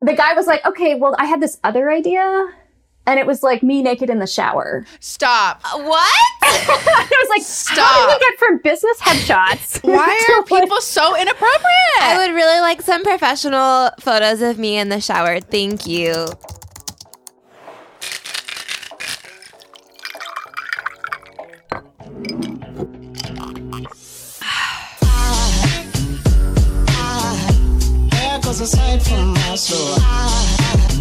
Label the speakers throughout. Speaker 1: the guy was like, okay, well, I had this other idea. And it was like me naked in the shower.
Speaker 2: Stop.
Speaker 3: What?
Speaker 1: I was like, how
Speaker 2: Stop.
Speaker 1: did we get from business headshots?
Speaker 2: Why
Speaker 1: to,
Speaker 2: are
Speaker 1: like,
Speaker 2: people so inappropriate?
Speaker 3: I would really like some professional photos of me in the shower. Thank you.
Speaker 4: Hair goes aside from my soul.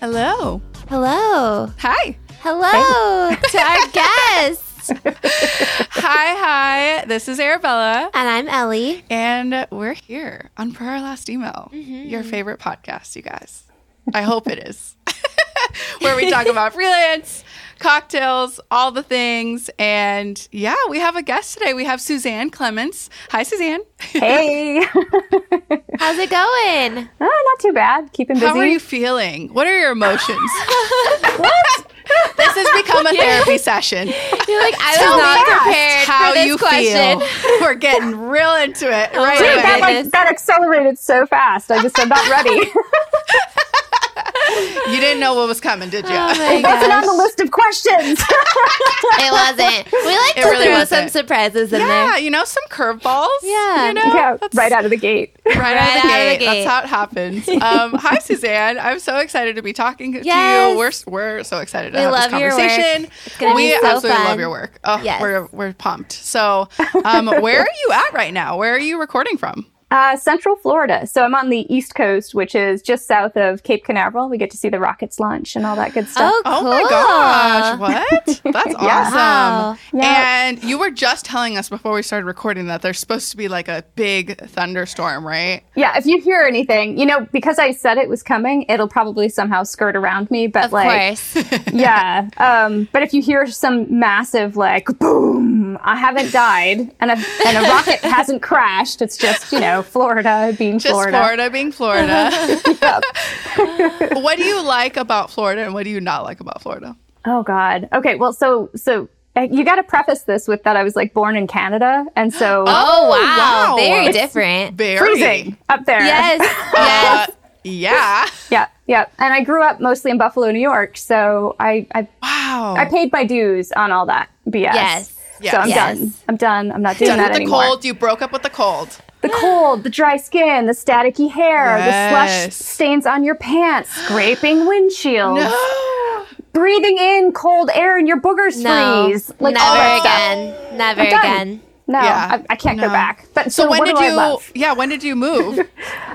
Speaker 2: Hello.
Speaker 3: Hello.
Speaker 2: Hi.
Speaker 3: Hello to our guest.
Speaker 2: Hi, hi. This is Arabella.
Speaker 3: And I'm Ellie.
Speaker 2: And we're here on Per Our Last Email, your favorite podcast, you guys. I hope it is. Where we talk about freelance, cocktails, all the things. And yeah, we have a guest today. We have Suzanne Clements. Hi, Suzanne.
Speaker 1: Hey.
Speaker 3: How's it going?
Speaker 1: Oh, not too bad. Keeping busy.
Speaker 2: How are you feeling? What are your emotions? this has become a therapy session.
Speaker 3: You're like, I
Speaker 1: So
Speaker 3: was not
Speaker 1: fast.
Speaker 3: prepared
Speaker 2: How
Speaker 3: for this
Speaker 2: you
Speaker 3: question.
Speaker 2: feel? We're getting real into it right
Speaker 3: Oh my
Speaker 1: Dude, that,
Speaker 2: away.
Speaker 1: like,
Speaker 3: Goodness.
Speaker 1: that accelerated so fast. I just, I'm not ready.
Speaker 2: You didn't know what was coming, did you?
Speaker 3: Oh my
Speaker 1: Wasn't on
Speaker 3: gosh.
Speaker 1: the list of questions.
Speaker 3: It wasn't. We like
Speaker 2: It
Speaker 3: to
Speaker 2: really
Speaker 3: throw
Speaker 2: wasn't.
Speaker 3: some surprises in there.
Speaker 2: yeah, you know, some curveballs.
Speaker 3: Yeah.
Speaker 2: you know,
Speaker 1: yeah,
Speaker 2: that's-
Speaker 1: right out of the gate.
Speaker 2: right out, of, the gate.
Speaker 3: gate.
Speaker 2: That's how it happens. Um, hi, Suzanne. I'm so excited to be talking to
Speaker 3: Yes.
Speaker 2: you. We're s- we're so excited to
Speaker 3: We
Speaker 2: have this
Speaker 3: love your work.
Speaker 2: conversation.
Speaker 3: It's gonna
Speaker 2: we
Speaker 3: be so
Speaker 2: absolutely
Speaker 3: fun.
Speaker 2: love your work. Oh,
Speaker 3: Yes.
Speaker 2: we're we're pumped. So, um, where are you at right now? Where are you recording from?
Speaker 1: Uh, Central Florida. So I'm on the East Coast, which is just south of Cape Canaveral. We get to see the rockets launch and all that good stuff.
Speaker 3: Oh, cool.
Speaker 2: Oh my gosh, what? That's
Speaker 3: Wow.
Speaker 2: awesome.
Speaker 1: Yeah.
Speaker 2: And you were just telling us before we started recording that there's supposed to be like a big thunderstorm, right?
Speaker 1: Yeah, if you hear anything, you know, because I said it was coming, it'll probably somehow skirt around me. But
Speaker 3: Of
Speaker 1: like,
Speaker 3: course.
Speaker 1: yeah. Um, but if you hear some massive like boom, I haven't died, and a and a rocket hasn't crashed. It's just you know Florida being
Speaker 2: Just Florida,
Speaker 1: Florida.
Speaker 2: being Florida.
Speaker 1: Yep.
Speaker 2: what do you like about Florida and what do you not like about Florida?
Speaker 1: Oh God. Okay. Well, so so uh, you got to preface this with that I was like born in Canada, and so
Speaker 3: Oh, wow.
Speaker 2: wow.
Speaker 3: Very
Speaker 2: It's
Speaker 3: different.
Speaker 2: Very.
Speaker 1: freezing up there.
Speaker 3: Yes.
Speaker 2: Uh,
Speaker 3: Yes.
Speaker 2: yeah.
Speaker 1: Yeah. Yeah. And I grew up mostly in Buffalo, New York, so I I
Speaker 2: Wow.
Speaker 1: I paid my dues on all that BS.
Speaker 3: Yes.
Speaker 1: So I'm
Speaker 2: Yes.
Speaker 1: done. I'm done. I'm not doing
Speaker 2: Done
Speaker 1: that
Speaker 2: with the
Speaker 1: anymore.
Speaker 2: cold. You broke up with the cold.
Speaker 1: The cold, the dry skin, the staticky hair, the slush
Speaker 2: Yes.
Speaker 1: stains on your pants, scraping windshields,
Speaker 2: No.
Speaker 1: breathing in cold air and your boogers
Speaker 3: no.
Speaker 1: freeze. Like all
Speaker 3: never
Speaker 1: that stuff.
Speaker 3: again. Never
Speaker 1: I'm done.
Speaker 3: again.
Speaker 1: No,
Speaker 2: Yeah.
Speaker 1: I, I can't go
Speaker 2: No.
Speaker 1: back. But so,
Speaker 2: So when
Speaker 1: what
Speaker 2: did
Speaker 1: do I
Speaker 2: you?
Speaker 1: love?
Speaker 2: Yeah. When did you move?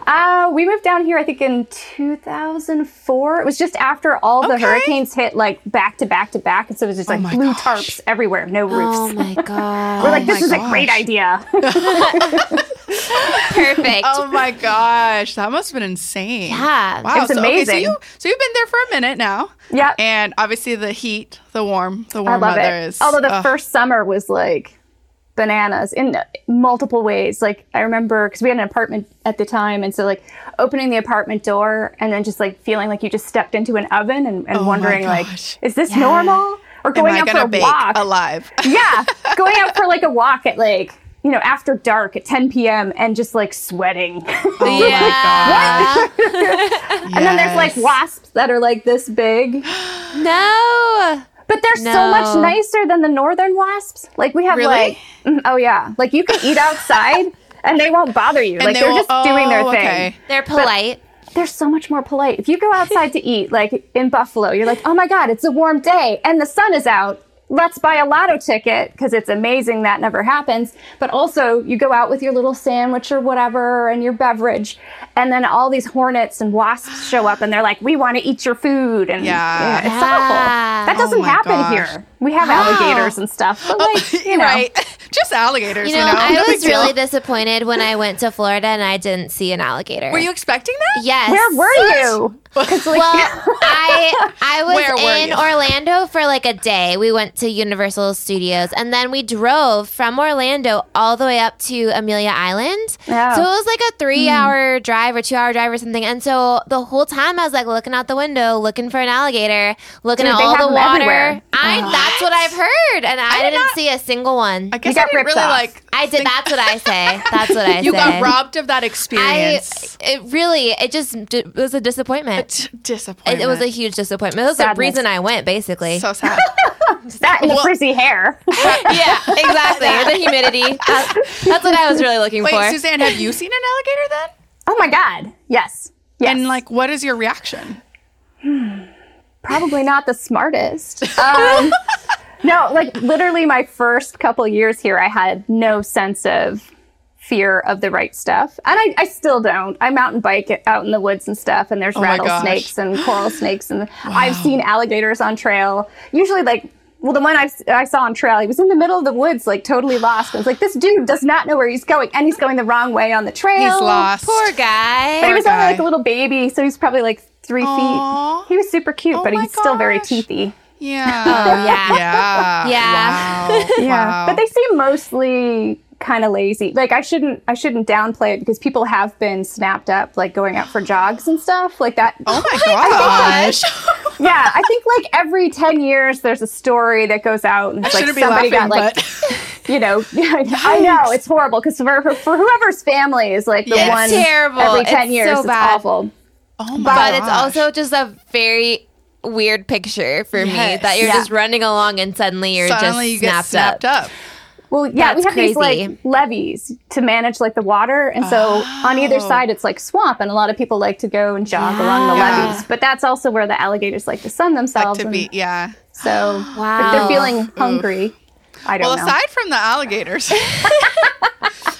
Speaker 1: Uh, we moved down here, I think, in 2004. It was just after all the
Speaker 2: Okay. Oh
Speaker 1: hurricanes hit, like back to back to back, and so it was just like
Speaker 2: my
Speaker 1: blue
Speaker 2: gosh. Oh
Speaker 1: tarps everywhere, no roofs.
Speaker 3: Oh my god.
Speaker 1: We're like, this
Speaker 2: my
Speaker 1: is a great
Speaker 2: gosh.
Speaker 1: idea.
Speaker 3: perfect.
Speaker 2: Oh my gosh, that must have been insane.
Speaker 3: Yeah.
Speaker 2: wow,
Speaker 1: It's
Speaker 2: so, okay, so
Speaker 1: amazing.
Speaker 2: you so you've been there for a minute now.
Speaker 1: Yep.
Speaker 2: and obviously the heat, the warm, the
Speaker 1: I
Speaker 2: warm
Speaker 1: love
Speaker 2: weather
Speaker 1: it.
Speaker 2: is.
Speaker 1: Although the
Speaker 2: ugh.
Speaker 1: first summer was like bananas in multiple ways. Like I remember because we had an apartment at the time, and so like opening the apartment door and then just like feeling like you just stepped into an oven and, and
Speaker 2: Oh my
Speaker 1: wondering like,
Speaker 2: gosh.
Speaker 1: is this normal? Or
Speaker 2: am
Speaker 1: going
Speaker 2: I
Speaker 1: out for
Speaker 2: gonna
Speaker 1: a
Speaker 2: bake
Speaker 1: walk?
Speaker 2: alive?
Speaker 1: yeah, going out for like a walk at like you know after dark at 10 p.m. and just like sweating.
Speaker 2: Oh
Speaker 3: yeah.
Speaker 1: and then there's like wasps that are like this big.
Speaker 3: No.
Speaker 1: But they're so much
Speaker 3: No.
Speaker 1: nicer than the northern wasps. Like we have
Speaker 2: Really?
Speaker 1: like mm, oh yeah, like you can eat outside and they won't bother you. like
Speaker 2: they
Speaker 1: they are
Speaker 2: will-
Speaker 1: just doing their
Speaker 2: oh,
Speaker 1: thing.
Speaker 2: okay.
Speaker 3: They're polite.
Speaker 1: They're so much more polite. If you go outside to eat like in Buffalo, you're like, "Oh my god, it's a warm day and the sun is out." Let's buy a lotto ticket because it's amazing that never happens. But also, you go out with your little sandwich or whatever and your beverage, and then all these hornets and wasps show up and they're like, "We want to eat your food." And
Speaker 2: Yeah. Oh
Speaker 1: it's awful.
Speaker 3: Yeah.
Speaker 1: That doesn't
Speaker 2: my
Speaker 1: happen
Speaker 2: gosh. Oh,
Speaker 1: here. We have alligators and stuff, but like, you know,
Speaker 2: right? Just alligators.
Speaker 3: You
Speaker 2: You
Speaker 3: know,
Speaker 2: know, No
Speaker 3: I
Speaker 2: big
Speaker 3: was really
Speaker 2: deal.
Speaker 3: disappointed when I went to Florida and I didn't see an alligator.
Speaker 2: Were you expecting that?
Speaker 3: Yes.
Speaker 1: where were you? 'Cause, like,
Speaker 3: Well, I I
Speaker 2: Where were
Speaker 3: was in
Speaker 2: you?
Speaker 3: Orlando for like a day. We went to Universal Studios and then we drove from Orlando all the way up to Amelia Island.
Speaker 1: Oh.
Speaker 3: So it was like a three hour
Speaker 1: Hmm.
Speaker 3: drive or two hour drive or something. And so the whole time I was like looking out the window, looking for an alligator, looking
Speaker 1: Dude,
Speaker 3: at
Speaker 1: they
Speaker 3: all
Speaker 1: have
Speaker 3: the
Speaker 1: them
Speaker 3: water.
Speaker 1: everywhere.
Speaker 3: I that's what I've heard. And I,
Speaker 2: did
Speaker 3: didn't
Speaker 2: not-
Speaker 3: see a single one.
Speaker 2: I guess
Speaker 1: got
Speaker 2: didn't
Speaker 1: ripped
Speaker 2: really
Speaker 1: off.
Speaker 2: like.
Speaker 3: I did. That's what I say. That's what I
Speaker 2: You
Speaker 3: say.
Speaker 2: got robbed of that
Speaker 3: I.
Speaker 2: experience.
Speaker 3: It really. It just d- was a disappointment.
Speaker 2: T- disappointment.
Speaker 3: It, it was a huge disappointment. It was
Speaker 1: Sadness.
Speaker 3: the reason I went, basically.
Speaker 2: so sad.
Speaker 1: that and the frizzy hair.
Speaker 3: yeah, exactly. the humidity. That's, that's what I was really looking
Speaker 2: Wait,
Speaker 3: for.
Speaker 2: Suzanne, have you seen an alligator then?
Speaker 1: oh my god. Yes. Yes.
Speaker 2: And like, what is your reaction?
Speaker 1: probably not the smartest. Um, no, like literally my first couple years here, I had no sense of fear of the right stuff. And I, I still don't. I mountain bike out in the woods and stuff, and there's
Speaker 2: Oh my gosh.
Speaker 1: rattlesnakes and coral snakes. And I've seen alligators on trail. Usually, like, well, the one I, I saw on trail, he was in the middle of the woods, like totally lost. I was like, this dude does not know where he's going, and he's going the wrong way on the trail.
Speaker 2: He's lost.
Speaker 3: Poor guy.
Speaker 1: But he was only like
Speaker 2: guy.
Speaker 1: a little baby, so he's probably like three
Speaker 2: Aw. Oh
Speaker 1: feet. He was super cute, but
Speaker 2: my
Speaker 1: he's still very
Speaker 2: gosh.
Speaker 1: teethy.
Speaker 2: Yeah.
Speaker 3: Oh, yeah.
Speaker 2: Yeah.
Speaker 3: Yeah.
Speaker 2: Wow. Wow.
Speaker 1: But they seem mostly kind of lazy. Like I shouldn't I shouldn't downplay it because people have been snapped up like going out for jogs and stuff like that.
Speaker 2: Oh my gosh.
Speaker 1: Yeah, I think like every 10 years there's a story that goes out and
Speaker 2: I
Speaker 1: it's like
Speaker 2: shouldn't be
Speaker 1: somebody
Speaker 2: laughing,
Speaker 1: got like,
Speaker 2: but
Speaker 1: you know, I know it's horrible because for, for, for whoever's family is like the
Speaker 2: Yes.
Speaker 1: one
Speaker 3: It's terrible.
Speaker 1: every 10
Speaker 3: It's
Speaker 1: years
Speaker 3: so
Speaker 1: it's
Speaker 3: bad.
Speaker 1: awful.
Speaker 2: oh my
Speaker 3: but it's
Speaker 2: gosh.
Speaker 3: also just a very weird picture for me
Speaker 2: Yes.
Speaker 3: that you're
Speaker 1: Yeah.
Speaker 3: just running along and suddenly you're
Speaker 2: suddenly
Speaker 3: just
Speaker 2: you get
Speaker 3: snapped,
Speaker 2: snapped
Speaker 3: up.
Speaker 2: up.
Speaker 1: Well, yeah, we
Speaker 3: That's
Speaker 1: have these
Speaker 3: crazy.
Speaker 1: like levees to manage like the water, and so on either
Speaker 3: Oh.
Speaker 1: side it's like swamp, and a lot of people like to go and jog along the
Speaker 2: Yeah.
Speaker 1: levees. But that's also where the alligators like to sun themselves.
Speaker 2: To
Speaker 1: and
Speaker 2: be, yeah.
Speaker 1: So
Speaker 3: Wow.
Speaker 1: if they're feeling hungry, I don't
Speaker 2: Well,
Speaker 1: know.
Speaker 2: aside from the alligators,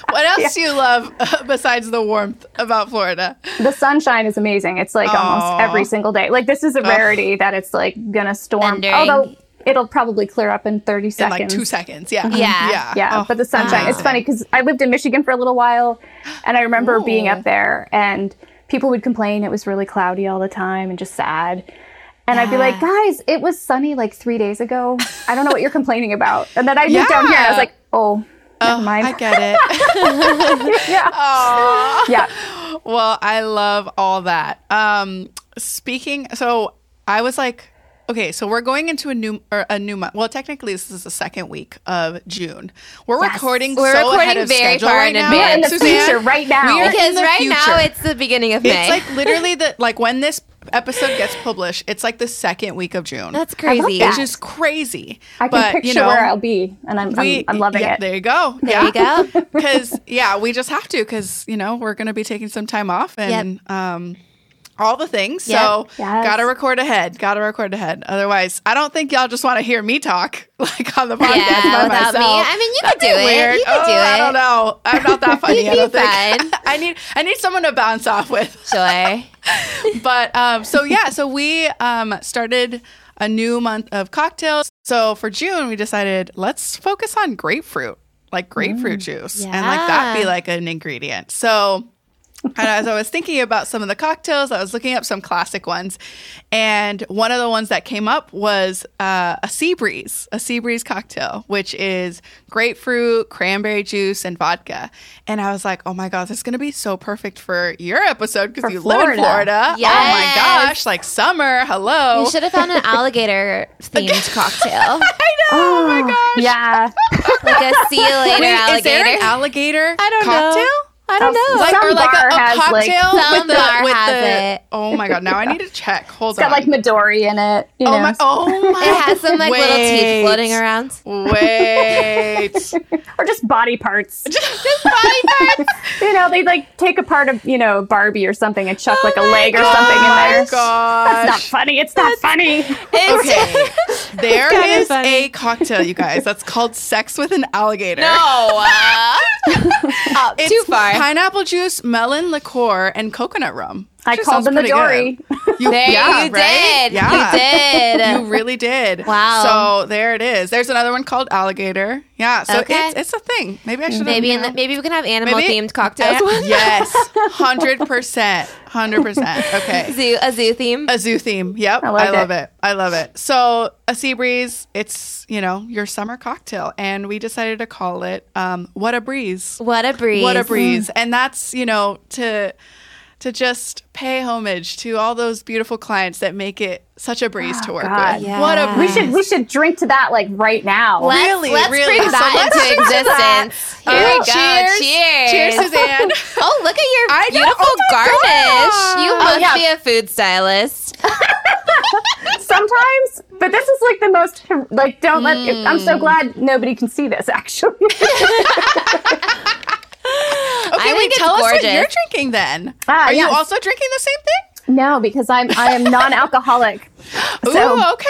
Speaker 2: what else do you love uh, besides the warmth about Florida?
Speaker 1: the sunshine is amazing. It's like
Speaker 2: Aw.
Speaker 1: almost every single day. Like this is a rarity that it's like gonna storm.
Speaker 3: Thundering.
Speaker 1: Although it'll probably clear up in thirty
Speaker 2: In
Speaker 1: seconds.
Speaker 2: like two seconds. Yeah.
Speaker 3: Yeah.
Speaker 2: Yeah.
Speaker 1: yeah
Speaker 2: Oh,
Speaker 1: but the sunshine it's
Speaker 2: amazing.
Speaker 1: funny because i lived in michigan for a little while and i remember being
Speaker 2: Ooh.
Speaker 1: up there and people would complain it was really cloudy all the time and just sad and I'd be like, guys, it was sunny like three days ago. I don't know what you're complaining about. And then I moved down here and I was
Speaker 2: Yeah.
Speaker 1: like, oh, never mind.
Speaker 2: I get it.
Speaker 1: yeah.
Speaker 2: Aw.
Speaker 1: yeah.
Speaker 2: Well, I love all that. Um, speaking, so I was like, okay, so we're going into a new or a new month. Well, technically, this is the second week of June. We're recording.
Speaker 3: We're
Speaker 2: so
Speaker 3: recording
Speaker 2: ahead of
Speaker 3: very
Speaker 2: schedule
Speaker 3: far
Speaker 2: right
Speaker 3: in
Speaker 2: now.
Speaker 3: advance.
Speaker 1: We're in the
Speaker 2: Suzanne,
Speaker 1: future right now.
Speaker 2: we are in
Speaker 3: Because
Speaker 2: the
Speaker 3: right now
Speaker 2: future.
Speaker 3: it's the beginning of May.
Speaker 2: It's like literally the like when this episode gets published, it's like the second week of June.
Speaker 3: that's crazy.
Speaker 1: that.
Speaker 2: It's just crazy.
Speaker 1: I can
Speaker 2: but,
Speaker 1: picture
Speaker 2: you know,
Speaker 1: where I'll be and I'm,
Speaker 2: we-
Speaker 1: I'm, I'm loving
Speaker 2: yeah,
Speaker 1: it.
Speaker 2: There you go.
Speaker 3: There you go.
Speaker 2: Because yeah, we just have to because you know we're going to be taking some time off and um, all the things. So
Speaker 1: Yep. Yes.
Speaker 2: gotta record ahead. Gotta record ahead. Otherwise, I don't think y'all just want to hear me talk like on the podcast
Speaker 3: Yeah,
Speaker 2: by myself.
Speaker 3: without me. I mean, you
Speaker 2: That'd
Speaker 3: could do
Speaker 2: be
Speaker 3: it.
Speaker 2: weird.
Speaker 3: You could
Speaker 2: Oh,
Speaker 3: do
Speaker 2: I don't
Speaker 3: it.
Speaker 2: know. I'm not that funny. I
Speaker 3: You'd
Speaker 2: don't
Speaker 3: be
Speaker 2: think.
Speaker 3: fine.
Speaker 2: I need I need someone to bounce off with
Speaker 3: Sure.
Speaker 2: but um, so yeah, so we um, started a new month of cocktails. So for June, we decided let's focus on grapefruit, like grapefruit juice, and like that be
Speaker 3: yeah.
Speaker 2: like an ingredient. So. And as I was thinking about some of the cocktails, I was looking up some classic ones. And one of the ones that came up was uh, a sea breeze, a sea breeze cocktail, which is grapefruit, cranberry juice, and vodka. And I was like, oh my God, this is going to be so perfect for your episode because you live in
Speaker 1: Florida.
Speaker 2: Florida.
Speaker 3: Yes.
Speaker 2: Oh my gosh, like summer. Hello.
Speaker 3: You should have found an alligator themed cocktail,
Speaker 2: oh my gosh.
Speaker 1: Yeah.
Speaker 3: like a see you later
Speaker 2: Wait, is there
Speaker 3: alligator.
Speaker 2: an alligator
Speaker 3: I don't know.
Speaker 2: cocktail?
Speaker 3: I don't know.
Speaker 1: Some
Speaker 2: Like, or like
Speaker 1: bar
Speaker 2: a, a
Speaker 1: has, like-
Speaker 2: cocktail
Speaker 3: Some
Speaker 2: with the,
Speaker 3: bar
Speaker 2: with
Speaker 3: has
Speaker 2: the-
Speaker 3: it.
Speaker 2: Oh my god! Now I need to check. Hold
Speaker 1: It's got
Speaker 2: on.
Speaker 1: like Midori in it. You
Speaker 2: oh
Speaker 1: know?
Speaker 2: my! Oh my!
Speaker 3: it has some like little
Speaker 2: Wait.
Speaker 3: teeth floating around.
Speaker 2: Wait.
Speaker 1: Or just body parts.
Speaker 2: Just body parts.
Speaker 1: you know, they like take a part of, you know, Barbie or something and chuck like a
Speaker 2: Oh my
Speaker 1: leg or something in
Speaker 2: gosh.
Speaker 1: there.
Speaker 2: Oh my gosh.
Speaker 1: That's not funny. It's not funny.
Speaker 2: Okay.
Speaker 3: kinda
Speaker 2: There is
Speaker 3: funny.
Speaker 2: a cocktail, you guys, that's called Sex with an Alligator.
Speaker 3: No, uh,
Speaker 2: It's
Speaker 3: too far.
Speaker 2: Pineapple juice, melon liqueur, and coconut rum.
Speaker 1: I
Speaker 2: Actually
Speaker 1: called
Speaker 2: sounds
Speaker 1: them the
Speaker 2: pretty
Speaker 1: Dory.
Speaker 2: good. You,
Speaker 3: There
Speaker 2: yeah,
Speaker 3: you
Speaker 2: right?
Speaker 3: did.
Speaker 2: Yeah.
Speaker 3: You did.
Speaker 2: You really did.
Speaker 3: Wow.
Speaker 2: So there it is. There's another one called alligator. Yeah. So
Speaker 3: Okay.
Speaker 2: it's it's a thing. Maybe I should
Speaker 3: maybe in the, maybe we can have animal themed cocktails. one.
Speaker 2: yes. Hundred percent. Hundred percent. Okay.
Speaker 3: zoo a zoo theme.
Speaker 2: A zoo theme. Yep. I
Speaker 1: like
Speaker 2: love
Speaker 1: it.
Speaker 2: it. I love it. So a sea breeze, it's, you know, your summer cocktail. And we decided to call it um, What a Breeze.
Speaker 3: What a breeze.
Speaker 2: What a breeze. And that's, you know, to to just pay homage to all those beautiful clients that make it such a breeze to work
Speaker 1: God.
Speaker 2: with. What a
Speaker 3: Yeah.
Speaker 1: We
Speaker 2: breeze.
Speaker 1: should we should drink to that like right now.
Speaker 3: Let's,
Speaker 2: Really,
Speaker 3: let's
Speaker 2: really.
Speaker 3: bring
Speaker 2: So
Speaker 3: that
Speaker 2: let's
Speaker 3: into
Speaker 2: do that.
Speaker 3: existence. Here we
Speaker 2: Oh,
Speaker 3: go.
Speaker 2: cheers.
Speaker 3: Cheers.
Speaker 2: Cheers, Suzanne.
Speaker 3: Oh, look at your
Speaker 2: I know.
Speaker 3: beautiful
Speaker 2: Oh my
Speaker 3: garnish.
Speaker 2: gosh.
Speaker 3: You
Speaker 2: Oh,
Speaker 3: must
Speaker 1: yeah.
Speaker 3: be a food stylist.
Speaker 1: Sometimes, but this is like the most like don't let.
Speaker 2: Hmm.
Speaker 1: I'm so glad nobody can see this actually.
Speaker 2: okay,
Speaker 3: I
Speaker 2: wait,
Speaker 3: think it's
Speaker 2: tell us what
Speaker 3: gorgeous.
Speaker 2: you're drinking then.
Speaker 1: Ah,
Speaker 2: Are
Speaker 1: yes.
Speaker 2: you also drinking the same thing?
Speaker 1: no, because I'm I am non-alcoholic. So-
Speaker 2: Ooh, okay.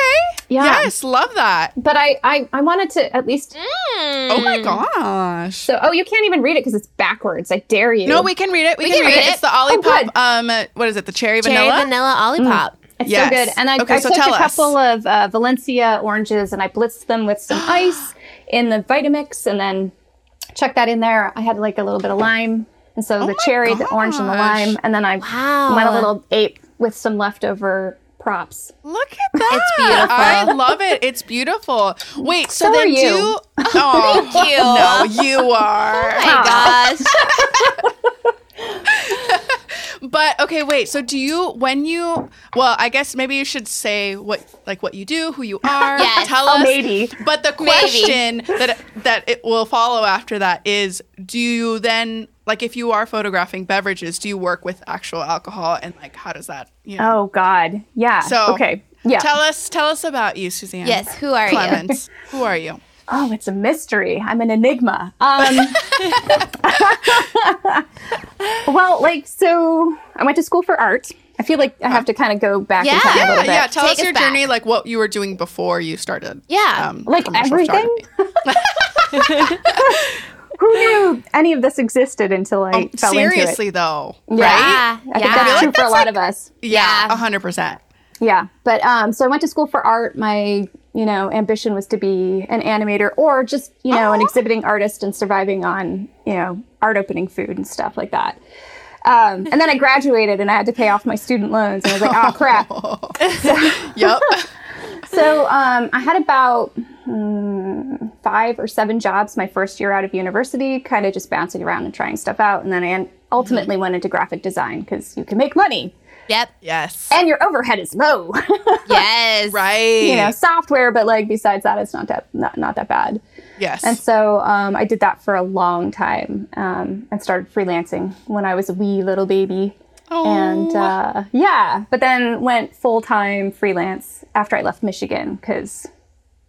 Speaker 1: Yeah.
Speaker 2: Yes, love that.
Speaker 1: But I I, I wanted to at least.
Speaker 3: Hmm.
Speaker 2: Oh my gosh.
Speaker 1: So oh, you can't even read it because it's backwards. I dare you.
Speaker 2: No, we can read it. We, can, read, it. It's the
Speaker 1: Oh,
Speaker 2: Olipop.
Speaker 1: good.
Speaker 2: um, what is it? The cherry,
Speaker 3: Cherry
Speaker 2: vanilla.
Speaker 3: vanilla olipop.
Speaker 1: It's
Speaker 2: Yes.
Speaker 1: so good. And I,
Speaker 2: Okay,
Speaker 1: I
Speaker 2: so
Speaker 1: took
Speaker 2: tell
Speaker 1: a
Speaker 2: us.
Speaker 1: couple of uh, Valencia oranges and I blitzed them with some ice in the Vitamix and then chucked that in there. I had like a little bit of lime. And so the
Speaker 2: Oh my
Speaker 1: cherry, the orange, and the
Speaker 2: gosh.
Speaker 1: lime. And then I
Speaker 3: Wow.
Speaker 1: went a little ape with some leftover props.
Speaker 2: Look at that.
Speaker 3: It's beautiful.
Speaker 2: I love it. It's beautiful. Wait, so,
Speaker 1: So
Speaker 2: then
Speaker 1: are you.
Speaker 2: do Oh,
Speaker 3: Thank you.
Speaker 2: No, you are.
Speaker 3: Oh my gosh.
Speaker 2: But okay, wait. So do you when you well, I guess maybe you should say what like what you do, who you are.
Speaker 3: Yes.
Speaker 2: Tell
Speaker 1: Oh,
Speaker 2: us.
Speaker 1: maybe.
Speaker 2: But the question that that it will follow after that is do you then like if you are photographing beverages, do you work with actual alcohol and like how does that, you know?
Speaker 1: Oh, God. Yeah.
Speaker 2: So
Speaker 1: okay. Yeah.
Speaker 2: Tell us tell us about you, Suzanne.
Speaker 3: Yes, who are you?
Speaker 2: Clements. Who are you?
Speaker 1: oh, it's a mystery. I'm an enigma. Um, well, like, so I went to school for art. I feel like I have to kind of go back
Speaker 3: Yeah.
Speaker 1: in time a little
Speaker 2: Yeah,
Speaker 1: bit.
Speaker 2: yeah. Tell
Speaker 3: Take
Speaker 2: us your
Speaker 3: us back.
Speaker 2: journey, like what you were doing before you started. um,
Speaker 3: Yeah.
Speaker 1: Like
Speaker 2: commercial
Speaker 1: everything?
Speaker 2: photography.
Speaker 1: Who knew any of this existed until I fell into it?
Speaker 2: Seriously, though.
Speaker 1: Yeah.
Speaker 3: Yeah.
Speaker 1: I think
Speaker 3: Yeah. I
Speaker 1: that's
Speaker 3: feel
Speaker 1: true
Speaker 3: like
Speaker 1: for a lot of us.
Speaker 2: Yeah,
Speaker 3: Yeah.
Speaker 2: a hundred percent.
Speaker 1: Yeah. But um, so I went to school for art. My, you know, ambition was to be an animator or just, you know, an exhibiting artist and surviving on, you know, art opening food and stuff like that. Um, and then I graduated and I had to pay off my student loans. And I was like, oh, crap.
Speaker 2: Yep.
Speaker 1: So um, I had about mm, five or seven jobs my first year out of university, kind of just bouncing around and trying stuff out. And then I ultimately went into graphic design because you can make money
Speaker 3: Yep.
Speaker 2: yes.
Speaker 1: and your overhead is low.
Speaker 3: Yes.
Speaker 2: right.
Speaker 1: you know, software, but like besides that, it's not that not, not that bad.
Speaker 2: Yes.
Speaker 1: And so um, I did that for a long time um, and started freelancing when I was a wee little baby. And uh, yeah, but then went full time freelance after I left Michigan because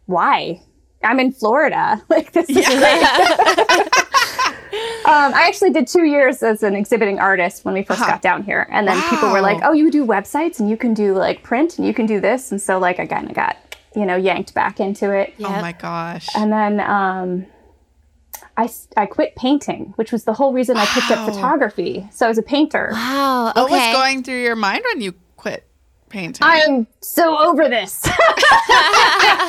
Speaker 1: why? I'm in Florida. Like this is great. um, I actually did two years as an exhibiting artist when we 1st got down here, and then people were like,
Speaker 2: Uh-huh. Wow.
Speaker 1: "Oh, you do websites, and you can do like print, and you can do this," and so like I kind of got you know yanked back into it.
Speaker 2: oh my gosh.
Speaker 1: And then um, I, s- I quit painting, which was the whole reason I picked up photography. So I was a painter.
Speaker 3: Wow. Okay.
Speaker 2: What was Oh, going through your mind when you quit painting?
Speaker 1: I am so over this. um,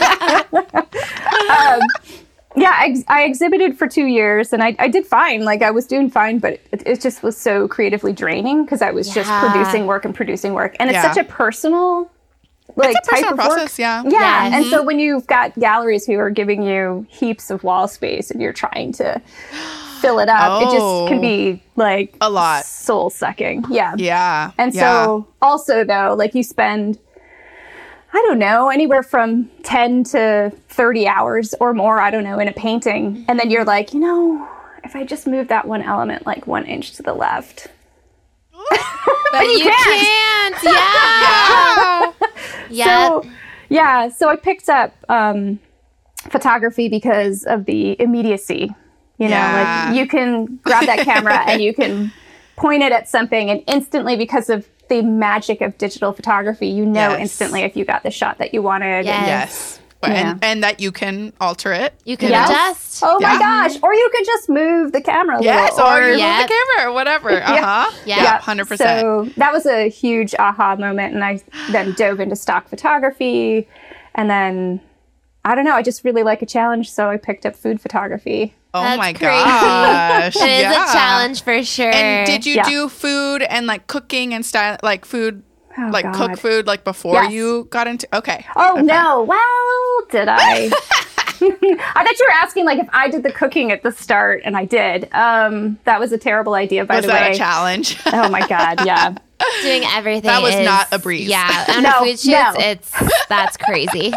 Speaker 1: yeah, I, ex- I exhibited for two years and I, I did fine. Like I was doing fine, but it, it just was so creatively draining because I was just
Speaker 3: Yeah.
Speaker 1: producing work and producing work. And it's
Speaker 2: Yeah.
Speaker 1: such a personal, like
Speaker 2: it's a personal
Speaker 1: type of work.
Speaker 2: process. Yeah. Mm-hmm.
Speaker 1: Yeah.
Speaker 3: Yes.
Speaker 1: And so when you've got galleries who are giving you heaps of wall space and you're trying to fill it up, it just
Speaker 2: Oh.
Speaker 1: can be like
Speaker 2: A lot.
Speaker 1: soul sucking. Yeah.
Speaker 2: Yeah.
Speaker 1: And
Speaker 2: yeah.
Speaker 1: so also though, like you spend I don't know, anywhere from 10 to 30 hours or more, I don't know, in a painting. And then you're like, you know, if I just move that one element like one inch to the left.
Speaker 3: But you can't. Yeah. yeah.
Speaker 1: So, yeah, so I picked up um, photography because of the immediacy. You know,
Speaker 2: Yeah.
Speaker 1: like you can grab that camera and you can point it at something, and instantly, because of the magic of digital photography, you know
Speaker 2: Yes.
Speaker 1: instantly if you got the shot that you wanted.
Speaker 3: Yes.
Speaker 2: yes. But, and, and that you can alter it.
Speaker 3: You can
Speaker 1: Yes.
Speaker 3: adjust.
Speaker 1: Oh my
Speaker 2: Yeah.
Speaker 1: gosh! Or you could just move the camera. A
Speaker 2: Yes,
Speaker 1: little,
Speaker 2: or you
Speaker 3: Yeah.
Speaker 2: hold the camera, or whatever. Uh huh.
Speaker 3: Yeah.
Speaker 1: Yeah.
Speaker 2: hundred percent.
Speaker 1: So that was a huge aha moment, and I then dove into stock photography, and then I don't know. I just really like a challenge, so I picked up food photography.
Speaker 2: Oh
Speaker 3: That's
Speaker 2: my
Speaker 3: crazy.
Speaker 2: gosh!
Speaker 3: It is
Speaker 2: yeah.
Speaker 3: a challenge for sure.
Speaker 2: And did you
Speaker 1: Yeah.
Speaker 2: do food and like cooking and style like food,
Speaker 1: Oh,
Speaker 2: like cook
Speaker 1: God.
Speaker 2: food like before
Speaker 1: Yes.
Speaker 2: you got into? Okay.
Speaker 1: Oh no! Well, did I? I thought you were asking like if I did the cooking at the start, and I did. Um, that was a terrible idea, by
Speaker 2: Was
Speaker 1: the
Speaker 2: that
Speaker 1: way.
Speaker 2: a challenge?
Speaker 1: Oh my god, yeah.
Speaker 3: Doing everything.
Speaker 2: That was
Speaker 3: is-
Speaker 2: not a breeze.
Speaker 3: Yeah. On
Speaker 1: No,
Speaker 3: no, food shoots,
Speaker 1: no.
Speaker 3: it's that's crazy.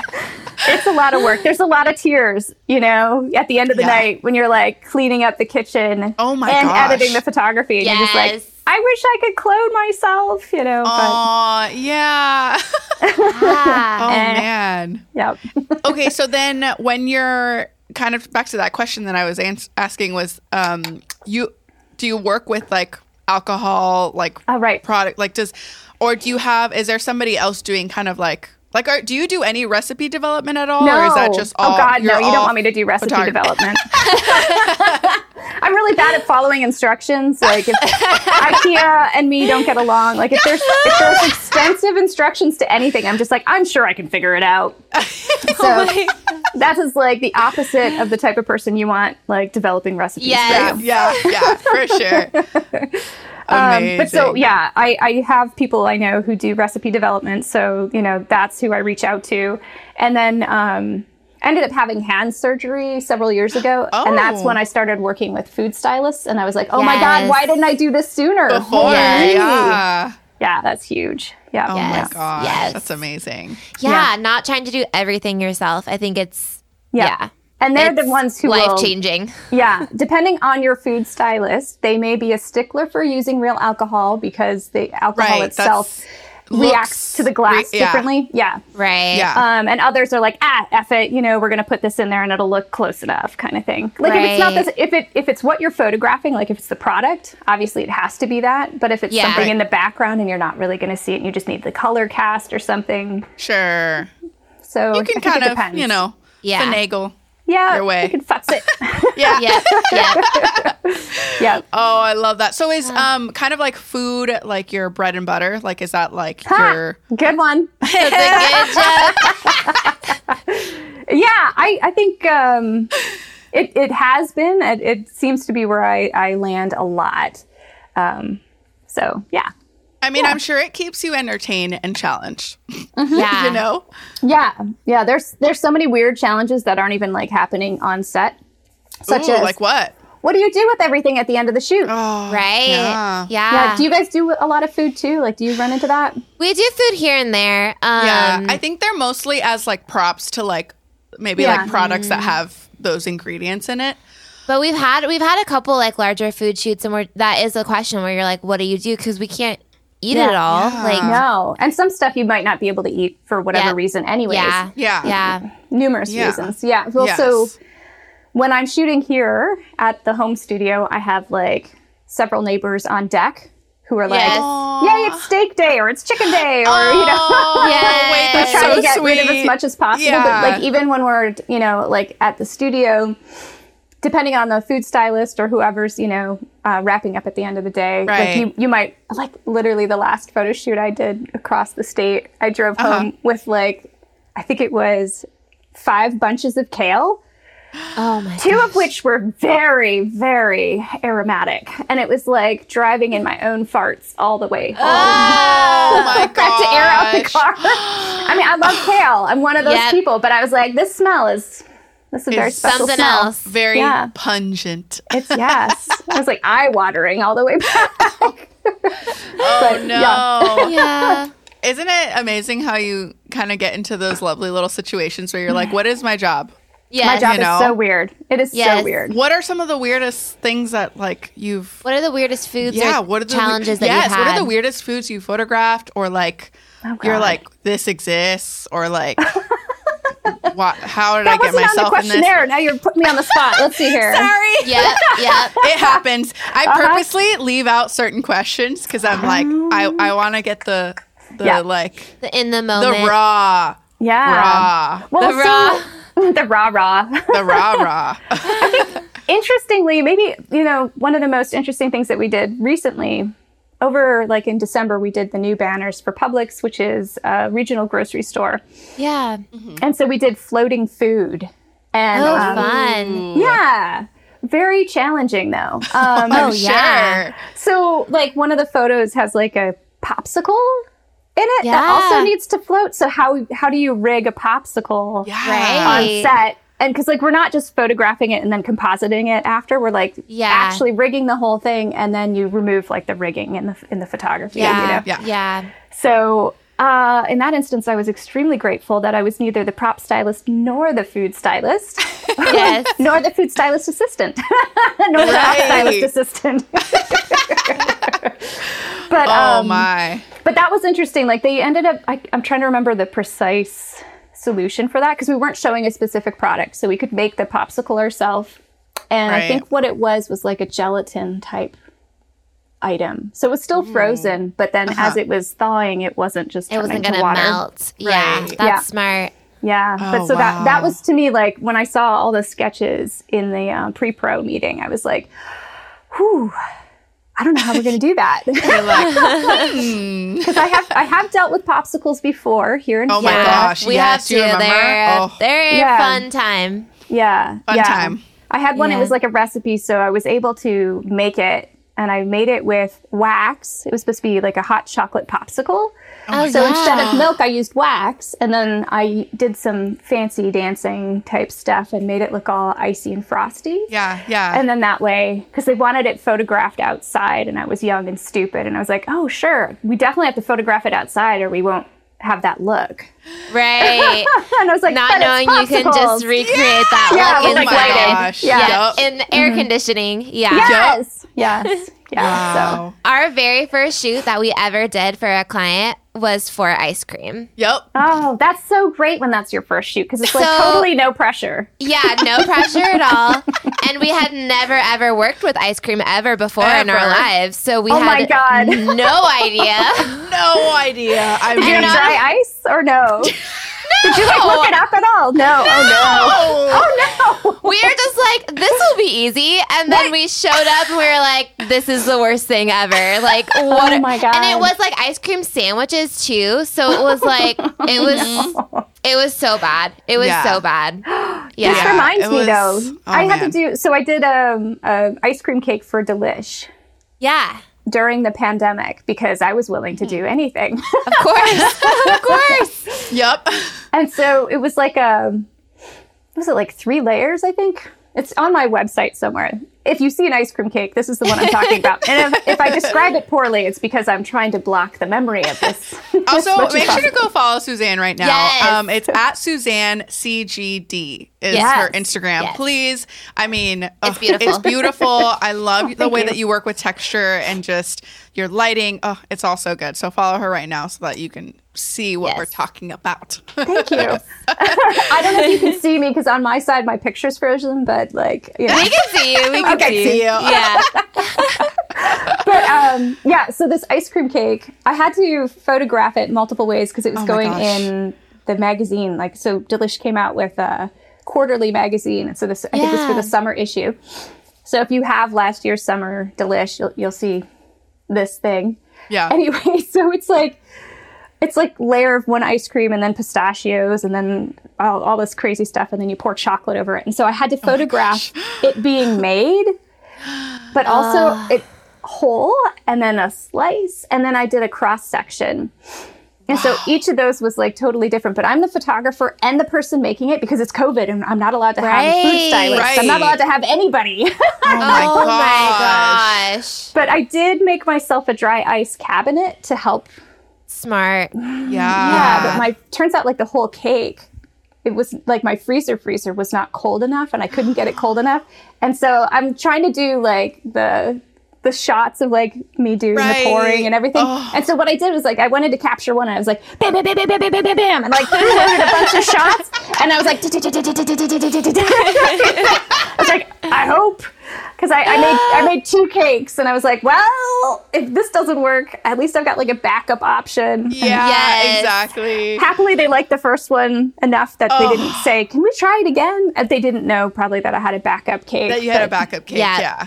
Speaker 1: it's a lot of work. There's a lot of tears, you know, at the end of the
Speaker 2: Yeah.
Speaker 1: night when you're like cleaning up the kitchen.
Speaker 2: Oh my
Speaker 1: And
Speaker 2: gosh.
Speaker 1: editing the photography. And you're just
Speaker 3: Yes.
Speaker 1: like, I wish I could clone myself, you know.
Speaker 2: Aw, yeah. oh
Speaker 3: Yeah.
Speaker 1: Eh.
Speaker 2: man.
Speaker 1: But yeah.
Speaker 2: Okay, so then when you're kind of back to that question that I was ans- asking was um you do you work with like alcohol like
Speaker 1: Oh, right.
Speaker 2: product like does or do you have is there somebody else doing kind of like like are, do you do any recipe development at all or is that just all
Speaker 1: oh god, no!
Speaker 2: you're
Speaker 1: You don't
Speaker 2: all
Speaker 1: want me to do recipe
Speaker 2: photog-
Speaker 1: development. I'm really bad at following instructions. Like if IKEA and me don't get along, like if there's if there's extensive instructions to anything, I'm just like I'm sure I can figure it out.
Speaker 2: Oh
Speaker 1: So that is like the opposite of the type of person you want like developing recipes.
Speaker 3: Yes.
Speaker 1: For you.
Speaker 2: Yeah, yeah, for sure.
Speaker 1: Um, but so
Speaker 2: Amazing.
Speaker 1: yeah, I, I have people I know who do recipe development, so you know that's who I reach out to, and then um, ended up having hand surgery several years ago, and that's
Speaker 2: Oh.
Speaker 1: when I started working with food stylists, and I was like, oh my god,
Speaker 3: Yes.
Speaker 1: why didn't I do this sooner?
Speaker 2: Before,
Speaker 3: Yes.
Speaker 2: yeah.
Speaker 1: Yeah, that's huge. Yeah,
Speaker 2: Oh
Speaker 3: Yes,
Speaker 2: my gosh,
Speaker 3: yes.
Speaker 2: that's amazing.
Speaker 3: yeah. Not trying to do everything yourself. I think it's yeah.
Speaker 1: and they're the
Speaker 3: It's
Speaker 1: ones who
Speaker 3: life
Speaker 1: will-
Speaker 3: changing.
Speaker 1: Yeah, depending on your food stylist, they may be a stickler for using real alcohol because the alcohol
Speaker 2: Right,
Speaker 1: itself
Speaker 2: that's-
Speaker 1: reacts to the glass
Speaker 2: re- yeah.
Speaker 1: differently. Yeah.
Speaker 3: Right.
Speaker 2: Yeah.
Speaker 1: Um, and others are like, ah, F it, you know, we're gonna put this in there and it'll look close enough, kind of thing. Like if it's not
Speaker 3: Right.
Speaker 1: this, if it if it's what you're photographing, like if it's the product, obviously it has to be that. But if it's
Speaker 3: Yeah.
Speaker 1: something
Speaker 3: Right.
Speaker 1: in the background and you're not really gonna see it, and you just need the color cast or something.
Speaker 2: Sure.
Speaker 1: So
Speaker 2: You
Speaker 1: I think
Speaker 2: can
Speaker 1: it
Speaker 2: kind of,
Speaker 1: depends.
Speaker 2: you know,
Speaker 3: Yeah.
Speaker 2: finagle.
Speaker 1: yeah,
Speaker 2: your way.
Speaker 1: You can futz it.
Speaker 2: Yeah.
Speaker 3: Yeah. Yeah.
Speaker 1: yeah.
Speaker 2: Oh, I love that. So is um kind of like food like your bread and butter? Like is that like your
Speaker 1: Ah, Good one.
Speaker 3: That's a good joke.
Speaker 1: Yeah, I, I think um, it, it has been. It, it seems to be where I, I land a lot. Um, so, yeah.
Speaker 2: I mean, I'm sure it keeps you entertained and challenged.
Speaker 3: Yeah.
Speaker 1: Ah.
Speaker 2: You know?
Speaker 1: Yeah, yeah. There's there's so many weird challenges that aren't even like happening on set, such
Speaker 2: Ooh,
Speaker 1: as
Speaker 2: like what?
Speaker 1: what do you do with everything at the end of the shoot?
Speaker 2: Oh,
Speaker 3: Right.
Speaker 2: Yeah.
Speaker 3: Yeah.
Speaker 1: yeah, do you guys do a lot of food too? Like, do you run into that?
Speaker 2: Uh.
Speaker 3: we do food here and there. Um,
Speaker 2: Yeah. I think they're mostly as like props to like maybe
Speaker 1: Yeah. Mm.
Speaker 2: like products that have those ingredients in it.
Speaker 3: But we've had we've had a couple like larger food shoots, and we're, that is a question where you're like, what do you do? Because we can't eat it
Speaker 1: Yeah.
Speaker 3: all. Like,
Speaker 1: No, and some stuff you might not be able to eat for whatever
Speaker 3: Yeah.
Speaker 1: reason, anyways.
Speaker 3: yeah,
Speaker 2: Yeah.
Speaker 3: yeah,
Speaker 1: numerous
Speaker 2: Yeah.
Speaker 1: reasons. Yeah. Well,
Speaker 2: Yes.
Speaker 1: so when I'm shooting here at the home studio, I have like several neighbors on deck who are like,
Speaker 3: Yes.
Speaker 1: "Yay, it's steak day or it's chicken day or you know."
Speaker 2: Oh, wait,
Speaker 3: Yes.
Speaker 1: We're
Speaker 2: that's
Speaker 1: trying
Speaker 2: so
Speaker 1: to get
Speaker 2: sweet.
Speaker 1: rid of as much as possible,
Speaker 2: Yeah.
Speaker 1: but like even when we're you know like at the studio, depending on the food stylist or whoever's you know uh, wrapping up at the end of the day,
Speaker 2: Right.
Speaker 1: like you you might like literally the last photo shoot I did across the state, I drove
Speaker 2: Uh-huh.
Speaker 1: home with like I think it was five bunches of kale.
Speaker 3: Oh my.
Speaker 1: Two of which were very, very aromatic. And it was like driving in my own farts all the way home.
Speaker 2: Oh my god.
Speaker 1: uh, Back to air out the car. I mean, I love kale. I'm one of those
Speaker 3: Yep.
Speaker 1: people, but I was like, this smell is this is a very
Speaker 2: It's
Speaker 1: special
Speaker 3: Something
Speaker 1: smell.
Speaker 3: else.
Speaker 2: Very
Speaker 1: Yeah.
Speaker 2: pungent.
Speaker 1: It's yes. it was like eye watering all the way back.
Speaker 2: Oh
Speaker 1: But,
Speaker 2: no.
Speaker 3: Yeah.
Speaker 2: Isn't it amazing how you kind of get into those lovely little situations where you're like, what is my job?
Speaker 3: Yes.
Speaker 1: My job
Speaker 2: You know.
Speaker 1: is so weird. It is so
Speaker 3: Yes.
Speaker 1: weird.
Speaker 2: What are some of the weirdest things that like you've
Speaker 3: What are the weirdest foods?
Speaker 2: yeah,
Speaker 3: or
Speaker 2: what are the
Speaker 3: challenges that
Speaker 2: yes,
Speaker 3: you've had?
Speaker 2: what are the weirdest foods you photographed or like
Speaker 1: Oh,
Speaker 2: you're
Speaker 1: God.
Speaker 2: like this exists or like wha- how did I
Speaker 1: that wasn't on
Speaker 2: get
Speaker 1: the
Speaker 2: myself in this?
Speaker 1: questionnaire. Now you're putting me on the spot. Let's see here.
Speaker 2: Sorry.
Speaker 3: Yep. Yep.
Speaker 2: It happens. I
Speaker 1: Uh-huh.
Speaker 2: purposely leave out certain questions because I'm like, I, I want to get the, the
Speaker 1: Oh. Yeah.
Speaker 2: like,
Speaker 3: The- In the
Speaker 2: the
Speaker 3: moment.
Speaker 2: raw,
Speaker 1: Yeah.
Speaker 2: raw,
Speaker 1: Well,
Speaker 3: The
Speaker 1: so- the raw raw.
Speaker 2: the raw, raw.
Speaker 1: interestingly, maybe you know one of the most interesting things that we did recently. Over like in December, we did the new banners for Publix, which is a regional grocery store,
Speaker 3: Yeah.
Speaker 1: and so we did floating food. And
Speaker 3: Oh,
Speaker 1: um,
Speaker 3: fun.
Speaker 1: yeah, very challenging though. Um,
Speaker 3: Oh, yeah.
Speaker 2: Sure.
Speaker 1: so like one of the photos has like a popsicle in it that
Speaker 3: Yeah.
Speaker 1: also needs to float. So how how do you rig a popsicle
Speaker 2: Yeah.
Speaker 3: Right.
Speaker 1: on set and because like we're not just photographing it and then compositing it after we're like
Speaker 3: Yeah.
Speaker 1: actually rigging the whole thing and then you remove like the rigging in the in the photography you know?
Speaker 3: Yeah.
Speaker 2: Yeah.
Speaker 3: Yeah.
Speaker 1: so uh, in that instance i was extremely grateful that i was neither the prop stylist nor the food stylist
Speaker 3: Yes.
Speaker 1: nor the food stylist assistant nor the prop
Speaker 2: Right.
Speaker 1: stylist assistant but
Speaker 2: Oh
Speaker 1: um,
Speaker 2: my.
Speaker 1: but that was interesting. Like they ended up, I, I'm trying to remember the precise solution for that because we weren't showing a specific product, so we could make the popsicle ourselves. And I
Speaker 2: Right.
Speaker 1: think what it was was like a gelatin type item, so it was
Speaker 2: Mm.
Speaker 1: still frozen. But then
Speaker 2: Uh-huh.
Speaker 1: as it was thawing, it wasn't just
Speaker 3: It wasn't
Speaker 1: going
Speaker 3: gonna
Speaker 1: to water.
Speaker 3: melt. Yeah.
Speaker 2: Right.
Speaker 3: That's
Speaker 1: Yeah.
Speaker 3: smart.
Speaker 1: Yeah,
Speaker 2: Oh,
Speaker 1: but so that that
Speaker 2: wow.
Speaker 1: was to me like when I saw all the sketches in the uh, pre-pro meeting, I was like, "Whew, I don't know how we're going to do that." Because I have I have dealt with popsicles before here in
Speaker 2: Oh my
Speaker 1: Florida.
Speaker 2: gosh,
Speaker 3: We
Speaker 2: yes, do
Speaker 3: have
Speaker 2: you
Speaker 3: to.
Speaker 2: remember?
Speaker 3: They're,
Speaker 2: Oh.
Speaker 3: they're a
Speaker 1: Yeah.
Speaker 3: fun time.
Speaker 1: Yeah.
Speaker 2: Fun
Speaker 1: yeah.
Speaker 2: time.
Speaker 1: I had one,
Speaker 3: Yeah.
Speaker 1: it was like a recipe, so I was able to make it and I made it with wax. It was supposed to be like a hot chocolate popsicle.
Speaker 3: Oh my
Speaker 1: so
Speaker 3: God.
Speaker 1: instead of milk, I used wax and then I did some fancy dancing type stuff and made it look all icy and frosty.
Speaker 2: Yeah. Yeah.
Speaker 1: And then that way, because they wanted it photographed outside, and I was young and stupid, and I was like, oh, sure, we definitely have to photograph it outside or we won't have that look.
Speaker 3: Right.
Speaker 1: And I was like,
Speaker 3: Not
Speaker 1: "But it's
Speaker 3: knowing you can
Speaker 1: popsicles."
Speaker 3: just recreate that
Speaker 1: Yeah,
Speaker 3: look
Speaker 1: with, like,
Speaker 3: inside.
Speaker 1: lighting.
Speaker 3: Yeah.
Speaker 1: Yeah. Mm-hmm.
Speaker 3: In air conditioning. Yeah.
Speaker 1: Yes. Yes. Yeah. So
Speaker 2: Wow.
Speaker 3: Our very first shoot that we ever did for a client was for ice cream.
Speaker 2: Yep.
Speaker 1: Oh, that's so great when that's your first shoot because it's like
Speaker 3: So-
Speaker 1: totally no pressure.
Speaker 3: Yeah, no pressure at all. And we had never ever worked with ice cream ever before in our
Speaker 2: Ever.
Speaker 3: lives. So we
Speaker 1: Oh my
Speaker 3: had
Speaker 1: God.
Speaker 3: no idea.
Speaker 2: No idea. I
Speaker 1: Did you
Speaker 2: mean,
Speaker 1: dry ice or no? Did you like
Speaker 3: No.
Speaker 1: look it up at all? No. Oh
Speaker 2: Oh,
Speaker 1: no.
Speaker 3: We were just like, this will be easy. And then we showed up and we were like, this is the worst thing ever. Like, what?
Speaker 1: Oh my God.
Speaker 3: And it was like ice cream sandwiches too. So it was like, it was, it was so bad. It was
Speaker 2: Yeah.
Speaker 3: so bad. Yeah.
Speaker 1: This reminds
Speaker 2: it
Speaker 1: me
Speaker 2: was-
Speaker 1: though.
Speaker 2: oh,
Speaker 1: I had
Speaker 2: man.
Speaker 1: to do so. I did um uh, ice cream cake for Delish
Speaker 3: yeah.
Speaker 1: during the pandemic because I was willing to do anything.
Speaker 3: Of course. of course.
Speaker 2: Yep.
Speaker 1: And so it was like um was it like three layers? I think it's on my website somewhere. If you see an ice cream cake, this is the one I'm talking about. And if, if I describe it poorly, it's because I'm trying to block the memory of this.
Speaker 2: Also,
Speaker 1: much as
Speaker 2: make sure to
Speaker 1: possible.
Speaker 2: go follow Suzanne right now.
Speaker 3: Yes.
Speaker 2: Um, it's at Suzanne CGD is
Speaker 3: Yes.
Speaker 2: her Instagram.
Speaker 3: Yes.
Speaker 2: Please, I mean, ugh,
Speaker 3: beautiful.
Speaker 2: It's beautiful. I love the way
Speaker 1: you.
Speaker 2: that you work with texture and just your lighting. Oh, it's all so good. So follow her right now so that you can see what
Speaker 3: Yes.
Speaker 2: we're talking about.
Speaker 1: Thank you. I don't know if you can see me because on my side my picture's frozen, but like you know.
Speaker 3: We can see you. We can
Speaker 2: Okay,
Speaker 3: see,
Speaker 2: see
Speaker 3: you.
Speaker 2: you.
Speaker 3: Yeah.
Speaker 1: But um, yeah, so this ice cream cake, I had to photograph it multiple ways because it was
Speaker 2: Oh my
Speaker 1: going
Speaker 2: gosh.
Speaker 1: in the magazine. Like, so Delish came out with a quarterly magazine, and so this I think it's for
Speaker 3: Yeah.
Speaker 1: the summer issue. So if you have last year's summer Delish, you'll, you'll see this thing.
Speaker 2: Yeah.
Speaker 1: Anyway, so it's like it's like layer of one ice cream and then pistachios and then all, all this crazy stuff and then you pour chocolate over it. And so I had to photograph it being made, but also it whole and then a slice and then I did a cross section. And so each of those was like totally different, but I'm the photographer and the person making it because it's COVID and I'm not allowed to have a
Speaker 3: Right.
Speaker 1: food stylist. I'm
Speaker 2: Right.
Speaker 1: not allowed to have anybody.
Speaker 2: Oh my
Speaker 3: oh
Speaker 2: gosh.
Speaker 3: my gosh.
Speaker 1: but I did make myself a dry ice cabinet to help
Speaker 3: Smart.
Speaker 2: Yeah.
Speaker 1: Yeah, but my turns out like the whole cake, it was like my freezer freezer was not cold enough, and I couldn't get it cold enough, and so I'm trying to do like the the shots of like me doing the
Speaker 2: Right.
Speaker 1: pouring and everything. And so what I did was like I wanted to capture one, and I was like bam bam bam bam bam bam bam bam, bam and like loaded a bunch of shots, and I was like I was like I hope. Because I, I made I made two cakes and I was like, well, if this doesn't work, at least I've got like a backup option.
Speaker 2: yeah,
Speaker 3: Yes.
Speaker 2: exactly.
Speaker 1: Happily, they liked the first one enough that
Speaker 2: Oh.
Speaker 1: they didn't say, "Can we try it again?" If they didn't know, probably that I had a backup cake.
Speaker 2: That you had a
Speaker 1: but-
Speaker 2: backup cake.
Speaker 3: Yeah.
Speaker 2: Yeah.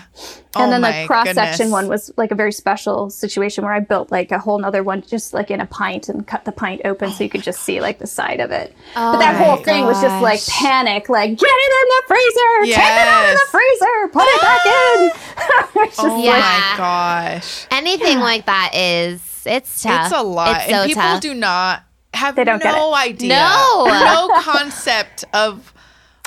Speaker 1: And
Speaker 2: Oh
Speaker 1: then
Speaker 2: my
Speaker 1: the cross section
Speaker 2: goodness.
Speaker 1: one was like a very special situation where I built like a whole nother one, just like in a pint, and cut the pint open so you could just see like the side of it. but that
Speaker 3: my
Speaker 1: whole thing was just like
Speaker 3: gosh.
Speaker 1: panic, like get it in the freezer, take it out of
Speaker 2: Yes.
Speaker 1: the freezer, put it back in. It's just
Speaker 2: Oh
Speaker 1: like-
Speaker 3: Yeah.
Speaker 2: my gosh.
Speaker 3: Anything like that is it's tough.
Speaker 2: It's a lot.
Speaker 3: It's so
Speaker 2: and people
Speaker 3: tough.
Speaker 2: do not have
Speaker 1: They don't get
Speaker 2: no idea.
Speaker 3: No.
Speaker 2: No concept of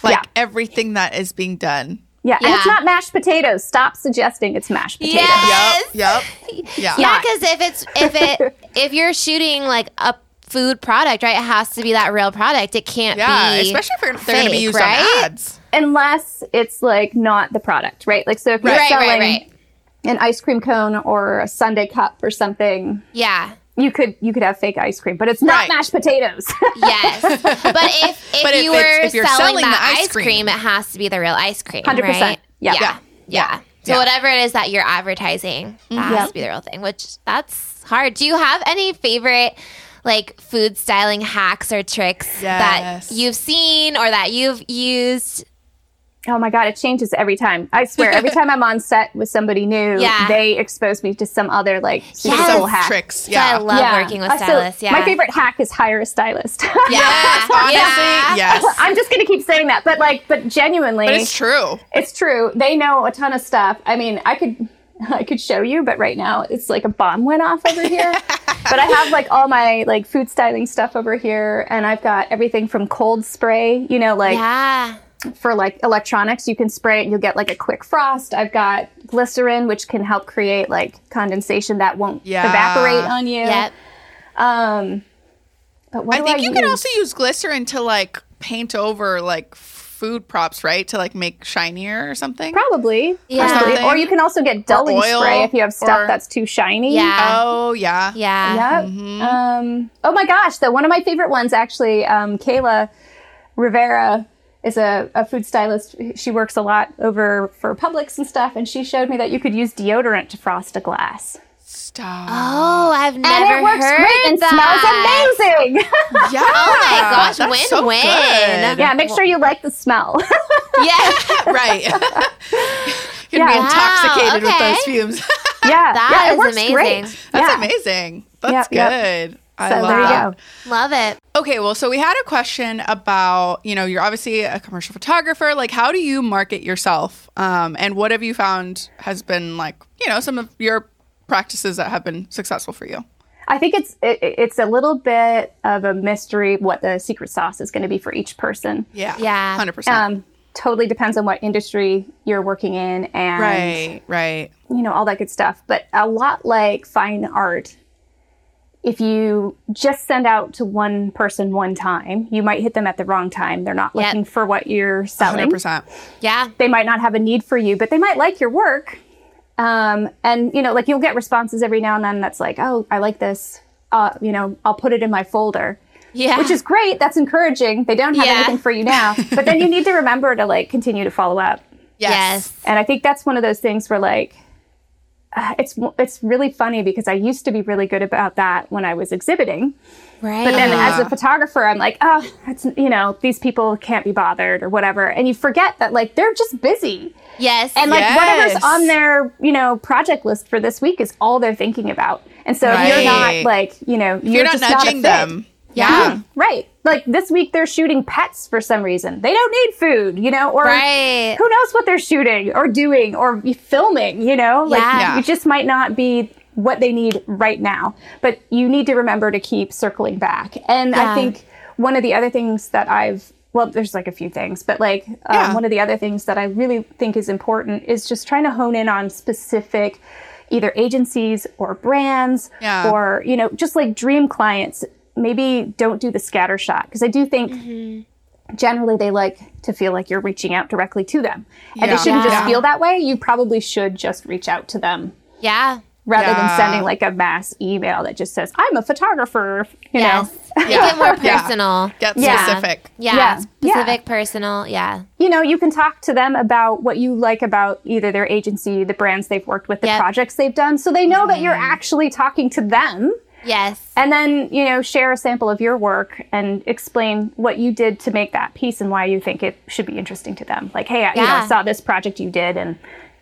Speaker 2: Like
Speaker 1: Yeah.
Speaker 2: everything that is being done.
Speaker 1: Yeah, and it's
Speaker 3: Yeah.
Speaker 1: not mashed potatoes. Stop suggesting it's mashed potatoes.
Speaker 3: Yes.
Speaker 2: Yep. Yeah.
Speaker 3: Yeah, because if it's if it if you're shooting like a food product, right, it has to be that real product. It can't
Speaker 2: Yeah.
Speaker 3: be
Speaker 2: Especially if they're, they're going to be
Speaker 3: fake,
Speaker 2: used
Speaker 3: right?
Speaker 2: on ads.
Speaker 1: Unless it's like not the product, right? Like, so if you're
Speaker 3: Right, right,
Speaker 1: selling
Speaker 3: right.
Speaker 1: an ice cream cone or a sundae cup or something,
Speaker 3: Yeah.
Speaker 1: you could you could have fake ice cream, but it's not
Speaker 2: Right.
Speaker 1: mashed potatoes.
Speaker 3: Yes. But if if
Speaker 2: But if
Speaker 3: you
Speaker 2: it's-
Speaker 3: were
Speaker 2: if you're
Speaker 3: selling,
Speaker 2: selling
Speaker 3: that
Speaker 2: the
Speaker 3: ice cream, it has to be the real ice cream.
Speaker 1: 100%.
Speaker 3: Right?
Speaker 1: Yeah.
Speaker 3: Yeah.
Speaker 1: Yeah.
Speaker 2: Yeah.
Speaker 3: Yeah. So
Speaker 2: Mm-hmm.
Speaker 3: whatever it is that you're advertising, that has to be the real thing, which that's hard. Do you have any favorite like food styling hacks or tricks
Speaker 2: Yes.
Speaker 3: that you've seen or that you've used?
Speaker 1: oh my god, it changes every time. I swear, every time I'm on set with somebody new,
Speaker 3: Yeah.
Speaker 1: they expose me to some other like super
Speaker 3: Yes.
Speaker 1: cool
Speaker 2: Some
Speaker 1: hack.
Speaker 2: tricks.
Speaker 3: Yeah. I
Speaker 2: Yeah.
Speaker 3: love working with
Speaker 1: Uh, so
Speaker 3: stylists. yeah.
Speaker 1: My favorite hack is hire a stylist.
Speaker 3: Yeah.
Speaker 2: Honestly,
Speaker 3: yeah.
Speaker 2: yes.
Speaker 1: I'm just gonna keep saying that, but like, but genuinely,
Speaker 2: But it's true.
Speaker 1: It's true. They know a ton of stuff. I mean, I could I could show you, but right now it's like a bomb went off over here. but I have like all my like food styling stuff over here and I've got everything from cold spray, you know, like
Speaker 3: Yeah.
Speaker 1: for like electronics, you can spray it and you'll get like a quick frost. I've got glycerin which can help create like condensation that won't
Speaker 2: Yeah.
Speaker 1: evaporate on you.
Speaker 3: Yep.
Speaker 1: Um but what
Speaker 2: I
Speaker 1: do
Speaker 2: think you can
Speaker 1: use?
Speaker 2: also use glycerin to like paint over like food props, right? To like make shinier or something.
Speaker 1: Probably,
Speaker 3: Yeah.
Speaker 1: possibly.
Speaker 2: Something.
Speaker 1: or you can also get dulling
Speaker 2: oil,
Speaker 1: spray if you have stuff
Speaker 2: or-
Speaker 1: that's too shiny.
Speaker 3: Yeah.
Speaker 2: Oh yeah.
Speaker 3: Yeah.
Speaker 1: Yep.
Speaker 3: Mm-hmm.
Speaker 1: Um, oh my gosh, though, one of my favorite ones actually, um, Kayla Rivera is a, a food stylist. She works a lot over for Publix and stuff, and she showed me that you could use deodorant to frost a glass.
Speaker 2: Stop.
Speaker 3: Oh, I've never
Speaker 1: and it works
Speaker 3: heard
Speaker 1: great and
Speaker 3: that.
Speaker 1: smells amazing.
Speaker 2: Yeah. Oh
Speaker 3: my gosh, win-win.
Speaker 1: yeah, make sure you like the smell.
Speaker 3: Yeah.
Speaker 2: Right. You're gonna be
Speaker 1: Yeah.
Speaker 2: intoxicated with
Speaker 3: okay.
Speaker 2: those fumes.
Speaker 1: yeah,
Speaker 3: That
Speaker 1: yeah, it
Speaker 3: is
Speaker 1: works
Speaker 3: amazing.
Speaker 1: great.
Speaker 2: That's
Speaker 1: yeah.
Speaker 2: amazing. That's
Speaker 1: Yep,
Speaker 2: good. I
Speaker 1: So
Speaker 2: love
Speaker 1: there you
Speaker 2: that.
Speaker 1: go.
Speaker 3: Love it.
Speaker 2: Okay, well, so we had a question about, you know, you're obviously a commercial photographer. Like, how do you market yourself? Um, and what have you found has been like, you know, some of your practices that have been successful for you?
Speaker 1: I think it's it, it's a little bit of a mystery what the secret sauce is going to be for each person.
Speaker 2: Yeah.
Speaker 3: Yeah.
Speaker 2: 100%.
Speaker 1: Um, totally depends on what industry you're working in and
Speaker 2: right, right.
Speaker 1: you know, all that good stuff. But a lot like fine art, if you just send out to one person one time, you might hit them at the wrong time. They're not
Speaker 3: Yep.
Speaker 1: looking for what you're selling.
Speaker 2: 100%.
Speaker 3: Yeah.
Speaker 1: They might not have a need for you, but they might like your work. Um, and you know, like you'll get responses every now and then that's like, "Oh, I like this. Uh, you know, I'll put it in my folder."
Speaker 3: Yeah.
Speaker 1: Which is great. That's encouraging. They don't have
Speaker 3: Yeah.
Speaker 1: anything for you now. But then you need to remember to like continue to follow up.
Speaker 3: yes.
Speaker 1: And I think that's one of those things where like uh, it's it's really funny because I used to be really good about that when I was exhibiting,
Speaker 3: Right.
Speaker 1: but then as a photographer, I'm like, oh, that's you know these people can't be bothered or whatever, and you forget that like they're just busy
Speaker 3: yes.
Speaker 1: and like
Speaker 2: Yes.
Speaker 1: whatever's on their you know project list for this week is all they're thinking about, and so if you're not
Speaker 2: Right.
Speaker 1: like you know you're,
Speaker 2: You're, not
Speaker 1: just
Speaker 2: nudging
Speaker 1: not a fit.
Speaker 2: them.
Speaker 3: yeah.
Speaker 1: Right. Like this week they're shooting pets for some reason. They don't need food, you know, or
Speaker 3: Right.
Speaker 1: who knows what they're shooting or doing or filming, you know? Like
Speaker 3: Yeah.
Speaker 2: Yeah.
Speaker 1: you just might not be what they need right now. But you need to remember to keep circling back. And
Speaker 3: Yeah.
Speaker 1: I think one of the other things that I've well, there's like a few things, but like um,
Speaker 2: Yeah.
Speaker 1: one of the other things that I really think is important is just trying to hone in on specific either agencies or brands
Speaker 2: Yeah.
Speaker 1: or or you know just like dream clients maybe don't do the scatter shot because i do think generally they like to feel like you're reaching out directly to them and
Speaker 2: Yeah.
Speaker 1: it shouldn't
Speaker 3: Yeah.
Speaker 1: just feel that way you probably should just reach out to them
Speaker 3: Yeah.
Speaker 1: rather
Speaker 2: Yeah.
Speaker 1: than sending like a mass email that just says i'm a photographer you
Speaker 3: Yes.
Speaker 1: know
Speaker 3: Make it more
Speaker 2: Yeah.
Speaker 3: personal.
Speaker 2: Get
Speaker 1: Yeah.
Speaker 2: specific.
Speaker 3: Yeah.
Speaker 1: Yeah.
Speaker 3: Specific, personal. Yeah.
Speaker 1: you know you can talk to them about what you like about either their agency the brands they've worked with the
Speaker 3: Yep.
Speaker 1: projects they've done so they know that you're actually talking to them
Speaker 3: Yes.
Speaker 1: And then, you know, share a sample of your work and explain what you did to make that piece and why you think it should be interesting to them. Like, hey, I, you know,
Speaker 3: Yeah.
Speaker 1: I saw this project you did and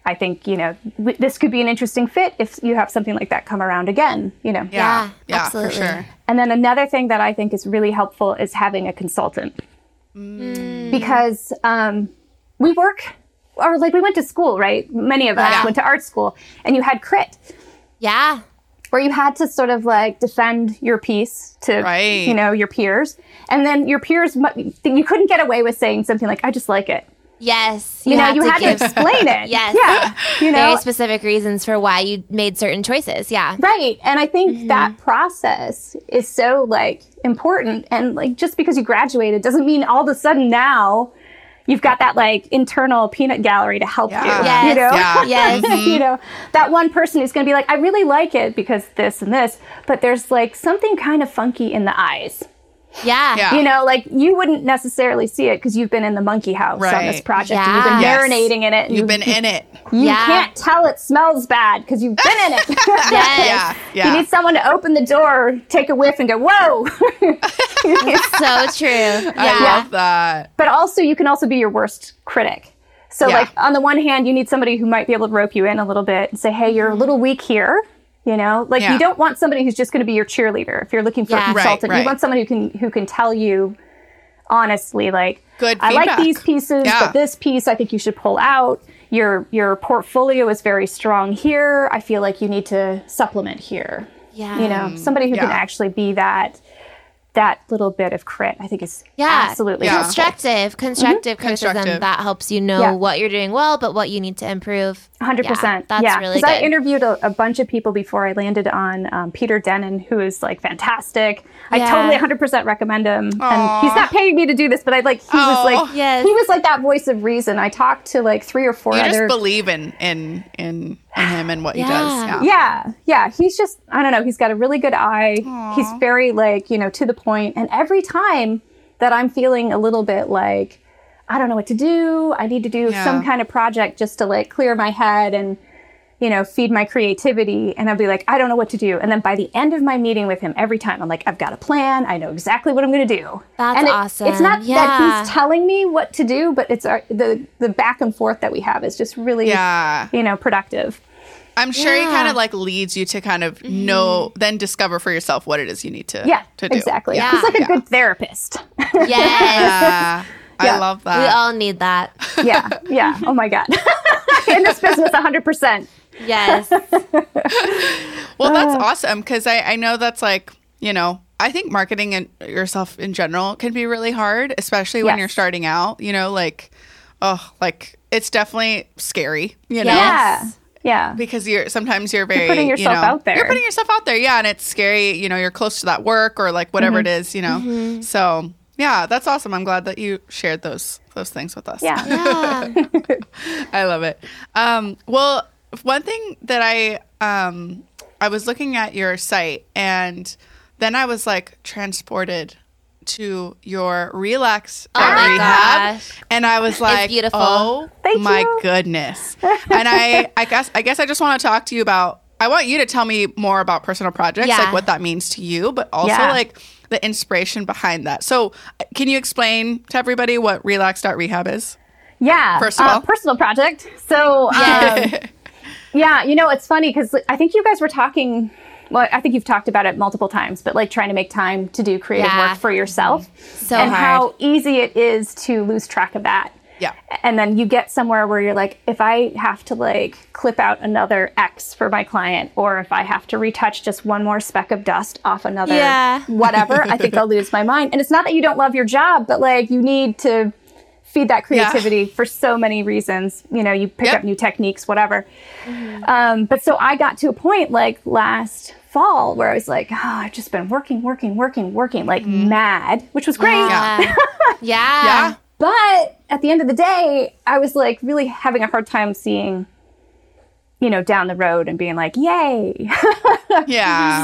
Speaker 1: I think, you know, w- this could be an interesting fit if you have something like that come around again, you know.
Speaker 3: Yeah,
Speaker 2: Yeah,
Speaker 3: absolutely.
Speaker 2: for sure.
Speaker 1: And then another thing that I think is really helpful is having a consultant.
Speaker 3: Mm.
Speaker 1: Because um, we work, or like we went to school, right? Many of us
Speaker 3: Yeah.
Speaker 1: went to art school and you had crit.
Speaker 3: Yeah.
Speaker 1: where you had to sort of like defend your piece to
Speaker 2: Right.
Speaker 1: you know your peers, and then your peers mu- you couldn't get away with saying something like "I just like it."
Speaker 3: Yes.
Speaker 1: You, know, you had
Speaker 3: give
Speaker 1: to explain it.
Speaker 3: Yes.
Speaker 1: yeah, you know,
Speaker 3: very specific reasons for why you made certain choices. Yeah.
Speaker 1: Right. And I think that
Speaker 3: Mm-hmm.
Speaker 1: process is so like important and like just because you graduated doesn't mean all of a sudden now you've got that like internal peanut gallery to help
Speaker 2: Yeah.
Speaker 1: you.
Speaker 3: Yes.
Speaker 1: You know?
Speaker 2: Yeah. Mm-hmm.
Speaker 3: Yes.
Speaker 1: you know, that one person is going to be like, I really like it because this and this, but there's like something kind of funky in the eyes.
Speaker 3: Yeah.
Speaker 2: Yeah.
Speaker 1: You know, like you wouldn't necessarily see it because you've been in the monkey house on this
Speaker 2: Right.
Speaker 1: project and you've been
Speaker 3: Yeah.
Speaker 2: Yes.
Speaker 1: marinating in it. and
Speaker 2: You've been in it.
Speaker 1: you
Speaker 3: Yeah.
Speaker 1: can't tell it smells bad because you've been in it.
Speaker 3: Yes.
Speaker 2: Yeah.
Speaker 1: You
Speaker 2: Yeah.
Speaker 1: need someone to open the door, take a whiff, and go, whoa.
Speaker 3: So true. Yeah.
Speaker 2: I love that.
Speaker 1: but also, you can also be your worst critic. So,
Speaker 2: Yeah.
Speaker 1: like, on the one hand, you need somebody who might be able to rope you in a little bit and say, hey, you're a little weak here. You know, like
Speaker 2: Mm-hmm. Yeah.
Speaker 1: you don't want somebody who's just going to be your cheerleader if you're looking for
Speaker 3: Yeah.
Speaker 1: a
Speaker 3: Right,
Speaker 1: consultant.
Speaker 2: right.
Speaker 1: You want someone who can who can tell you honestly, like,
Speaker 2: Good
Speaker 1: I like
Speaker 2: feedback.
Speaker 1: these pieces,
Speaker 2: Yeah.
Speaker 1: but this piece I think you should pull out. Your your portfolio is very strong here. I feel like you need to supplement here.
Speaker 3: yeah.
Speaker 1: you know somebody who can
Speaker 2: yeah.
Speaker 1: actually be that that little bit of crit i think is
Speaker 3: Yeah.
Speaker 1: absolutely
Speaker 2: Yeah.
Speaker 1: helpful.
Speaker 3: Constructive, constructive criticism
Speaker 2: Constructive.
Speaker 3: that helps you know
Speaker 1: Mm-hmm. Yeah.
Speaker 3: what you're doing well, but what you need to improve.
Speaker 1: 100%
Speaker 3: Yeah, that's really
Speaker 1: because i
Speaker 3: good.
Speaker 1: interviewed a, a bunch of people before i landed on um, peter denon who is like fantastic i
Speaker 3: Yeah.
Speaker 1: totally 100% recommend him
Speaker 2: Aw.
Speaker 1: and he's not paying me to do this but i like he
Speaker 2: Oh.
Speaker 1: was like
Speaker 3: Yes.
Speaker 1: he was like that voice of reason i talked to like three or four
Speaker 2: You
Speaker 1: other
Speaker 2: just believe in in in in him and what he
Speaker 3: Yeah.
Speaker 2: does. Yeah.
Speaker 1: yeah yeah he's just i don't know he's got a really good eye he's very like you know to the point and every time that i'm feeling a little bit like i don't know what to do i need to do
Speaker 2: Yeah.
Speaker 1: some kind of project just to like clear my head and you know feed my creativity and i'll be like i don't know what to do and then by the end of my meeting with him every time i'm like i've got a plan i know exactly what i'm going to do
Speaker 3: That's
Speaker 1: and it-
Speaker 3: awesome.
Speaker 1: it's not that
Speaker 3: Yeah.
Speaker 1: he's telling me what to do but it's our, the the back and forth that we have is just really
Speaker 2: Yeah.
Speaker 1: you know productive
Speaker 2: I'm sure he kind
Speaker 3: Yeah.
Speaker 2: of like leads you to kind of know, then discover for yourself what it is you need to
Speaker 1: Mm-hmm. Yeah,
Speaker 2: to do.
Speaker 1: exactly.
Speaker 3: Yeah.
Speaker 1: He's like
Speaker 2: Yeah.
Speaker 1: a good therapist.
Speaker 3: Yes.
Speaker 2: Yeah. I
Speaker 1: Yeah.
Speaker 2: love
Speaker 3: we
Speaker 2: that.
Speaker 3: all need that.
Speaker 1: yeah, yeah. Oh my God. In this business, 100%.
Speaker 3: Yes.
Speaker 2: Well,
Speaker 1: Uh.
Speaker 2: that's awesome because I, I know that's like, you know, I think marketing and yourself in general can be really hard, especially when
Speaker 1: Yes.
Speaker 2: you're starting out, you know, like, oh, like it's definitely scary, you know?
Speaker 3: Yes.
Speaker 1: Yeah. Yeah.
Speaker 2: because you're sometimes you're very
Speaker 1: putting yourself
Speaker 2: you know,
Speaker 1: out there.
Speaker 2: You're putting yourself out there, yeah, and it's scary. You know, you're close to that work or like whatever
Speaker 1: Mm-hmm.
Speaker 2: it is, you know. So yeah, that's awesome. I'm glad that you shared those those things with us.
Speaker 1: Yeah.
Speaker 3: Yeah.
Speaker 2: I love it. Um, well, one thing that I um, I was looking at your site, and then I was like transported to your relax
Speaker 3: Oh my
Speaker 2: at rehab,
Speaker 3: gosh.
Speaker 2: and I was like,
Speaker 3: beautiful.
Speaker 2: "Oh
Speaker 1: Thank
Speaker 2: my
Speaker 1: you.
Speaker 2: goodness!" and I, I guess, I guess I just want to talk to you about. I want you to tell me more about personal projects,
Speaker 3: Yeah.
Speaker 2: like what that means to you, but also
Speaker 1: Yeah.
Speaker 2: like the inspiration behind that. So, uh, can you explain to everybody what relax.rehab is?
Speaker 1: Yeah.
Speaker 2: First of
Speaker 1: Uh,
Speaker 2: all.
Speaker 1: personal project. So, um, yeah, you know, it's funny because I think you guys were talking, well, I think you've talked about it multiple times, but like trying to make time to do creative
Speaker 3: Yeah.
Speaker 1: work for yourself
Speaker 3: So
Speaker 1: and
Speaker 3: hard.
Speaker 1: how easy it is to lose track of that.
Speaker 2: Yeah.
Speaker 1: and then you get somewhere where you're like if i have to like clip out another x for my client or if i have to retouch just one more speck of dust off another
Speaker 3: Yeah.
Speaker 1: whatever i think i'll lose my mind and it's not that you don't love your job but like you need to feed that creativity for so many reasons you know you pick
Speaker 2: Yep.
Speaker 1: up new techniques whatever um, but so i got to a point like last fall where i was like oh i've just been working working working working like mad which was great
Speaker 3: Yeah.
Speaker 2: Yeah.
Speaker 3: Yeah.
Speaker 1: but at the end of the day, I was like really having a hard time seeing, you know, down the road and being like, yay.
Speaker 2: Yeah.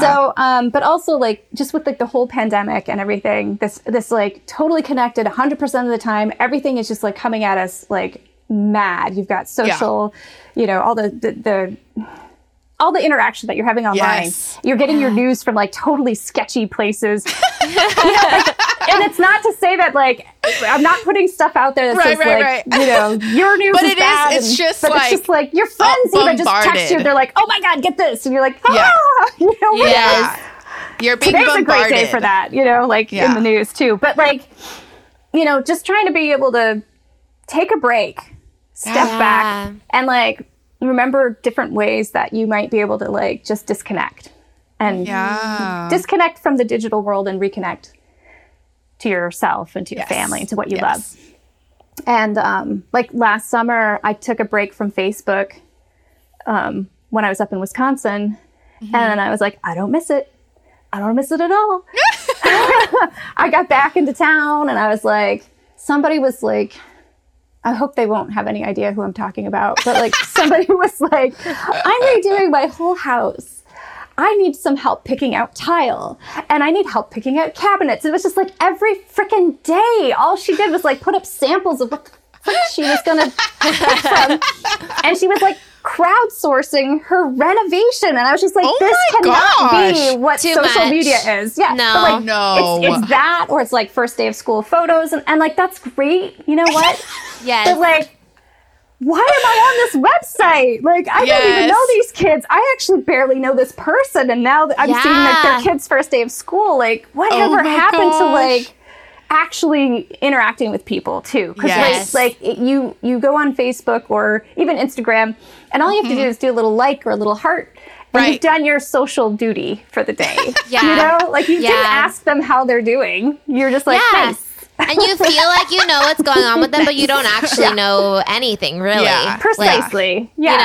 Speaker 1: So, um, but also like just with like the whole pandemic and everything, this, this like totally connected 100% of the time. Everything is just like coming at us like mad. You've got social, you know, all the, the, the, all the interaction that you're having online,
Speaker 2: Yes.
Speaker 1: you're getting your news from like totally sketchy places. and it's not to say that like I'm not putting stuff out there that
Speaker 2: Right,
Speaker 1: says
Speaker 2: right,
Speaker 1: like
Speaker 2: right.
Speaker 1: you know your news
Speaker 2: But
Speaker 1: is
Speaker 2: it is-
Speaker 1: bad.
Speaker 2: it's
Speaker 1: and-
Speaker 2: just
Speaker 1: but
Speaker 2: like,
Speaker 1: it's just like your friends even just text you.
Speaker 2: bombarded.
Speaker 1: They're like, oh my god, get this, and you're like, ah,
Speaker 2: Yeah.
Speaker 1: you know, what?
Speaker 3: Yes.
Speaker 2: You're being
Speaker 1: today's a
Speaker 2: bombarded.
Speaker 1: great day for that. You know, like
Speaker 2: Yeah.
Speaker 1: in the news too. But like, you know, just trying to be able to take a break, step
Speaker 3: Yeah.
Speaker 1: back, and like remember different ways that you might be able to like just disconnect and
Speaker 2: Yeah.
Speaker 1: disconnect from the digital world and reconnect to yourself and to your
Speaker 2: Yes.
Speaker 1: family and to what you
Speaker 2: Yes.
Speaker 1: love. And um, like last summer, I took a break from Facebook um, when I was up in Wisconsin,
Speaker 2: Mm-hmm.
Speaker 1: and then I was like, I don't miss it. I don't miss it at all. I got back into town, and I was like, somebody was like. I hope they won't have any idea who I'm talking about, but like somebody was like, I'm redoing my whole house. I need some help picking out tile and I need help picking out cabinets. It was just like every freaking day, all she did was like put up samples of what the frick she was gonna pick from. And she was like crowdsourcing her renovation. And I was just like,
Speaker 2: Oh
Speaker 1: this
Speaker 2: my
Speaker 1: cannot
Speaker 2: gosh.
Speaker 1: be what
Speaker 3: Too
Speaker 1: social
Speaker 3: much.
Speaker 1: media is. Yeah.
Speaker 3: No.
Speaker 1: But like,
Speaker 2: No.
Speaker 1: It's, it's that or it's like first day of school photos. And, and like, that's great. You know what?
Speaker 3: Yes.
Speaker 1: But like, why am I on this website? Like, I don't even
Speaker 2: Yes.
Speaker 1: know these kids. I actually barely know this person, and now that I'm seeing like
Speaker 3: Yeah.
Speaker 1: their kids' first day of school, like, whatever
Speaker 2: Oh my
Speaker 1: happened to
Speaker 2: gosh.
Speaker 1: like actually interacting with people too? Because
Speaker 2: Yes.
Speaker 1: like, like it- you you go on Facebook or even Instagram, and all you have to do is do a little like or a little heart. And
Speaker 2: Mm-hmm. Right.
Speaker 1: you've done your social duty for the day.
Speaker 3: Yeah.
Speaker 1: You know, like you
Speaker 3: Yeah.
Speaker 1: didn't ask them how they're doing. You're just like,
Speaker 3: Yeah.
Speaker 1: thanks.
Speaker 3: and you feel like you know what's going on with them, but you don't actually know anything really.
Speaker 2: Yeah.
Speaker 1: Oh,
Speaker 3: Like,
Speaker 1: precisely yeah
Speaker 3: you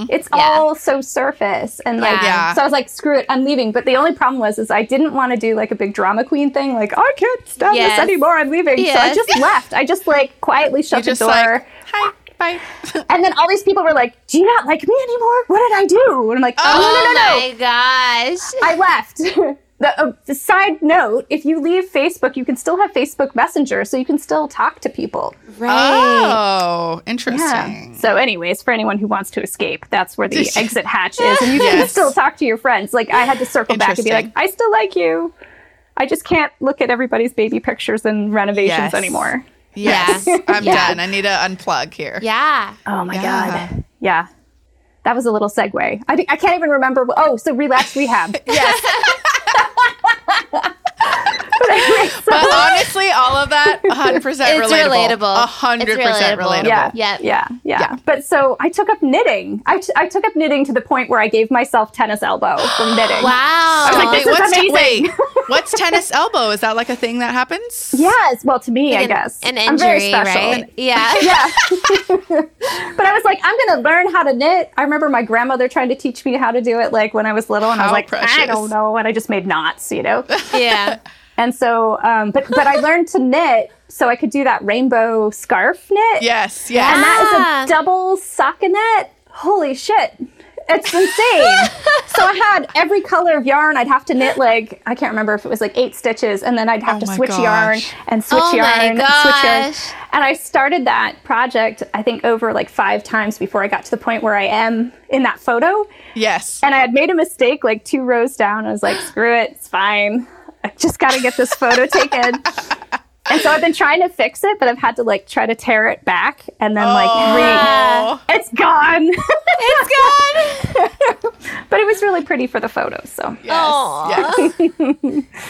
Speaker 3: know?
Speaker 1: it's
Speaker 3: Yeah.
Speaker 1: all so surface and like
Speaker 2: Mm-hmm. Yeah.
Speaker 1: so i was like screw it i'm leaving but the only problem was is i didn't want to do like a big drama queen thing like i can't stand
Speaker 3: Yes.
Speaker 1: this anymore i'm leaving so i
Speaker 3: Yes.
Speaker 1: just left i just like quietly
Speaker 2: You
Speaker 1: shut the
Speaker 2: just
Speaker 1: door
Speaker 2: like hi bye.
Speaker 1: and then all these people were like do you not like me anymore what did i do and i'm like oh,
Speaker 3: oh
Speaker 1: no no no no
Speaker 3: my
Speaker 2: Oh,
Speaker 3: gosh.
Speaker 1: I left. The, uh, the side note: If you leave Facebook, you can still have Facebook Messenger, so you can still talk to people.
Speaker 2: Oh,
Speaker 1: Yeah.
Speaker 2: interesting.
Speaker 1: So, anyways, for anyone who wants to escape, that's where the exit hatch is, and you can
Speaker 2: Yes.
Speaker 1: still talk to your friends. Like I had to circle back and be like,
Speaker 2: Interesting.
Speaker 1: I still like you. I just can't look at everybody's baby pictures and renovations
Speaker 2: Yes.
Speaker 1: anymore.
Speaker 2: Yes,
Speaker 3: Yeah.
Speaker 2: I'm
Speaker 3: Yeah.
Speaker 2: done. I need to unplug here.
Speaker 3: Yeah.
Speaker 1: Oh my
Speaker 2: Yeah.
Speaker 1: god, yeah. That was a little segue. I, think- I can't even remember. wh- Oh, so relapse rehab. yes. but anyway, so-
Speaker 2: But honestly, all of that 100%
Speaker 3: It's
Speaker 2: relatable.
Speaker 3: relatable.
Speaker 2: 100%
Speaker 3: It's relatable.
Speaker 2: relatable.
Speaker 1: yeah,
Speaker 3: Yep.
Speaker 1: yeah, yeah,
Speaker 2: Yeah.
Speaker 1: But so I took up knitting. I, t- I took up knitting to the point where I gave myself tennis elbow from knitting.
Speaker 3: Wow.
Speaker 1: I was like,
Speaker 2: Wait,
Speaker 1: This is
Speaker 2: what's te-
Speaker 1: amazing.
Speaker 2: wait, what's tennis elbow? Is that like a thing that happens?
Speaker 1: Yes. Well, to me, I
Speaker 3: an,
Speaker 1: guess.
Speaker 3: An
Speaker 1: I'm very
Speaker 3: injury,
Speaker 1: special.
Speaker 3: right? Yeah.
Speaker 1: Yeah. but I was like, I'm going to learn how to knit. I remember my grandmother trying to teach me how to do it like when I was little, and I
Speaker 2: How
Speaker 1: was like, I
Speaker 2: precious.
Speaker 1: don't know. And I just made knots, you know?
Speaker 3: yeah.
Speaker 1: and so, um, but, but I learned to knit so I could do that rainbow scarf knit.
Speaker 2: Yes,
Speaker 1: And
Speaker 2: yes.
Speaker 1: that
Speaker 3: Ah.
Speaker 1: is a double stockinette. Holy shit. It's insane. so I had every color of yarn. I'd have to knit like, I can't remember if it was like eight stitches, and then I'd have
Speaker 2: Oh
Speaker 1: to
Speaker 2: my
Speaker 1: switch
Speaker 2: gosh.
Speaker 1: yarn and switch
Speaker 3: Oh my
Speaker 1: yarn and switch yarn.
Speaker 3: gosh.
Speaker 1: And I started that project, I think, over like five times before I got to the point where I am in that photo.
Speaker 2: yes.
Speaker 1: And I had made a mistake like two rows down. I was like, screw it, it's fine. I just got to get this photo taken. And so I've been trying to fix it, but I've had to like try to tear it back and then like
Speaker 3: Uh,
Speaker 2: Oh.
Speaker 1: re- it's gone. it's gone. but it was really pretty for the photo. So
Speaker 2: Yes. yes.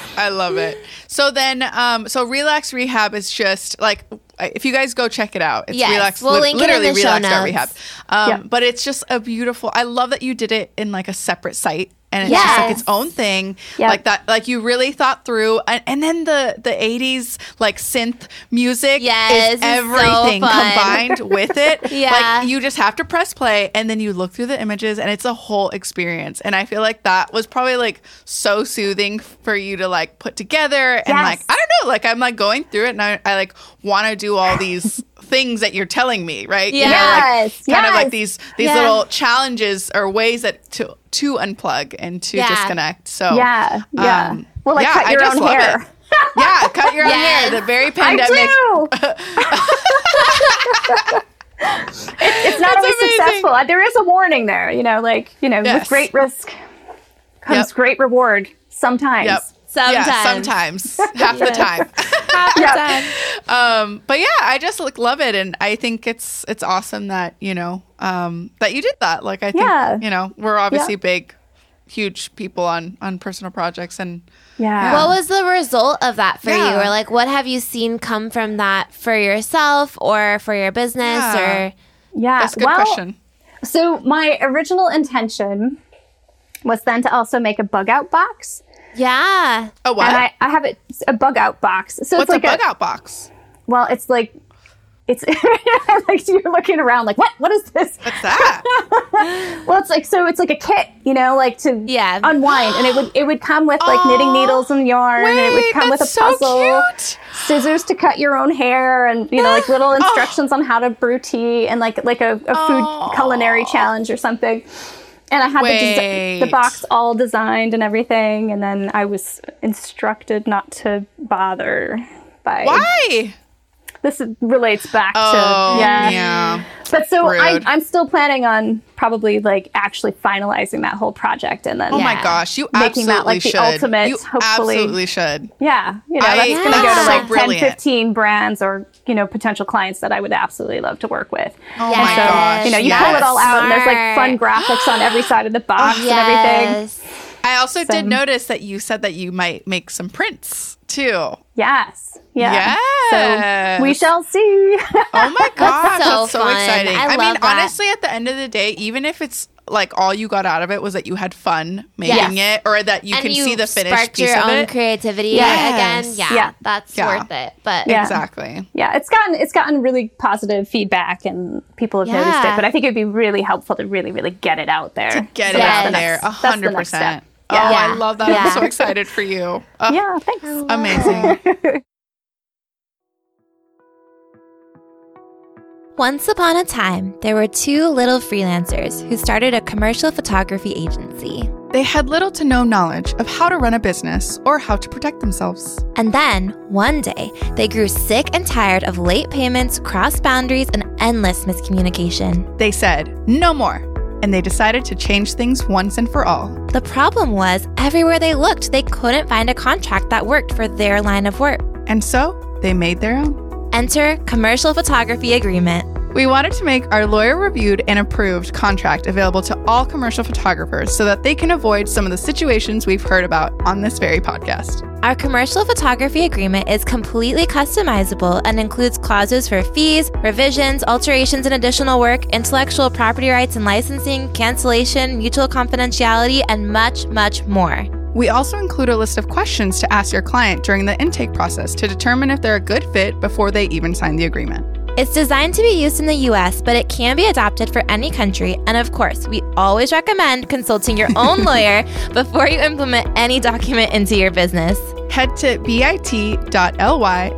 Speaker 2: I love it. So then, um, so Relax Rehab is just like, if you guys go check it out, it's
Speaker 3: Yes.
Speaker 2: Relax,
Speaker 3: We'll
Speaker 2: li-
Speaker 3: link it in
Speaker 2: literally
Speaker 3: the show
Speaker 2: Relax
Speaker 3: notes.
Speaker 2: Rehab. Um,
Speaker 1: Yeah.
Speaker 2: But it's just a beautiful, I love that you did it in like a separate site and it's just like
Speaker 3: Yes.
Speaker 2: its own thing.
Speaker 1: Yeah.
Speaker 2: Like that, like you really thought through. And, and then the, the 80s like synth music
Speaker 3: Yes,
Speaker 2: is
Speaker 3: it's so
Speaker 2: everything
Speaker 3: fun.
Speaker 2: combined with it.
Speaker 3: Yeah.
Speaker 2: Like you just have to press play and then you look through the images and it's a whole experience and i feel like that was probably like so soothing for you to like put together and
Speaker 1: Yes.
Speaker 2: like i don't know like i'm like going through it and i, I like want to do all these things that you're telling me right you know, like,
Speaker 1: Yes,
Speaker 2: kind of like
Speaker 1: yes.
Speaker 2: these these
Speaker 3: Yeah.
Speaker 2: little challenges or ways that to to unplug and to
Speaker 3: Yeah.
Speaker 2: disconnect so
Speaker 1: yeah, yeah.
Speaker 2: um,
Speaker 1: well, like
Speaker 2: yeah,
Speaker 1: cut
Speaker 2: I
Speaker 1: your
Speaker 2: just
Speaker 1: own
Speaker 2: love
Speaker 1: hair.
Speaker 2: it. yeah cut your own
Speaker 3: Yes.
Speaker 2: hair the very
Speaker 1: I
Speaker 2: pandemic
Speaker 1: do. It- it's not always
Speaker 2: amazing.
Speaker 1: successful. Uh, There is a warning there, you know, like, you know,
Speaker 2: Yes.
Speaker 1: with great risk comes
Speaker 2: Yep.
Speaker 1: great reward sometimes.
Speaker 2: Yep. Yeah, sometimes. Half the time.
Speaker 1: Yep.
Speaker 2: Um, but yeah, I just like love it, and I think it's it's awesome that you know um, that you did that. Like I think
Speaker 1: Yeah.
Speaker 2: you know we're obviously
Speaker 1: Yeah.
Speaker 2: big, huge people on on personal projects, and
Speaker 1: Yeah.
Speaker 3: What was the result of that for you?
Speaker 2: Yeah.
Speaker 3: Or like what have you seen come from that for yourself or for your business
Speaker 2: Yeah.
Speaker 3: or
Speaker 1: yeah.
Speaker 2: that's a good
Speaker 1: well,
Speaker 2: question.
Speaker 1: So my original intention was then to also make a bug out box.
Speaker 3: Yeah.
Speaker 2: A what?
Speaker 1: And I, I have a, a bug out box. So it's
Speaker 2: What's
Speaker 1: like
Speaker 2: a bug out box?
Speaker 1: Well, it's like it's like you're looking around like what what is this?
Speaker 2: What's that?
Speaker 1: Well, it's like so it's like a kit, you know, like to
Speaker 3: Yeah.
Speaker 1: unwind, and it would it would come with like knitting needles and yarn, and it
Speaker 2: Wait,
Speaker 1: would come with a
Speaker 2: that's so
Speaker 1: puzzle,
Speaker 2: cute. Oh.
Speaker 1: scissors to cut your own hair, and you know like little instructions on how to brew tea, and like like a, a food culinary challenge or something. And I had the, desi-
Speaker 2: Wait.
Speaker 1: the box all designed and everything, and then I was instructed not to bother. By
Speaker 2: Why?
Speaker 1: this relates back
Speaker 2: Oh,
Speaker 1: to
Speaker 2: yeah.
Speaker 1: but so I,
Speaker 2: Rude.
Speaker 1: I'm still planning on probably like actually finalizing that whole project and then
Speaker 2: Oh
Speaker 1: yeah,
Speaker 2: my gosh, you
Speaker 1: Making
Speaker 2: absolutely
Speaker 1: that, like, the
Speaker 2: should.
Speaker 1: ultimate,
Speaker 2: you
Speaker 1: hopefully.
Speaker 2: absolutely should.
Speaker 1: you know
Speaker 2: I-
Speaker 1: that's going to go
Speaker 3: that's
Speaker 1: to
Speaker 3: so
Speaker 1: like 10,
Speaker 2: brilliant.
Speaker 1: 15 brands or you know potential clients that I would absolutely love to work with.
Speaker 2: Oh
Speaker 3: Yes.
Speaker 2: my gosh.
Speaker 1: you know, you
Speaker 2: yes.
Speaker 1: pull it all out and there's like fun
Speaker 3: Smart.
Speaker 1: graphics on every side of the box and everything.
Speaker 3: Yes.
Speaker 2: I also did
Speaker 1: Some-
Speaker 2: notice that you said that you might make some prints too. Oh
Speaker 1: Yes. Yeah.
Speaker 2: Yes.
Speaker 1: So we shall see.
Speaker 2: my gosh, that's so,
Speaker 3: so fun.
Speaker 2: exciting.
Speaker 3: I
Speaker 2: mean,
Speaker 3: love that.
Speaker 2: honestly, at the end of the day, even if it's like all you got out of it was that you had fun making it or that you
Speaker 3: and
Speaker 2: can
Speaker 3: you
Speaker 2: see the finished
Speaker 3: sparked
Speaker 2: piece
Speaker 3: your
Speaker 2: of
Speaker 3: own
Speaker 2: it.
Speaker 3: creativity
Speaker 2: Yes.
Speaker 3: again. Yeah,
Speaker 1: Yeah.
Speaker 3: that's
Speaker 2: Yeah.
Speaker 3: worth it. But
Speaker 1: Yeah.
Speaker 2: Exactly.
Speaker 1: yeah, it's gotten it's gotten really positive feedback and people have noticed
Speaker 3: Yeah.
Speaker 1: it, but I think it'd be really helpful to really really get it out there.
Speaker 2: Get
Speaker 1: So
Speaker 2: it
Speaker 1: that's
Speaker 2: out
Speaker 1: the
Speaker 2: there.
Speaker 1: next- that's
Speaker 2: A
Speaker 1: the next
Speaker 2: hundred percent.
Speaker 1: step.
Speaker 2: Oh,
Speaker 1: Yeah.
Speaker 2: I love that. I'm
Speaker 3: Yeah.
Speaker 2: so excited for you. Oh,
Speaker 1: Yeah, thanks.
Speaker 2: Amazing.
Speaker 3: Once upon a time, there were two little freelancers who started a commercial photography agency.
Speaker 2: They had little to no knowledge of how to run a business or how to protect themselves.
Speaker 3: And then, one day, they grew sick and tired of late payments, cross boundaries, and endless miscommunication.
Speaker 2: They said, no more. And they decided to change things once and for all.
Speaker 3: The problem was, everywhere they looked, they couldn't find a contract that worked for their line of work.
Speaker 2: And so they made their own.
Speaker 3: Enter commercial photography agreement.
Speaker 2: We wanted to make our lawyer reviewed and approved contract available to all commercial photographers so that they can avoid some of the situations we've heard about on this very podcast.
Speaker 3: Our commercial photography agreement is completely customizable and includes clauses for fees, revisions, alterations and additional work, intellectual property rights and licensing, cancellation, mutual confidentiality, and much, much more.
Speaker 2: We also include a list of questions to ask your client during the intake process to determine if they're a good fit before they even sign the agreement.
Speaker 3: It's designed to be used in the US, but it can be adopted for any country. And of course, we always recommend consulting your own lawyer before you implement any document into your business.
Speaker 2: Head to bit.ly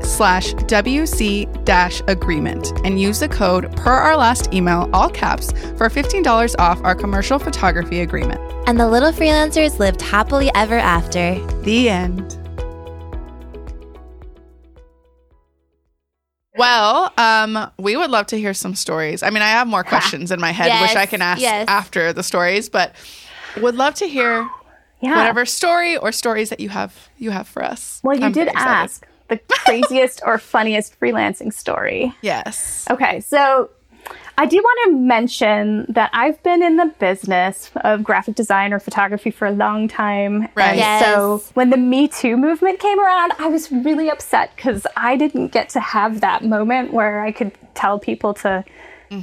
Speaker 2: slash WC dash agreement and use the code per our last email, all caps, for $15 off our commercial photography agreement.
Speaker 3: And the little freelancers lived happily ever after.
Speaker 2: The end. Well, um, we would love to hear some stories. I mean, I have more questions in my head, which
Speaker 3: Yes,
Speaker 2: I can ask
Speaker 3: yes.
Speaker 2: after the stories, but would love to hear
Speaker 1: Yeah.
Speaker 2: whatever story or stories that you have you have for us.
Speaker 1: Well, you
Speaker 2: I'm
Speaker 1: did
Speaker 2: very excited.
Speaker 1: ask the craziest or funniest freelancing story.
Speaker 2: Yes.
Speaker 1: Okay, so I do want to mention that I've been in the business of graphic design or photography for a long time.
Speaker 2: Right.
Speaker 1: And
Speaker 3: Yes.
Speaker 1: So when the Me Too movement came around, I was really upset because I didn't get to have that moment where I could tell people to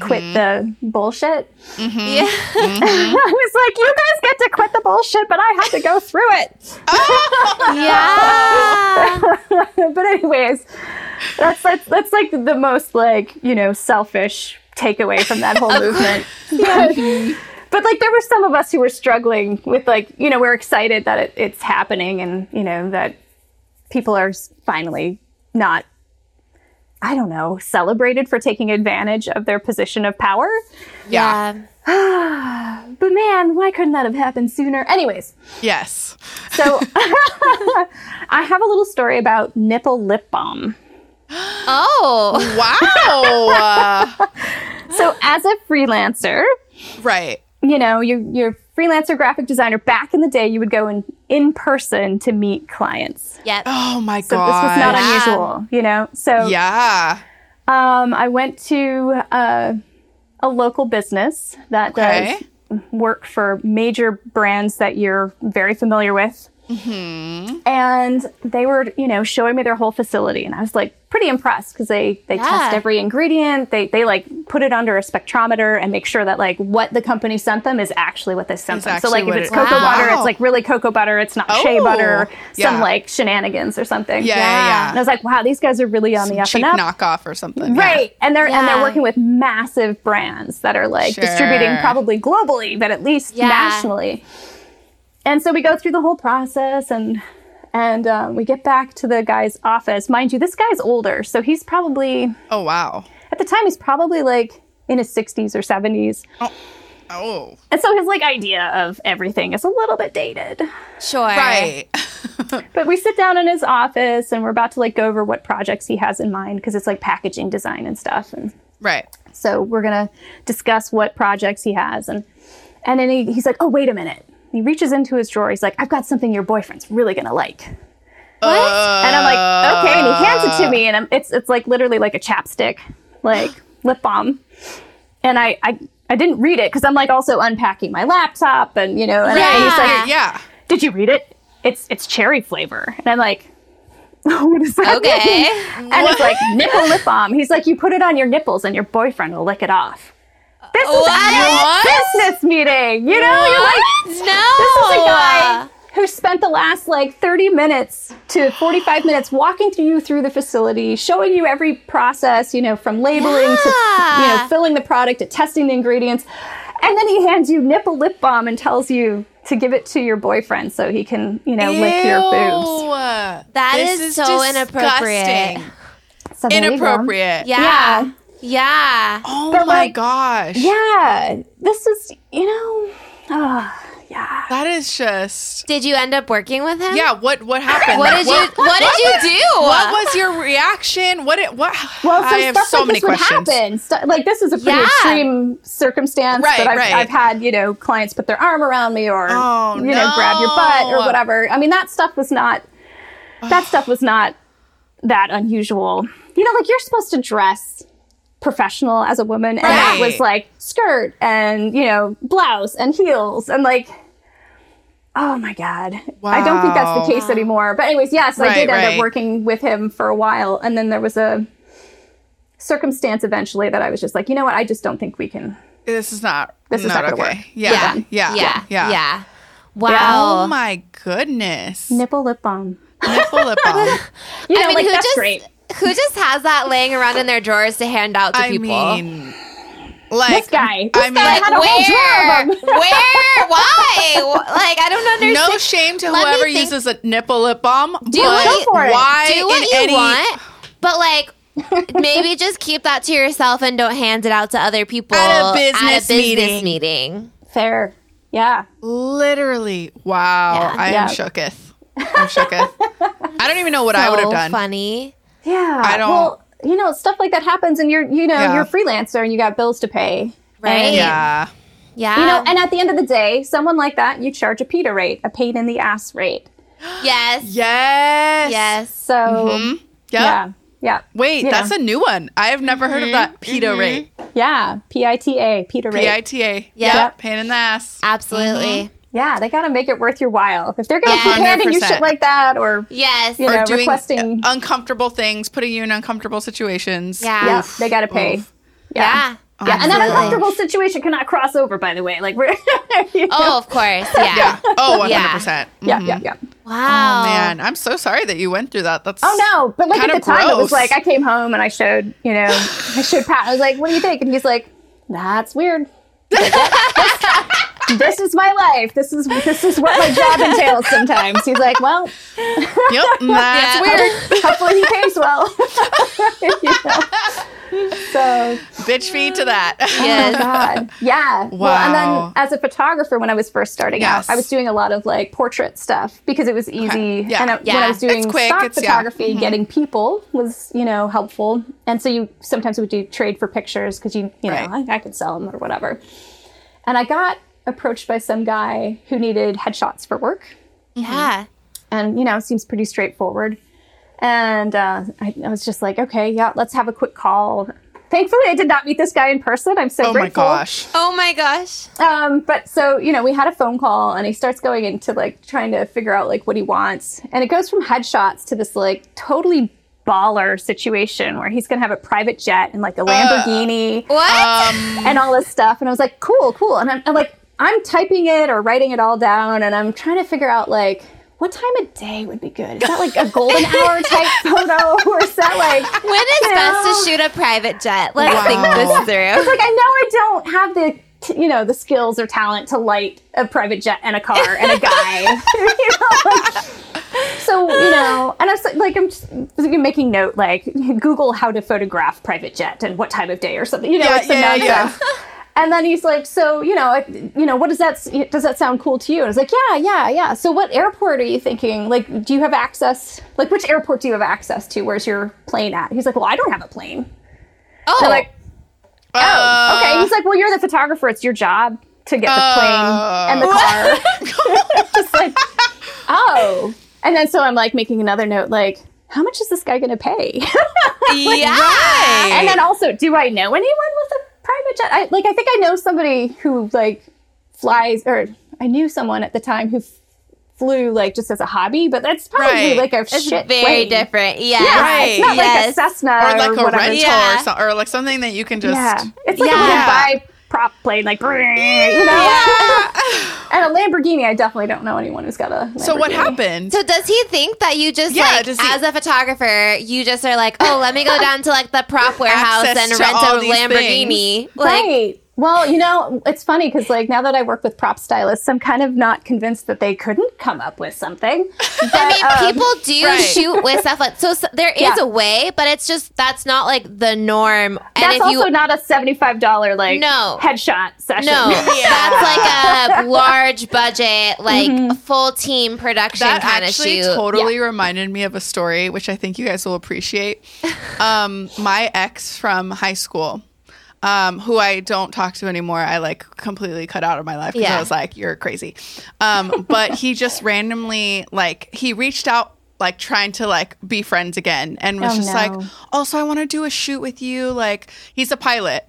Speaker 1: quit the bullshit.
Speaker 3: Yeah.
Speaker 1: I was like, you guys get to quit the bullshit, but I had to go through it.
Speaker 3: yeah.
Speaker 1: but anyways, that's, that's that's like the most like you know selfish takeaway from that whole movement. But, but, like there were some of us who were struggling with like you know we're excited that it, it's happening and you know that people are s- finally not I don't know celebrated for taking advantage of their position of power.
Speaker 2: Yeah.
Speaker 1: But man, why couldn't that have happened sooner? Anyways,
Speaker 2: Yes.
Speaker 1: so I have a little story about nipple lip balm.
Speaker 3: Oh.
Speaker 2: Wow. Uh,
Speaker 1: So as a freelancer,
Speaker 2: right.
Speaker 1: you know, you're, you're a freelancer graphic designer. Back in the day, you would go in, in person to meet clients.
Speaker 3: Yep.
Speaker 2: Oh my
Speaker 1: So
Speaker 2: god.
Speaker 1: this was not
Speaker 3: Gosh.
Speaker 1: unusual, you know? So
Speaker 2: yeah.
Speaker 1: um, I went to uh, a local business that
Speaker 2: Okay.
Speaker 1: does work for major brands that you're very familiar with.
Speaker 2: Mm-hmm.
Speaker 1: And they were, you know, showing me their whole facility, and I was like pretty impressed because they they
Speaker 3: Yeah.
Speaker 1: test every ingredient. They they like put it under a spectrometer and make sure that like what the company sent them is actually what they sent
Speaker 2: Is
Speaker 1: them. So like
Speaker 2: actually
Speaker 1: if
Speaker 2: what
Speaker 1: it's
Speaker 2: it-
Speaker 1: cocoa
Speaker 2: Wow.
Speaker 1: butter, it's like really cocoa butter. It's not shea
Speaker 2: Oh,
Speaker 1: butter. Some
Speaker 2: yeah.
Speaker 1: like shenanigans or something.
Speaker 2: Yeah,
Speaker 3: Yeah.
Speaker 1: And
Speaker 2: yeah,
Speaker 1: I
Speaker 2: yeah.
Speaker 1: was like, wow, these guys are really on the up
Speaker 2: Cheap
Speaker 1: and up.
Speaker 2: knockoff or something. yeah.
Speaker 1: Right. And they're and
Speaker 3: Yeah.
Speaker 1: they're working with massive brands that are like
Speaker 2: Sure.
Speaker 1: distributing probably globally, but at least
Speaker 3: Yeah.
Speaker 1: nationally. And so we go through the whole process and and um, we get back to the guy's office. Mind you, this guy's older, so he's probably
Speaker 2: Oh wow.
Speaker 1: at the time he's probably like in his 60s or 70s.
Speaker 2: Oh.
Speaker 1: And so his like idea of everything is a little bit dated.
Speaker 3: Sure.
Speaker 1: Eh.
Speaker 2: Right.
Speaker 1: But we sit down in his office and we're about to like go over what projects he has in mind because it's like packaging design and stuff and
Speaker 2: Right.
Speaker 1: So we're gonna discuss what projects he has, and and then he, he's like, "Oh, wait a minute." He reaches into his drawer. He's like, "I've got something your boyfriend's really gonna like." What? and I'm like, "Okay." And he hands it to me, and I'm, it's it's like literally like a chapstick, like lip balm, and I I. I didn't read it because I'm like also unpacking my laptop and you know and, and he's
Speaker 3: Yeah.
Speaker 1: like,
Speaker 2: Yeah.
Speaker 1: "Did you read it? It's it's cherry flavor." And I'm like, "What is that?"
Speaker 3: Okay.
Speaker 1: mean?" And it's like nipple lip balm. He's like, you put it on your nipples and your boyfriend will lick it off. This is
Speaker 3: What?
Speaker 1: at a business meeting. You know, you're like,
Speaker 3: Oh no.
Speaker 1: this is a guy who spent the last like 30 minutes to 45 minutes walking through you through the facility, showing you every process, you know, from labeling to you
Speaker 3: Yeah.
Speaker 1: know, filling the product to testing the ingredients. And then he hands you nipple lip balm and tells you to give it to your boyfriend so he can, you know, lick your boobs.
Speaker 2: boobs.
Speaker 3: That is so inappropriate.
Speaker 1: So there you go.
Speaker 2: Inappropriate.
Speaker 3: Yeah. Yeah.
Speaker 2: Oh
Speaker 1: But,
Speaker 2: my
Speaker 1: like-
Speaker 2: gosh.
Speaker 1: Yeah, this is, you know, ah, yeah.
Speaker 2: That is just.
Speaker 3: Did you end up working with him?
Speaker 2: Yeah. What What happened?
Speaker 3: What
Speaker 2: Like,
Speaker 3: did you What did you do?
Speaker 2: What was your reaction? What? It, what?
Speaker 1: Well, so
Speaker 2: I have
Speaker 1: stuff
Speaker 2: so
Speaker 1: like
Speaker 2: many
Speaker 1: this would
Speaker 2: questions.
Speaker 1: happen. Stu- like this is a pretty
Speaker 3: Yeah.
Speaker 1: extreme circumstance,
Speaker 2: Right,
Speaker 1: but I've,
Speaker 2: right.
Speaker 1: I've had you know clients put their arm around me or
Speaker 2: Oh,
Speaker 1: you know grab your butt or
Speaker 2: no.
Speaker 1: whatever. I mean, that stuff was not that stuff was not that unusual. You know, like you're supposed to dress professional as a woman, and that
Speaker 2: Right.
Speaker 1: was like skirt and you know blouse and heels and like. Oh my God. I don't think that's
Speaker 2: Wow.
Speaker 1: the case anymore. But, anyways, yes, I
Speaker 2: Right,
Speaker 1: did end
Speaker 2: right.
Speaker 1: up working with him for a while. And then there was a circumstance eventually that I was just like, you know what? I just don't think we can.
Speaker 2: This is not.
Speaker 1: This is
Speaker 2: not
Speaker 1: not
Speaker 2: okay.
Speaker 1: gonna work.
Speaker 2: Yeah. Yeah. Yeah.
Speaker 3: Yeah. Yeah.
Speaker 2: Oh
Speaker 3: Wow.
Speaker 2: my goodness.
Speaker 1: Nipple lip balm.
Speaker 2: Nipple lip balm.
Speaker 1: You know,
Speaker 3: mean,
Speaker 1: like
Speaker 3: who
Speaker 1: that's
Speaker 3: just-
Speaker 1: great.
Speaker 3: Who just has that laying around in their drawers to hand out to
Speaker 2: I
Speaker 3: people?
Speaker 2: mean, like
Speaker 1: This guy.
Speaker 2: I
Speaker 1: This guy
Speaker 2: mean,
Speaker 1: had a whole
Speaker 3: where?
Speaker 1: drawer of them.
Speaker 3: Where? Why? Wh- Like I don't understand.
Speaker 2: no shame to
Speaker 3: Let me
Speaker 2: whoever
Speaker 3: think-
Speaker 2: uses a nipple lip balm.
Speaker 3: Do what
Speaker 2: but
Speaker 3: you-
Speaker 1: Go for it.
Speaker 2: Why
Speaker 3: Do what
Speaker 2: in
Speaker 3: you
Speaker 2: any-
Speaker 3: want, but like maybe just keep that to yourself and don't hand it out to other people
Speaker 2: At a business meeting.
Speaker 3: business meeting.
Speaker 1: Fair. Yeah.
Speaker 2: Literally, wow!
Speaker 3: Yeah.
Speaker 2: I
Speaker 1: Yeah.
Speaker 2: am shooketh. I'm shooketh. I don't even know what I would have
Speaker 3: So
Speaker 2: done.
Speaker 3: funny.
Speaker 1: Yeah.
Speaker 2: I don't-
Speaker 1: Well, you know, stuff like that happens, and you're, you know,
Speaker 2: Yeah.
Speaker 1: you're a freelancer and you got bills to pay.
Speaker 3: Right.
Speaker 1: And,
Speaker 2: Yeah,
Speaker 3: Yeah.
Speaker 1: You know, and at the end of the day, someone like that, you charge a PETA rate, a pain in the ass rate.
Speaker 3: yes. Yes.
Speaker 2: yes,
Speaker 1: So,
Speaker 2: Mm-hmm. Yep.
Speaker 1: yeah. Yeah.
Speaker 2: Wait,
Speaker 1: You
Speaker 2: that's
Speaker 1: know.
Speaker 2: a new one. I have never heard of that. PETA rate,
Speaker 1: Yeah. P I T A, PETA rate.
Speaker 2: P I T A.
Speaker 3: Yep.
Speaker 2: Yep, pain in the ass.
Speaker 3: Absolutely.
Speaker 2: Mm-hmm.
Speaker 1: Yeah, they got to make it worth your while. If they're going to
Speaker 3: Yeah.
Speaker 1: keep handing you
Speaker 2: 100%.
Speaker 1: shit like that, or
Speaker 3: Yes.
Speaker 1: You
Speaker 2: Or
Speaker 1: know,
Speaker 2: doing
Speaker 1: requesting-
Speaker 2: uncomfortable things, putting you in uncomfortable situations.
Speaker 3: Yeah.
Speaker 1: yeah, they got to pay.
Speaker 2: Oof.
Speaker 3: yeah.
Speaker 1: Yeah, and that
Speaker 3: Absolutely.
Speaker 1: uncomfortable situation cannot cross over. By the way, like we're you know?
Speaker 3: Oh, of course. Yeah.
Speaker 2: Yeah. Oh, 100
Speaker 3: Yeah.
Speaker 2: percent. Mm-hmm.
Speaker 1: yeah, yeah, yeah.
Speaker 3: Wow.
Speaker 2: Man, I'm so sorry that you went through that. That's
Speaker 1: Oh no, but like at
Speaker 2: Kinda
Speaker 1: the time, it
Speaker 2: gross.
Speaker 1: was like I came home and I showed you know I showed Pat. I was like, "What do you think?" And he's like, "That's weird." He's like, "This- This is my life. This is this is what my job entails. Sometimes he's like, "Well,
Speaker 2: Yep, that's
Speaker 3: Yeah.
Speaker 2: weird.
Speaker 1: hopefully he pays well." You know? So
Speaker 2: Bitch feed to that.
Speaker 1: Oh,
Speaker 3: Yes.
Speaker 1: God. Yeah. Well, and
Speaker 2: Wow.
Speaker 1: then as a photographer, when I was first starting
Speaker 2: Yes.
Speaker 1: out, I was doing a lot of like portrait stuff because it was easy.
Speaker 2: Yeah.
Speaker 1: And I,
Speaker 3: Yeah.
Speaker 1: when I was doing
Speaker 2: It's quick,
Speaker 1: stock
Speaker 2: it's- yeah. Mm-hmm.
Speaker 1: photography, getting people was, you know, helpful. And so you sometimes would do trade for pictures because you, you know,
Speaker 2: Right.
Speaker 1: I, I could sell them or whatever. And I got approached by some guy who needed headshots for work
Speaker 3: Yeah.
Speaker 1: and you know seems pretty straightforward and uh, I, I was just like okay yeah let's have a quick call Thankfully, I did not meet this guy in person. I'm so
Speaker 2: Oh my
Speaker 1: grateful.
Speaker 2: gosh.
Speaker 3: Oh my gosh.
Speaker 1: Um, but so you know, we had a phone call, and he starts going into like trying to figure out like what he wants, and it goes from headshots to this like totally baller situation where he's gonna have a private jet and like a Lamborghini
Speaker 3: What?
Speaker 1: and all this stuff. And I was like, cool, cool. And I'm, I'm like, I'm typing it or writing it all down, and I'm trying to figure out like what time of day would be good. Is that like a golden hour type photo, or is that like
Speaker 3: when is
Speaker 1: you
Speaker 3: best
Speaker 1: know?
Speaker 3: to shoot a private jet? Let's
Speaker 2: Wow.
Speaker 3: think this
Speaker 1: It's
Speaker 3: through.
Speaker 1: like I know I don't have the t- you know the skills or talent to light a private jet and a car and a guy. You know, like- so you know, and I'm so- like I'm just making note like Google how to photograph private jet and what time of day or something. You know,
Speaker 2: Yeah,
Speaker 1: like some
Speaker 2: yeah,
Speaker 1: mad
Speaker 2: yeah.
Speaker 1: stuff. And then he's like, "So you know, I, you know, what does that s- does that sound cool to you?" And I was like, "Yeah, yeah, yeah." So what airport are you thinking? Like, do you have access? Like, which airport do you have access to? Where's your plane at? He's like, "Well, I don't have a plane."
Speaker 3: Oh,
Speaker 1: They're like,
Speaker 2: Uh,
Speaker 1: Oh, okay. He's like, well, you're the photographer. It's your job to get the plane
Speaker 2: Uh,
Speaker 1: and the car. Just like, oh. And then so I'm like making another note, like, how much is this guy going to pay?
Speaker 3: yeah.
Speaker 1: and then also, do I know anyone with a private jet? I, like, I think I know somebody who like flies, or I knew someone at the time who f- flew like just as a hobby, but that's probably
Speaker 2: Right.
Speaker 1: like a
Speaker 3: It's
Speaker 1: shit
Speaker 3: very
Speaker 1: plane.
Speaker 3: different. Yeah.
Speaker 1: Yeah,
Speaker 2: Right.
Speaker 1: it's not
Speaker 3: Yes.
Speaker 1: like a Cessna
Speaker 2: or like a
Speaker 1: whatever.
Speaker 2: rental
Speaker 3: Yeah.
Speaker 2: or, so, or like something that you can just
Speaker 1: Yeah, it's like
Speaker 3: Yeah.
Speaker 1: a little prop plane, like you know. and a Lamborghini, I definitely don't know anyone who's got a.
Speaker 2: so what
Speaker 1: Lamborghini.
Speaker 2: happened
Speaker 3: So does he think that you just
Speaker 2: Yeah,
Speaker 3: like
Speaker 2: does he-
Speaker 3: as a photographer, you just are like, oh, let me go down to like the prop warehouse
Speaker 2: Access to
Speaker 3: and rent
Speaker 2: all
Speaker 3: a
Speaker 2: these
Speaker 3: Lamborghini? Like,
Speaker 1: Right. Well, you know, it's funny because like now that I work with prop stylists, I'm kind of not convinced that they couldn't come up with something.
Speaker 3: I mean,
Speaker 1: um,
Speaker 3: people do
Speaker 2: right.
Speaker 3: shoot with stuff like so. s there is
Speaker 1: Yeah.
Speaker 3: a way, but it's just that's not like the norm. And
Speaker 1: That's
Speaker 3: if
Speaker 1: also
Speaker 3: you
Speaker 1: not a seventy-five dollar like
Speaker 3: No.
Speaker 1: headshot session.
Speaker 3: no,
Speaker 2: Yeah.
Speaker 3: that's like a large budget, like full team production
Speaker 2: that
Speaker 3: kind of
Speaker 2: actually
Speaker 3: shoot.
Speaker 2: totally reminded me of a story which i think you guys will appreciate um, my ex from high school um, who I don't talk to anymore. I like completely cut out of my life because
Speaker 3: Yeah.
Speaker 2: I was like, "You're crazy," um, but he just randomly like he reached out like trying to like be friends again and was
Speaker 1: Oh,
Speaker 2: just
Speaker 1: no.
Speaker 2: like, "Also, I want to do a shoot with you." Like he's a pilot.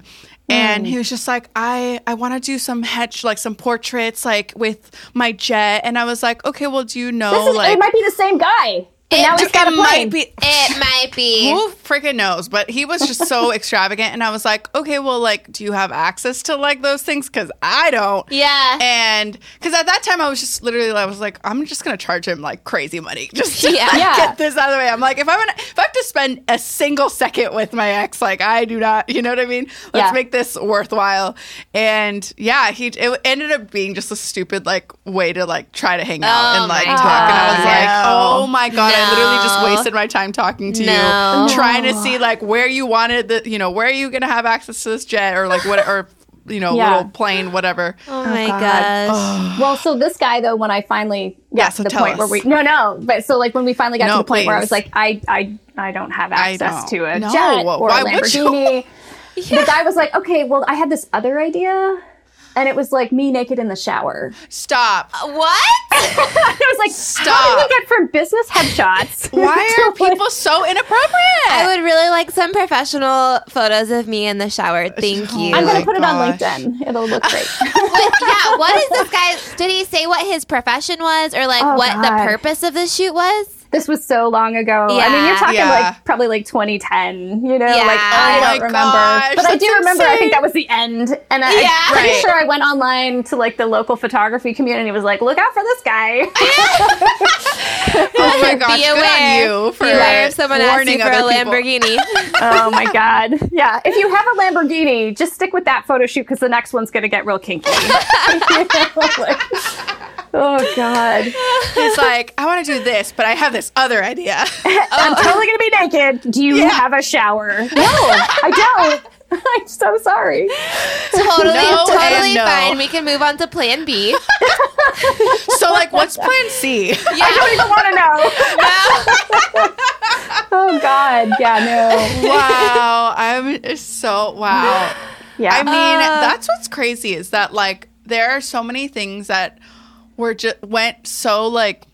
Speaker 2: And
Speaker 1: Mm.
Speaker 2: he was just like, I, I want to do some hedge, like some portraits, like with my jet. And I was like, okay, well, do you know,
Speaker 1: This is,
Speaker 2: like,
Speaker 1: it might be the same guy, but now he's got a
Speaker 2: it
Speaker 1: plane.
Speaker 2: might be,
Speaker 3: It might be.
Speaker 2: who freaking knows? But he was just so extravagant, and I was like, okay, well, like, do you have access to like those things? Because I don't.
Speaker 3: Yeah.
Speaker 2: And because at that time I was just literally, I was like, I'm just gonna charge him like crazy money just to
Speaker 3: Yeah.
Speaker 2: like,
Speaker 1: Yeah.
Speaker 2: get this out of the way. I'm like, if I'm gonna, if I have to spend a single second with my ex, like I do not, you know what I mean? Let's
Speaker 1: Yeah.
Speaker 2: make this worthwhile. And yeah, he it ended up being just a stupid like way to like try to hang out
Speaker 3: Oh
Speaker 2: and like
Speaker 3: my
Speaker 2: talk. And I was
Speaker 1: God.
Speaker 2: like,
Speaker 1: No.
Speaker 2: oh my god, I literally just
Speaker 3: No.
Speaker 2: wasted wasted my time talking to
Speaker 3: No.
Speaker 2: you, trying to see like where you wanted the, you know, where are you gonna have access to this jet or like what or you know,
Speaker 1: Yeah.
Speaker 2: little plane, whatever.
Speaker 3: oh my
Speaker 1: God.
Speaker 3: gosh.
Speaker 1: Well, so this guy though, when I finally got
Speaker 2: Yeah,
Speaker 1: to
Speaker 2: so
Speaker 1: the
Speaker 2: tell
Speaker 1: point where
Speaker 2: us.
Speaker 1: we no no, but so like when we finally got
Speaker 2: No,
Speaker 1: to the point where I
Speaker 2: please.
Speaker 1: was like, I I I don't have
Speaker 2: I
Speaker 1: access
Speaker 2: don't.
Speaker 1: to a
Speaker 2: No,
Speaker 1: jet or
Speaker 2: why
Speaker 1: a
Speaker 2: would you?
Speaker 1: Lamborghini. The guy was like, okay, well, I had this other idea, and it was like me naked in the shower.
Speaker 2: Stop.
Speaker 3: What?
Speaker 1: I was like, how did
Speaker 2: Stop.
Speaker 1: we get from business headshots?
Speaker 2: Why
Speaker 1: to,
Speaker 2: are
Speaker 1: like-
Speaker 2: people so inappropriate?
Speaker 3: I would really like some professional photos of me in the shower. Thank you.
Speaker 1: I'm
Speaker 2: Oh
Speaker 1: gonna
Speaker 2: my
Speaker 1: put
Speaker 2: gosh.
Speaker 1: it on LinkedIn. It'll look great.
Speaker 3: Wait, yeah, what is this guy? Did he say what his profession was or like
Speaker 1: Oh,
Speaker 3: what the
Speaker 1: God.
Speaker 3: purpose of this shoot was?
Speaker 1: this was so long ago. I mean,
Speaker 3: Yeah.
Speaker 1: you're talking
Speaker 2: Yeah.
Speaker 1: like probably like 2010. You know,
Speaker 3: Yeah.
Speaker 1: like I
Speaker 2: Oh my
Speaker 1: don't remember,
Speaker 2: gosh,
Speaker 1: but I
Speaker 2: that's
Speaker 1: do remember. I
Speaker 2: insane.
Speaker 1: think that was the end, and I,
Speaker 3: Yeah.
Speaker 1: I'm pretty
Speaker 2: Right.
Speaker 1: sure I went online to like the local photography community. and Was like, look out for this guy.
Speaker 2: oh my gosh,
Speaker 3: Be
Speaker 2: good
Speaker 3: aware.
Speaker 2: on you for
Speaker 3: Be aware if someone asks you
Speaker 2: warning
Speaker 3: for a
Speaker 2: other people.
Speaker 3: Lamborghini.
Speaker 1: oh my god, yeah. If you have a Lamborghini, just stick with that photo shoot because the next one's gonna get real kinky. You know, like, oh god,
Speaker 2: He's like, I want to do this, but I have this other idea.
Speaker 1: I'm totally gonna be naked. Do you have a shower? No, I don't. I'm so sorry.
Speaker 3: totally,
Speaker 2: No
Speaker 3: totally
Speaker 2: and no.
Speaker 3: fine. We can move on to Plan B.
Speaker 2: so like, what's Plan C?
Speaker 1: I don't even want to know. oh God, yeah, no,
Speaker 2: wow, I'm so wow.
Speaker 1: yeah.
Speaker 3: Uh.
Speaker 2: I mean, that's what's crazy is that like there are so many things that were just went so like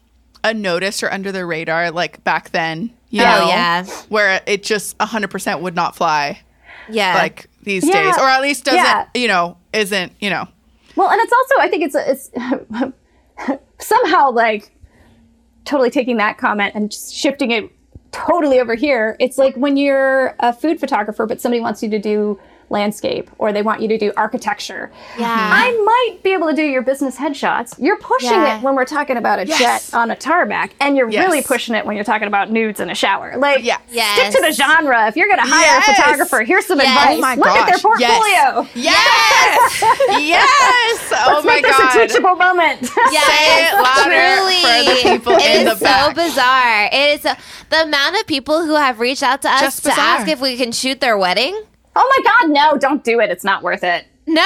Speaker 2: unnoticed or under the radar like back then. You
Speaker 3: Oh,
Speaker 2: know,
Speaker 3: yeah.
Speaker 2: Where it just 100% would not fly.
Speaker 3: Yeah.
Speaker 2: like these
Speaker 1: Yeah.
Speaker 2: days, or at least doesn't
Speaker 1: Yeah.
Speaker 2: you know isn't you know
Speaker 1: Well, and it's also I think it's it's somehow like totally taking that comment and just shifting it totally over here. It's like when you're a food photographer, but somebody wants you to do landscape or they want you to do architecture.
Speaker 3: yeah.
Speaker 1: I might be able to do your business headshots. You're pushing
Speaker 3: Yeah.
Speaker 1: it when we're talking about a
Speaker 2: Yes.
Speaker 1: jet on a tarmac, and you're
Speaker 2: Yes.
Speaker 1: really pushing it when you're talking about nudes in a shower. Like,
Speaker 2: Yeah.
Speaker 3: Yes.
Speaker 1: stick to the genre. If you're going to hire
Speaker 2: Yes.
Speaker 1: a photographer, here's some
Speaker 3: Yes.
Speaker 1: advice.
Speaker 3: Oh
Speaker 2: my
Speaker 1: Look at their
Speaker 2: gosh.
Speaker 1: portfolio.
Speaker 2: Yes. yes yes oh
Speaker 1: Let's
Speaker 2: my
Speaker 1: make this
Speaker 2: god
Speaker 1: a teachable moment.
Speaker 3: Yes,
Speaker 2: Say it louder for the people
Speaker 3: It
Speaker 2: in
Speaker 3: is
Speaker 2: the back.
Speaker 3: so bizarre. It is uh, the amount of people who have reached out to us
Speaker 2: Just
Speaker 3: to
Speaker 2: bizarre.
Speaker 3: ask if we can shoot their wedding.
Speaker 1: oh my God, no, don't do it. It's not worth it.
Speaker 3: No.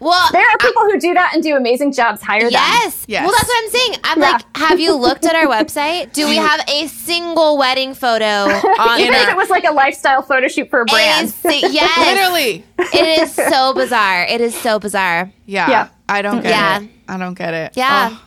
Speaker 3: Well,
Speaker 1: There are people who do that and do amazing jobs. Hire them.
Speaker 3: Yes.
Speaker 2: Yes.
Speaker 3: Well, that's what I'm saying. I'm
Speaker 1: Yeah.
Speaker 3: like, have you looked at our website? Do we have a single wedding photo on
Speaker 1: Even
Speaker 3: it?
Speaker 1: if it was like a lifestyle photo shoot for a
Speaker 3: A
Speaker 1: brand.
Speaker 2: Oh
Speaker 3: si- yes.
Speaker 2: literally
Speaker 3: it is so bizarre. It is so bizarre.
Speaker 2: yeah,
Speaker 1: Yeah.
Speaker 2: I don't get
Speaker 3: Yeah.
Speaker 2: it I don't get it
Speaker 3: Yeah.
Speaker 2: Oh.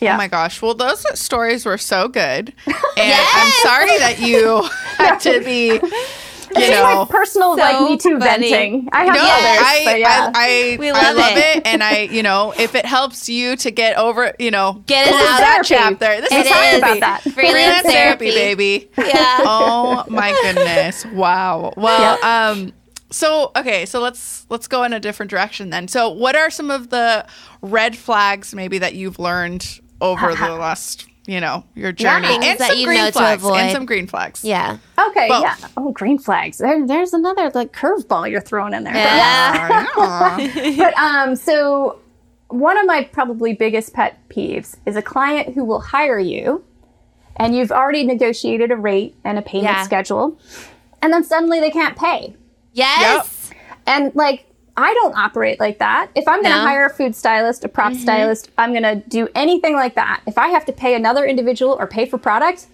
Speaker 1: yeah.
Speaker 2: Oh my gosh. Well, those stories were so good. And I'm
Speaker 3: Yes.
Speaker 2: sorry that you had to be, you
Speaker 1: It's
Speaker 2: know.
Speaker 1: like personal, like
Speaker 3: So
Speaker 1: Me Too
Speaker 3: funny.
Speaker 1: venting. I have
Speaker 2: No,
Speaker 1: others,
Speaker 2: I,
Speaker 1: but yeah.
Speaker 2: I, I,
Speaker 3: We
Speaker 2: I
Speaker 3: love
Speaker 2: love
Speaker 3: it.
Speaker 2: it. And I, you know, if it helps you to get over, you know,
Speaker 3: Get it
Speaker 2: this is
Speaker 3: out.
Speaker 2: that
Speaker 1: Therapy.
Speaker 2: chapter. This
Speaker 1: We
Speaker 2: is
Speaker 1: talked
Speaker 2: therapy.
Speaker 1: about that.
Speaker 3: Freelance therapy,
Speaker 2: baby.
Speaker 3: Yeah.
Speaker 2: Oh my goodness. Wow. Well, um, so okay, so let's let's go in a different direction then. So what are some of the red flags maybe that you've learned over the last, you know, your journey?
Speaker 1: Things
Speaker 2: and
Speaker 3: that
Speaker 2: some
Speaker 3: you
Speaker 2: green
Speaker 3: know to
Speaker 2: flags.
Speaker 3: avoid.
Speaker 2: And some green flags.
Speaker 3: Yeah.
Speaker 1: Okay,
Speaker 2: Both.
Speaker 1: yeah. Oh, green flags. There, there's another like curveball you're throwing in there.
Speaker 3: Yeah.
Speaker 2: Yeah.
Speaker 1: But um, so one of my probably biggest pet peeves is a client who will hire you, and you've already negotiated a rate and a payment
Speaker 3: Yeah.
Speaker 1: schedule, and then suddenly they can't pay.
Speaker 3: Yes.
Speaker 1: And like, I don't operate like that. If I'm going to
Speaker 3: No. Mm-hmm.
Speaker 1: hire a food stylist, a prop stylist, I'm going to do anything like that. If I have to pay another individual or pay for product,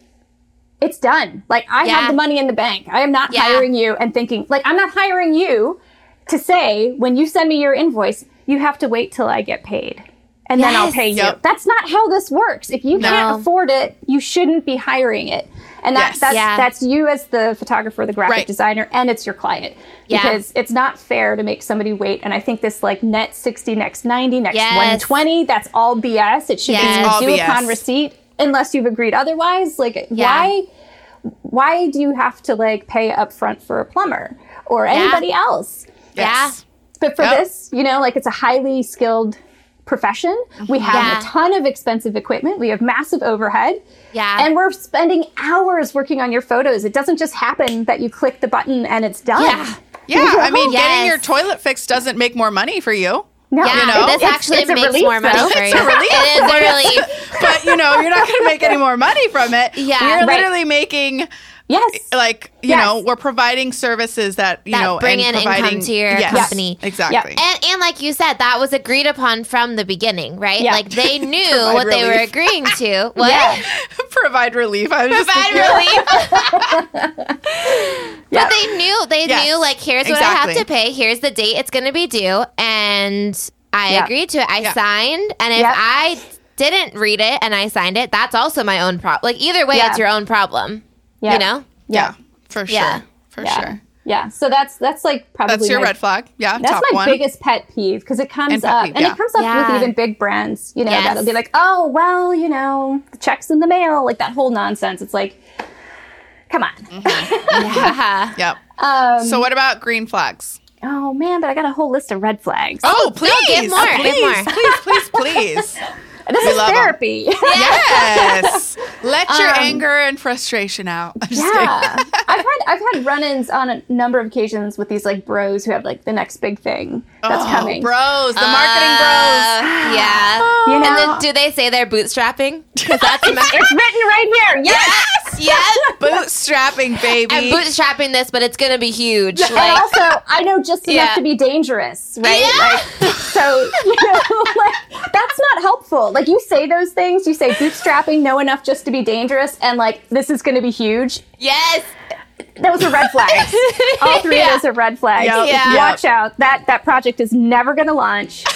Speaker 1: it's done. Like, I
Speaker 3: Yeah.
Speaker 1: have the money in the bank. I am not
Speaker 3: Yeah.
Speaker 1: hiring you and thinking, like, I'm not hiring you to say, when you send me your invoice, you have to wait till I get paid. And then I'll
Speaker 3: Yes.
Speaker 1: pay you.
Speaker 2: Yep.
Speaker 1: That's not how this works. If you
Speaker 3: No.
Speaker 1: can't afford it, you shouldn't be hiring it. And that,
Speaker 2: Yes.
Speaker 1: that's
Speaker 3: Yeah.
Speaker 1: that's you as the photographer, the graphic
Speaker 2: Right.
Speaker 1: designer, and it's your client
Speaker 3: Yeah.
Speaker 1: because it's not fair to make somebody wait. And I think this like net 60, next 90, next
Speaker 3: Yes.
Speaker 1: 120, that's all BS. It should
Speaker 3: Yes. It's
Speaker 2: all
Speaker 1: be due upon
Speaker 2: BS.
Speaker 1: receipt unless you've agreed otherwise. Like
Speaker 3: Yeah.
Speaker 1: why why do you have to like pay upfront for a plumber or anybody else?
Speaker 2: Yes.
Speaker 1: But for
Speaker 2: Yep.
Speaker 1: this, you know, like it's a highly skilled profession. We have
Speaker 3: Uh-huh. Yeah.
Speaker 1: a ton of expensive equipment. We have massive overhead.
Speaker 3: Yeah.
Speaker 1: And we're spending hours working on your photos. It doesn't just happen that you click the button and it's done.
Speaker 3: Yeah.
Speaker 2: Yeah. I mean, getting
Speaker 3: Yes.
Speaker 2: your toilet fixed doesn't make more money for you.
Speaker 1: No,
Speaker 3: Yeah.
Speaker 1: you know?
Speaker 3: This
Speaker 1: It's-
Speaker 3: actually
Speaker 1: it's a
Speaker 3: makes
Speaker 1: relief,
Speaker 3: more money
Speaker 1: though.
Speaker 3: for you.
Speaker 2: It's a relief.
Speaker 3: It is a relief.
Speaker 2: but you know you're not going to make any more money from it.
Speaker 3: Yeah.
Speaker 2: we're
Speaker 3: Right.
Speaker 2: literally making
Speaker 1: Yes.
Speaker 2: like you
Speaker 1: Yes.
Speaker 2: know we're providing services that you
Speaker 3: That
Speaker 2: know
Speaker 3: bring
Speaker 2: and
Speaker 3: in income
Speaker 2: providing-
Speaker 3: to your
Speaker 2: Yes,
Speaker 3: company.
Speaker 2: exactly.
Speaker 3: And, and like you said, that was agreed upon from the beginning, right?
Speaker 1: Yeah.
Speaker 3: Like they knew what they were
Speaker 2: relief.
Speaker 3: agreeing to. What?
Speaker 2: Provide relief. I was
Speaker 3: Provide
Speaker 2: just
Speaker 3: relief.
Speaker 1: Yeah.
Speaker 3: But they knew, they
Speaker 2: Yes,
Speaker 3: knew, like, here's what I
Speaker 2: exactly.
Speaker 3: have to pay, here's the date it's going to be due. And I
Speaker 1: Yeah.
Speaker 3: agreed to it. I
Speaker 2: Yeah.
Speaker 3: signed. And if
Speaker 1: Yep.
Speaker 3: I didn't read it and I signed it, that's also my own problem. Like, either way,
Speaker 1: Yeah.
Speaker 3: it's your own problem.
Speaker 1: Yeah.
Speaker 3: You know?
Speaker 2: yeah, for sure,
Speaker 3: Yeah.
Speaker 2: for
Speaker 1: Yeah.
Speaker 2: sure.
Speaker 1: Yeah. So that's that's like probably
Speaker 2: That's your
Speaker 1: my-
Speaker 2: red flag. Yeah,
Speaker 1: That's
Speaker 2: top
Speaker 1: my
Speaker 2: one.
Speaker 1: biggest pet peeve because it comes
Speaker 2: And pet
Speaker 1: up
Speaker 2: peeve,
Speaker 1: and
Speaker 2: yeah.
Speaker 1: it comes up
Speaker 3: Yeah.
Speaker 1: with even big brands, you know,
Speaker 3: Yes.
Speaker 1: that'll be like, oh, well, you know, the check's in the mail, like that whole nonsense. It's like, come on.
Speaker 2: Mm-hmm.
Speaker 3: Yeah.
Speaker 2: Yep.
Speaker 1: Um,
Speaker 2: so what about green flags?
Speaker 1: oh, man, but I got a whole list of red flags.
Speaker 2: Oh, please,
Speaker 3: give more,
Speaker 2: please,
Speaker 3: give more.
Speaker 2: please, please, please.
Speaker 1: this
Speaker 2: we
Speaker 1: is
Speaker 2: love 'em.
Speaker 1: therapy.
Speaker 2: yes. Let your
Speaker 1: Um,
Speaker 2: anger and frustration out. I'm just kidding.
Speaker 1: Yeah, I've had I've had run-ins on a number of occasions with these like bros who have like the next big thing that's
Speaker 2: Oh,
Speaker 1: coming.
Speaker 2: Bros, the marketing bros.
Speaker 3: Uh, yeah.
Speaker 1: You
Speaker 3: and
Speaker 1: know,
Speaker 3: then do they say they're bootstrapping? 'Cause that's my-
Speaker 1: it's written right here. Yes.
Speaker 3: yes.
Speaker 2: bootstrapping baby
Speaker 3: I'm bootstrapping this, but it's gonna be huge.
Speaker 1: And
Speaker 3: Like,
Speaker 1: also, I know just enough
Speaker 3: Yeah.
Speaker 1: to be dangerous, right?
Speaker 3: Yeah.
Speaker 1: Like, so, you know, like, that's not helpful. Like, you say those things, you say bootstrapping, know enough just to be dangerous, and like, this is going to be huge.
Speaker 3: yes.
Speaker 1: Those are red flags. All three
Speaker 3: Yeah.
Speaker 1: of those are red flags.
Speaker 2: Yep.
Speaker 3: Yeah.
Speaker 1: Watch out. That, that project is never going to launch.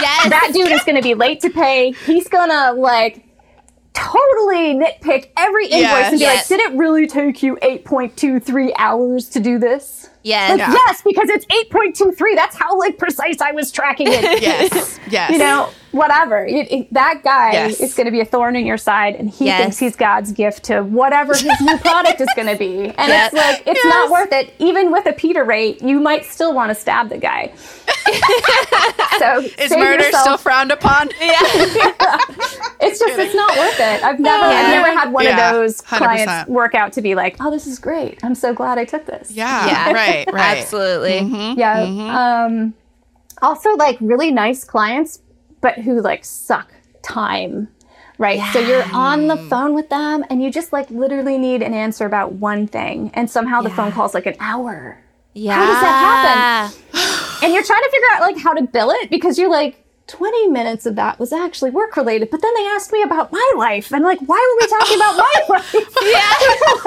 Speaker 3: Yes.
Speaker 1: That dude is going to be late to pay. He's going to, like, totally nitpick every invoice
Speaker 2: Yes.
Speaker 1: and be
Speaker 3: Yes.
Speaker 1: like, did it really take you 8.23 hours to do this?
Speaker 3: Yes.
Speaker 1: Like,
Speaker 2: Yeah.
Speaker 1: yes, because it's 8.23. That's how like precise I was tracking it.
Speaker 2: Yes. Yes.
Speaker 1: You know, whatever. You- it- that guy
Speaker 2: Yes.
Speaker 1: is going to be a thorn in your side, and he
Speaker 3: Yes.
Speaker 1: thinks he's God's gift to whatever his new product is going to be. And
Speaker 3: Yes.
Speaker 1: it's like, it's not worth it. Even with a Peter rate, you might still want to stab the guy. so
Speaker 2: Is
Speaker 1: save
Speaker 2: murder
Speaker 1: yourself.
Speaker 2: still frowned upon?
Speaker 1: It's just it's not worth it. I've never I've
Speaker 3: Yeah.
Speaker 1: never had one
Speaker 2: Yeah,
Speaker 1: of those
Speaker 2: 100%.
Speaker 1: clients work out to be like, oh, this is great. I'm so glad I took this.
Speaker 2: Yeah.
Speaker 3: Yeah.
Speaker 2: Right. Right.
Speaker 3: Absolutely.
Speaker 1: Yeah. Um, also, like really nice clients, but who like suck time. Right. So you're on the phone with them and you just like literally need an answer about one thing. And somehow the phone call's like an hour.
Speaker 3: Yeah.
Speaker 1: does that And you're trying to figure out like how to bill it because you're like, 20 minutes of that was actually work related. But then they asked me about my life. And like, why were we talking about my life? Yeah.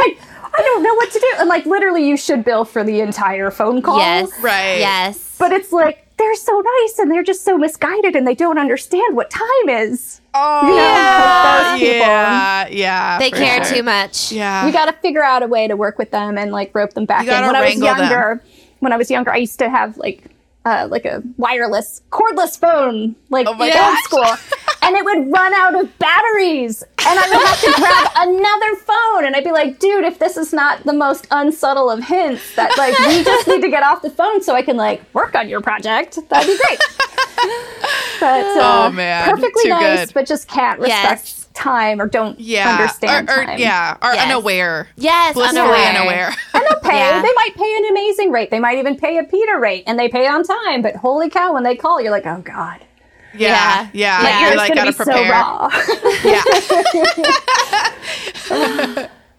Speaker 1: like, I don't know what to do. And like, literally, you should bill for the entire phone call.
Speaker 3: Yes.
Speaker 2: Right.
Speaker 3: Yes.
Speaker 1: But it's like they're so nice and they're just so misguided and they don't understand what time is.
Speaker 2: Oh.
Speaker 1: Yeah. Those people.
Speaker 2: Yeah. Yeah.
Speaker 3: They
Speaker 2: for
Speaker 3: care
Speaker 2: sure.
Speaker 3: too much.
Speaker 2: Yeah.
Speaker 1: You got to figure out a way to work with them and like rope them back
Speaker 2: You
Speaker 1: in.
Speaker 2: gotta
Speaker 1: When I was
Speaker 2: wrangle them.
Speaker 1: younger, when I was younger, I used to have like uh, like a wireless cordless phone, like
Speaker 2: Oh my
Speaker 1: in old
Speaker 2: gosh.
Speaker 1: school, and it would run out of batteries, and I would have to grab another phone, and I'd be like, dude, if this is not the most unsubtle of hints that like we just need to get off the phone so I can like work on your project, that'd be great. But uh,
Speaker 2: Oh, man.
Speaker 1: perfectly
Speaker 2: Too
Speaker 1: nice,
Speaker 2: good.
Speaker 1: but just can't respect
Speaker 3: Yes.
Speaker 1: time or don't
Speaker 2: yeah.
Speaker 1: understand
Speaker 2: Or, or
Speaker 1: time.
Speaker 2: yeah. Or
Speaker 3: Yes.
Speaker 2: unaware.
Speaker 3: Yes.
Speaker 2: Blissfully
Speaker 3: Unaware.
Speaker 2: unaware.
Speaker 1: pay.
Speaker 3: Yeah.
Speaker 1: They might pay an amazing rate. They might even pay a Peter rate, and they pay on time. But holy cow, when they call, you're like, oh god,
Speaker 2: Yeah. Yeah.
Speaker 3: Like, you're
Speaker 2: You
Speaker 1: it's
Speaker 2: like
Speaker 3: just
Speaker 1: gonna
Speaker 2: gotta
Speaker 1: be so
Speaker 2: prepare.
Speaker 1: raw.
Speaker 2: yeah.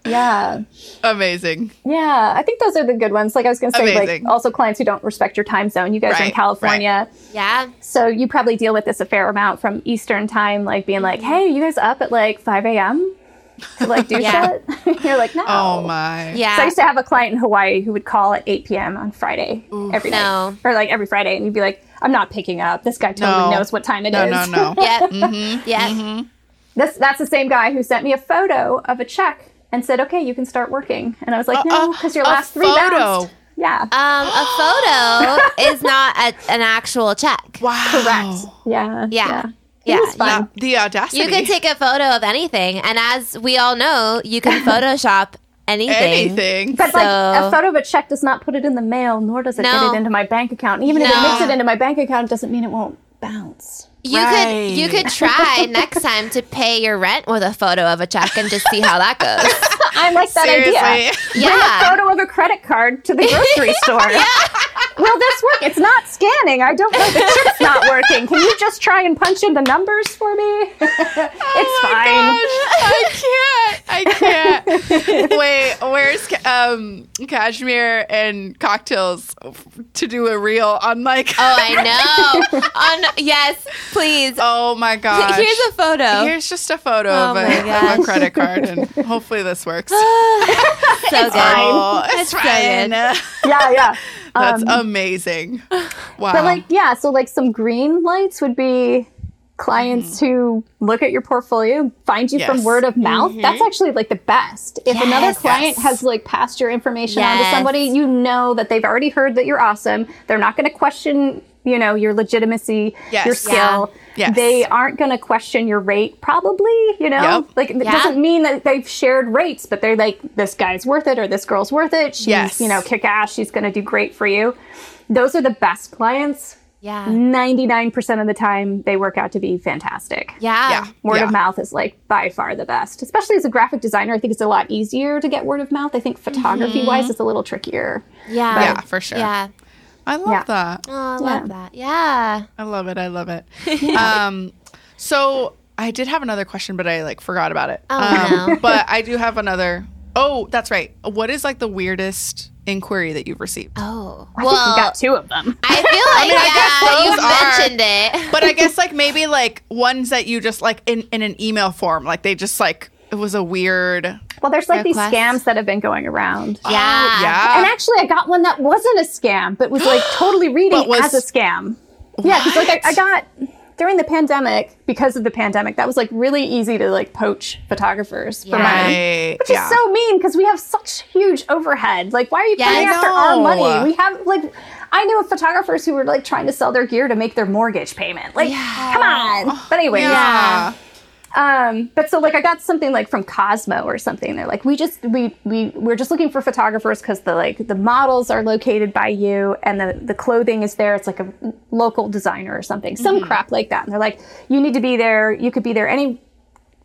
Speaker 1: yeah,
Speaker 2: Amazing.
Speaker 1: yeah. I think those are the good ones. Like I was gonna say,
Speaker 2: Amazing.
Speaker 1: like also clients who don't respect your time zone. You guys are in
Speaker 2: Right,
Speaker 1: California,
Speaker 3: Yeah.
Speaker 1: so you probably deal with this a fair amount from Eastern time, like being
Speaker 2: Mm-hmm.
Speaker 1: like, hey, you guys up at like 5 a.m. to like do
Speaker 3: Yeah.
Speaker 1: shit. you're like, no.
Speaker 2: Oh my.
Speaker 3: Yeah.
Speaker 1: So I used to have a client in Hawaii who would call at 8 p.m. on Friday every
Speaker 3: No.
Speaker 1: night, or like every Friday, and you'd be like, "I'm not picking up. This guy totally
Speaker 2: No.
Speaker 1: knows what time it is."
Speaker 2: No, no, no.
Speaker 3: Yep.
Speaker 1: Mm-hmm.
Speaker 3: Yep.
Speaker 1: this, that's the same guy who sent me a photo of a check and said, "Okay, you can start working." And I was like, "No, because your
Speaker 2: Uh, a
Speaker 1: last three
Speaker 2: photo.
Speaker 1: bounced." Yeah,
Speaker 3: Um, a photo is not a, an actual check.
Speaker 2: Wow. Correct.
Speaker 1: yeah,
Speaker 3: Yeah.
Speaker 1: It was
Speaker 3: Yeah.
Speaker 1: fun.
Speaker 2: the audacity.
Speaker 3: You can take a photo of anything, and as we all know, you can Photoshop anything.
Speaker 2: anything.
Speaker 1: But like
Speaker 3: So-
Speaker 1: a photo of a check does not put it in the mail, nor does it
Speaker 3: No.
Speaker 1: get it into my bank account. And even if
Speaker 3: No.
Speaker 1: it makes it into my bank account, it doesn't mean it won't bounce.
Speaker 3: You
Speaker 2: Right.
Speaker 3: could you could try next time to pay your rent with a photo of a check and just see how that goes.
Speaker 1: I like that
Speaker 2: Seriously.
Speaker 1: idea. Bring a
Speaker 3: Yeah.
Speaker 1: photo of a credit card to the grocery store. Will this work? It's not scanning. I don't know. The chip's not working. Can you just try and punch in the numbers for me? it's fine.
Speaker 2: I can't. I can't. Wait, where's ca- um cashmere and cocktails to do a reel on like?
Speaker 3: Oh, I know. On yes, please.
Speaker 2: oh my gosh.
Speaker 3: Here's a photo.
Speaker 2: Here's just a photo
Speaker 3: Oh
Speaker 2: of,
Speaker 3: my
Speaker 2: a,
Speaker 3: gosh.
Speaker 2: of a credit card, and hopefully this works.
Speaker 3: so good.
Speaker 2: Oh, it's
Speaker 3: That's Um, so
Speaker 2: fine.
Speaker 3: good.
Speaker 1: Yeah, yeah.
Speaker 2: That's amazing. Wow.
Speaker 1: But like, yeah, so like some green lights would be clients who look at your portfolio, find you from
Speaker 2: Mm-hmm. Yes. Mm-hmm.
Speaker 1: word of mouth. That's actually like the best. If another
Speaker 3: Yes.
Speaker 1: client
Speaker 2: Yes.
Speaker 1: has like passed your information on
Speaker 3: Yes.
Speaker 1: to somebody, you know that they've already heard that you're awesome. They're not going to question, you know, your legitimacy,
Speaker 2: Yes.
Speaker 1: your
Speaker 3: Yeah.
Speaker 1: skill.
Speaker 2: Yes.
Speaker 1: They aren't going to question your rate probably, you know?
Speaker 2: Yep.
Speaker 1: Like it
Speaker 3: Yeah.
Speaker 1: doesn't mean that they've shared rates, but they're like this guy's worth it or this girl's worth it. She's,
Speaker 2: Yes.
Speaker 1: you know, kick ass. She's going to do great for you. Those are the best clients.
Speaker 3: Yeah.
Speaker 1: 99% of the time they work out to be fantastic.
Speaker 3: Yeah.
Speaker 2: yeah,
Speaker 1: Word
Speaker 2: yeah.
Speaker 1: of mouth is like by far the best, especially as a graphic designer. I think it's a lot easier to get word of mouth. I think photography
Speaker 3: Mm-hmm.
Speaker 1: wise, it's a little trickier.
Speaker 3: Yeah.
Speaker 2: Yeah, for sure.
Speaker 3: Yeah.
Speaker 2: I love
Speaker 1: Yeah.
Speaker 2: that.
Speaker 3: Oh, I love that. Yeah.
Speaker 2: I love it. I love it. um, so I did have another question, but I like forgot about it.
Speaker 3: Oh,
Speaker 2: um,
Speaker 3: no.
Speaker 2: But I do have another. Oh, that's right. What is like the weirdest inquiry that you've received?
Speaker 3: Oh.
Speaker 1: I think
Speaker 3: Well,
Speaker 1: we got two of them.
Speaker 3: I feel like
Speaker 2: mean, I guess those are-
Speaker 3: yeah, you mentioned it.
Speaker 2: But I guess like maybe like ones that you just like in in an email form, like they just like it was a weird.
Speaker 1: Well, there's like these
Speaker 3: Request.
Speaker 1: scams that have been going around.
Speaker 3: Yeah.
Speaker 2: Oh, yeah.
Speaker 1: Ah. and actually, I got one that wasn't a scam, but was like totally reading
Speaker 2: But was-
Speaker 1: as a scam. Yeah, because like I, I got. during the pandemic, because of the pandemic, that was like really easy to like poach photographers for money.
Speaker 2: Right.
Speaker 1: Which is so mean because we have such huge overhead. Like, why are you
Speaker 3: Yeah, I
Speaker 1: going after our
Speaker 2: know.
Speaker 1: money? We have like, I knew of photographers who were like trying to sell their gear to make their mortgage payment. Like, come on. But anyway,
Speaker 2: yeah.
Speaker 1: um, but so like I got something like from Cosmo or something. They're like, we just we we we're just looking for photographers because the like the models are located by you and the the clothing is there. It's like a local designer or something, some
Speaker 3: Mm-hmm.
Speaker 1: crap like that. And they're like, you need to be there. You could be there any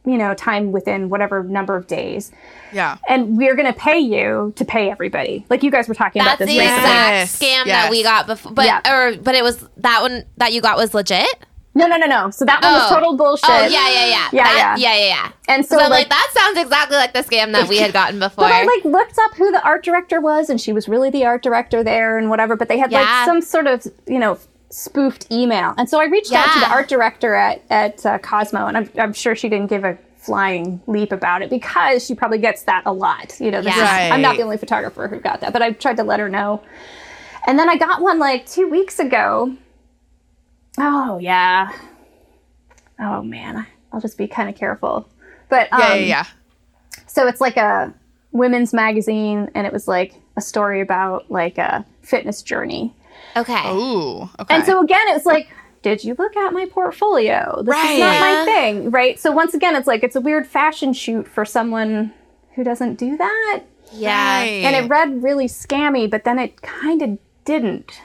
Speaker 1: you know time within whatever number of days,
Speaker 2: Yeah.
Speaker 1: and we're gonna pay you to pay everybody. Like you guys were talking
Speaker 3: That's
Speaker 1: about this.
Speaker 3: the
Speaker 1: recently.
Speaker 3: exact
Speaker 2: Yes,
Speaker 3: scam that
Speaker 2: yes.
Speaker 3: we got before, but
Speaker 1: Yeah.
Speaker 3: or but it was that one that you got was legit.
Speaker 1: No, no, no, no. So that one was
Speaker 3: Oh.
Speaker 1: total bullshit.
Speaker 3: Oh yeah, yeah, yeah,
Speaker 1: Yeah,
Speaker 3: That-
Speaker 1: yeah.
Speaker 3: yeah, yeah, yeah.
Speaker 1: And
Speaker 3: So
Speaker 1: so,
Speaker 3: I'm like,
Speaker 1: like-
Speaker 3: that sounds exactly like the scam that we had gotten before.
Speaker 1: But I like looked up who the art director was, and she was really the art director there and whatever. But they had
Speaker 3: Yeah.
Speaker 1: like some sort of you know spoofed email, and so I reached out to
Speaker 3: Yeah.
Speaker 1: the art director at at uh, Cosmo, and I'm, I'm sure she didn't give a flying leap about it because she probably gets that a lot. You know, this
Speaker 3: Yeah.
Speaker 1: is- I'm not
Speaker 2: Right.
Speaker 1: the only photographer who got that, but I tried to let her know. And then I got one like two weeks ago. Oh yeah. Oh man, I'll just be kind of careful. But um,
Speaker 2: Yeah. yeah. Yeah.
Speaker 1: so it's like a women's magazine and it was like a story about like a fitness journey
Speaker 3: okay,
Speaker 2: Ooh. Okay.
Speaker 1: and so uh, again it was like did you look at my portfolio this is not
Speaker 3: Right.
Speaker 1: my thing right so once again it's like it's a weird fashion shoot for someone who doesn't do that
Speaker 3: yeah,
Speaker 2: Right.
Speaker 1: and it read really scammy but then it kind of didn't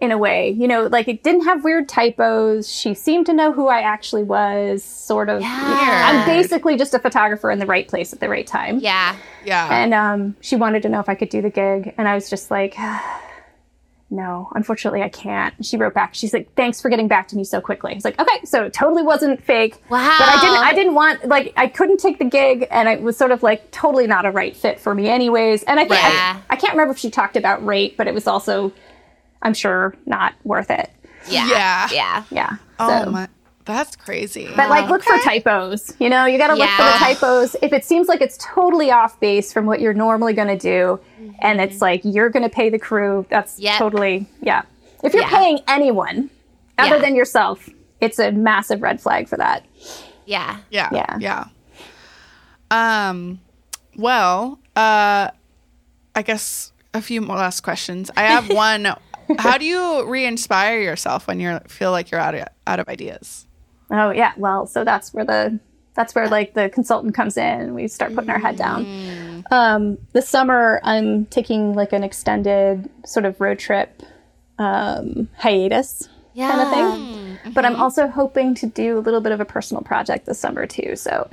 Speaker 1: in a way you know like it didn't have weird typos she seemed to know who i actually was sort of i'm basically just a photographer in the right place at the right time
Speaker 3: yeah,
Speaker 2: yeah.
Speaker 1: and um, she wanted to know if I could do the gig, and I was just like, "No, unfortunately, I can't." She wrote back. She's like, "Thanks for getting back to me so quickly." It's like, "Okay, so it totally wasn't fake."
Speaker 3: Wow.
Speaker 1: But I didn't. I didn't want like I couldn't take the gig, and it was sort of like totally not a right fit for me, anyways. And I think
Speaker 3: Yeah.
Speaker 1: I, I can't remember if she talked about rate, but it was also, I'm sure, not worth it.
Speaker 3: yeah,
Speaker 2: Yeah.
Speaker 3: yeah.
Speaker 1: Yeah.
Speaker 2: oh
Speaker 1: so.
Speaker 2: my. That's crazy.
Speaker 1: But like, look for typos. You know, you got to look for
Speaker 3: Yeah.
Speaker 1: the typos. If it seems like it's totally off base from what you're normally going to do, and it's like you're going to pay the crew, that's
Speaker 3: Yep.
Speaker 1: totally yeah. If you're
Speaker 3: Yeah.
Speaker 1: paying anyone other
Speaker 3: Yeah.
Speaker 1: than yourself, it's a massive red flag for that.
Speaker 3: yeah.
Speaker 2: Yeah.
Speaker 1: Yeah.
Speaker 2: Yeah. Um, well, uh, I guess a few more last questions. I have one. How do you re-inspire yourself when you feel like you're out of, out of ideas?
Speaker 1: Oh yeah, well, so that's where the that's where like the consultant comes in and we start putting our head
Speaker 3: Mm.
Speaker 1: down. Um, this summer, I'm taking like an extended sort of road trip um, hiatus kind of thing.
Speaker 3: Mm-hmm.
Speaker 1: But I'm also hoping to do a little bit of a personal project this summer too. So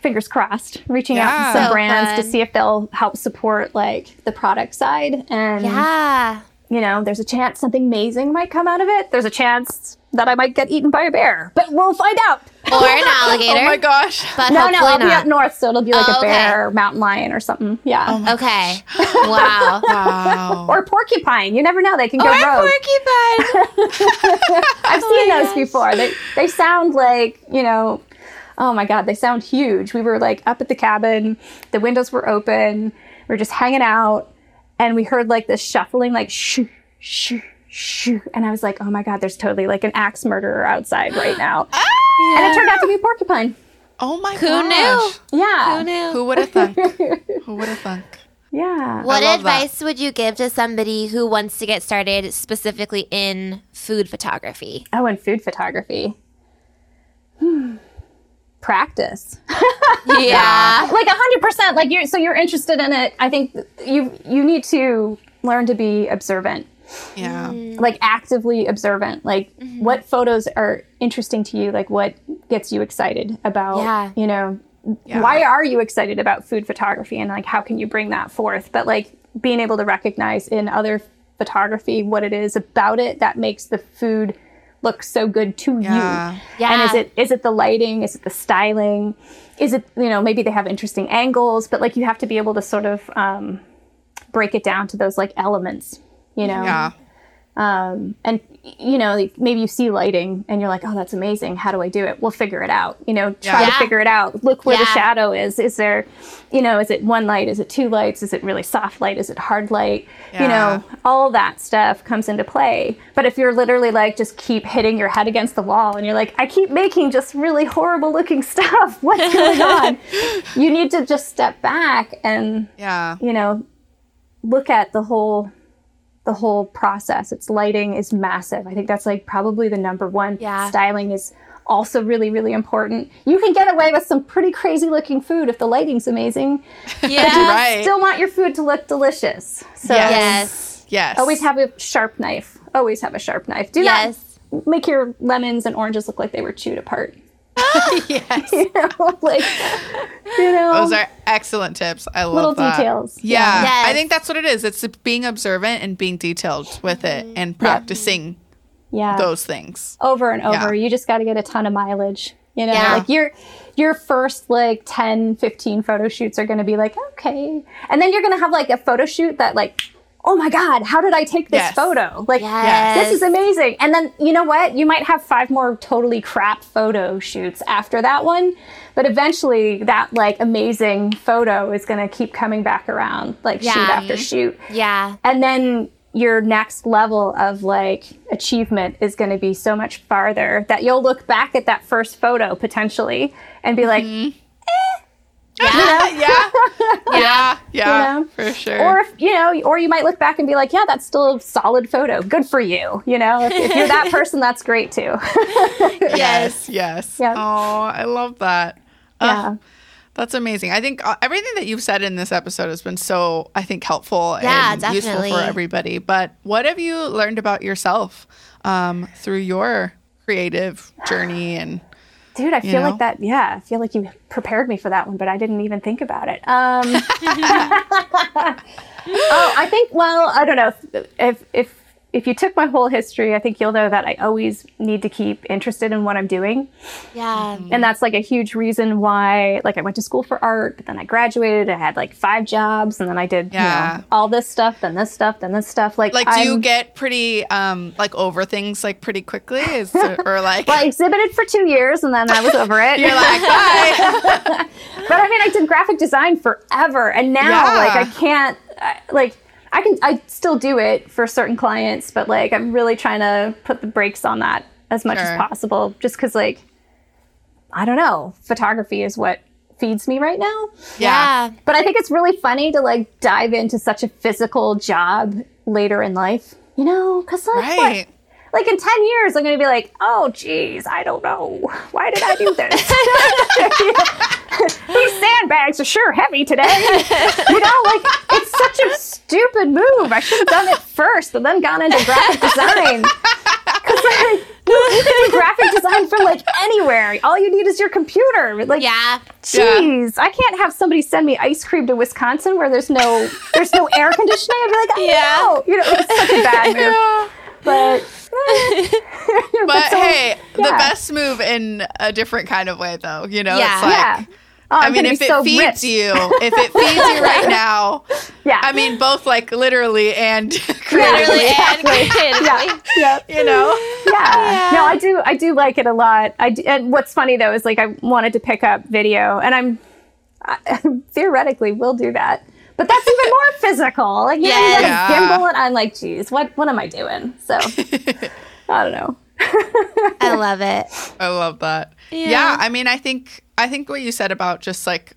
Speaker 1: fingers crossed, reaching out
Speaker 2: Yeah.
Speaker 1: to some
Speaker 3: So
Speaker 1: brands to
Speaker 3: fun.
Speaker 1: see if they'll help support like the product side and
Speaker 3: Yeah.
Speaker 1: you know, there's a chance something amazing might come out of it. There's a chance that I might get eaten by a bear, but we'll find out.
Speaker 3: Or an alligator.
Speaker 2: Oh my gosh.
Speaker 3: But
Speaker 1: No, oh, no,
Speaker 3: hopefully
Speaker 1: I'll be
Speaker 3: not.
Speaker 1: up north, so it'll be like
Speaker 3: Oh,
Speaker 1: a
Speaker 3: okay. Oh,
Speaker 1: bear, or mountain lion, or something. Yeah,
Speaker 3: Okay. Wow.
Speaker 2: Wow.
Speaker 1: or porcupine. You never know; they can go
Speaker 3: or a
Speaker 1: rogue.
Speaker 3: porcupine.
Speaker 1: I've
Speaker 3: Oh
Speaker 1: seen those before. They they sound like you know, oh my god, they sound huge. We were like up at the cabin, the windows were open, we are just hanging out, and we heard like this shuffling, like shoo shoo shoo, and I was like, oh my god, there's totally like an axe murderer outside right now,
Speaker 3: Ah!
Speaker 1: and it turned out to be a porcupine.
Speaker 2: oh my
Speaker 3: Who knew?
Speaker 2: gosh.
Speaker 1: Yeah,
Speaker 3: Who
Speaker 2: Who
Speaker 3: knew?
Speaker 2: Who would have thunk? Who would have thunk?
Speaker 1: yeah.
Speaker 3: What
Speaker 2: love that.
Speaker 3: advice would you give to somebody who wants to get started specifically in food photography?
Speaker 1: Oh, and food photography. Hmm. Practice.
Speaker 3: Yeah.
Speaker 1: like a hundred percent like you so you're interested in it i think you you need to learn to be observant
Speaker 2: Yeah.
Speaker 1: like actively observant like
Speaker 2: Mm-hmm.
Speaker 1: what photos are interesting to you like what gets you excited about
Speaker 3: Yeah.
Speaker 1: you know
Speaker 2: Yeah.
Speaker 1: why are you excited about food photography and like how can you bring that forth but like being able to recognize in other photography what it is about it that makes the food look so good to
Speaker 2: Yeah.
Speaker 1: you
Speaker 3: Yeah.
Speaker 1: and is it is it the lighting? Is it the styling? Is it you know maybe they have interesting angles, but like you have to be able to sort of um, break it down to those like elements, you know,
Speaker 2: Yeah.
Speaker 1: Um, and you know, like maybe you see lighting and you're like, oh, that's amazing. How do I do it? We'll figure it out. You know, try to
Speaker 3: Yeah.
Speaker 1: figure it out. Look where the
Speaker 3: Yeah.
Speaker 1: shadow is. Is there, you know, is it one light? Is it two lights? Is it really soft light? Is it hard light? You know, all that stuff comes into play. But if you're literally like just keep hitting your head against the wall and you're like, I keep making just really horrible looking stuff. What's going on? you need to just step back and
Speaker 2: Yeah.
Speaker 1: you know look at the whole the whole process its lighting is massive i think that's like probably the number one
Speaker 3: Yeah.
Speaker 1: styling is also really really important you can get away with some pretty crazy looking food if the lighting's amazing
Speaker 3: Yeah.
Speaker 2: Right.
Speaker 1: still want your food to look delicious so
Speaker 2: Yes.
Speaker 3: Yes.
Speaker 2: Yes.
Speaker 1: always have a sharp knife always have a sharp knife do
Speaker 3: Yes.
Speaker 1: not make your lemons and oranges look like they were chewed apart you know like you know
Speaker 2: Those are excellent tips. I love
Speaker 1: Little
Speaker 2: that.
Speaker 1: details.
Speaker 2: Yeah.
Speaker 3: Yeah.
Speaker 2: I think that's what it is. It's being observant and being detailed with it and practicing
Speaker 1: yeah
Speaker 2: those things.
Speaker 1: over and over
Speaker 2: Yeah.
Speaker 1: you just got to get a ton of mileage you know
Speaker 3: Yeah.
Speaker 1: like your your first like 10 15 photo shoots are going to be like okay and then you're going to have like a photo shoot that like oh my god how did i take this
Speaker 2: Yes.
Speaker 1: photo like
Speaker 3: Yes.
Speaker 1: this is amazing and then you know what you might have five more totally crap photo shoots after that one but eventually that like amazing photo is going to keep coming back around like
Speaker 3: Yeah.
Speaker 1: shoot after shoot
Speaker 3: Yeah.
Speaker 1: and then your next level of like achievement is going to be so much farther that you'll look back at that first photo potentially and be like
Speaker 2: Yeah. yeah. Yeah. Yeah.
Speaker 1: You know?
Speaker 2: For sure.
Speaker 1: or if, you know or you might look back and be like yeah that's still a solid photo good for you you know if, if you're that person that's great too
Speaker 3: Yes.
Speaker 2: yes.
Speaker 1: Yeah.
Speaker 2: Oh, I love that.
Speaker 1: yeah
Speaker 2: That's amazing. I think uh, everything that you've said in this episode has been so, I think, helpful
Speaker 3: Yeah,
Speaker 2: and
Speaker 3: definitely.
Speaker 2: useful for everybody. But what have you learned about yourself um, through your creative journey? And
Speaker 1: dude i feel
Speaker 2: know?
Speaker 1: like that yeah i feel like you prepared me for that one but i didn't even think about it um oh i think well i don't know if, if if if you took my whole history i think you'll know that i always need to keep interested in what i'm doing
Speaker 3: Yeah.
Speaker 1: and that's like a huge reason why like i went to school for art but then i graduated i had like five jobs and then i did you know,
Speaker 2: Yeah.
Speaker 1: all this stuff then this stuff then this stuff like
Speaker 2: like, do you
Speaker 1: I'm-
Speaker 2: get pretty, um, like, over things like pretty quickly? Is there- or like,
Speaker 1: I exhibited for two years and then I was over it.
Speaker 2: you're like, bye.
Speaker 1: but I mean, I did graphic design forever, and now
Speaker 2: Yeah.
Speaker 1: like I can't I, like I can I still do it for certain clients, but like I'm really trying to put the brakes on that as much
Speaker 2: Sure.
Speaker 1: as possible, just because like I don't know, photography is what feeds me right now.
Speaker 2: yeah.
Speaker 3: Yeah.
Speaker 1: But I think it's really funny to like dive into such a physical job later in life, you know? Because like what-
Speaker 2: Right.
Speaker 1: like in 10 years i'm going to be like oh geez i don't know why did i do this these sandbags are sure heavy today you know like it's such a stupid move i should have done it first and then gone into graphic design because like, you you can do graphic design from like anywhere all you need is your computer like
Speaker 3: Yeah.
Speaker 1: Jeez, I can't have somebody send me ice cream to Wisconsin where there's no there's no air conditioning. I'd be like,
Speaker 3: Yeah.
Speaker 1: oh, no. you know, it's such a bad move. But, but
Speaker 2: But
Speaker 1: so-
Speaker 2: hey, the
Speaker 1: yeah.
Speaker 2: best move in a different kind of way, though. You know,
Speaker 3: Yeah.
Speaker 2: it's like,
Speaker 1: yeah. Oh,
Speaker 2: I
Speaker 1: I'm
Speaker 2: mean,
Speaker 1: gonna
Speaker 2: if
Speaker 1: be
Speaker 2: it
Speaker 1: so
Speaker 2: feeds
Speaker 1: ripped.
Speaker 2: you, if it feeds you right now,
Speaker 1: yeah,
Speaker 2: I mean, both like literally and
Speaker 3: Literally
Speaker 2: creatively,
Speaker 3: and creatively.
Speaker 1: yeah, yeah.
Speaker 2: you know?
Speaker 1: yeah. No, I do. I do like it a lot. I do, and what's funny though is like I wanted to pick up video, and I'm I, theoretically will do that. But that's even more physical. Like, yeah, you got
Speaker 3: Yes.
Speaker 1: a
Speaker 2: Yeah.
Speaker 1: gimbal, and I'm like, geez, what what am I doing? So I don't know.
Speaker 3: I love it.
Speaker 2: I love that. Yeah.
Speaker 3: Yeah.
Speaker 2: I mean, I think, I think what you said about just like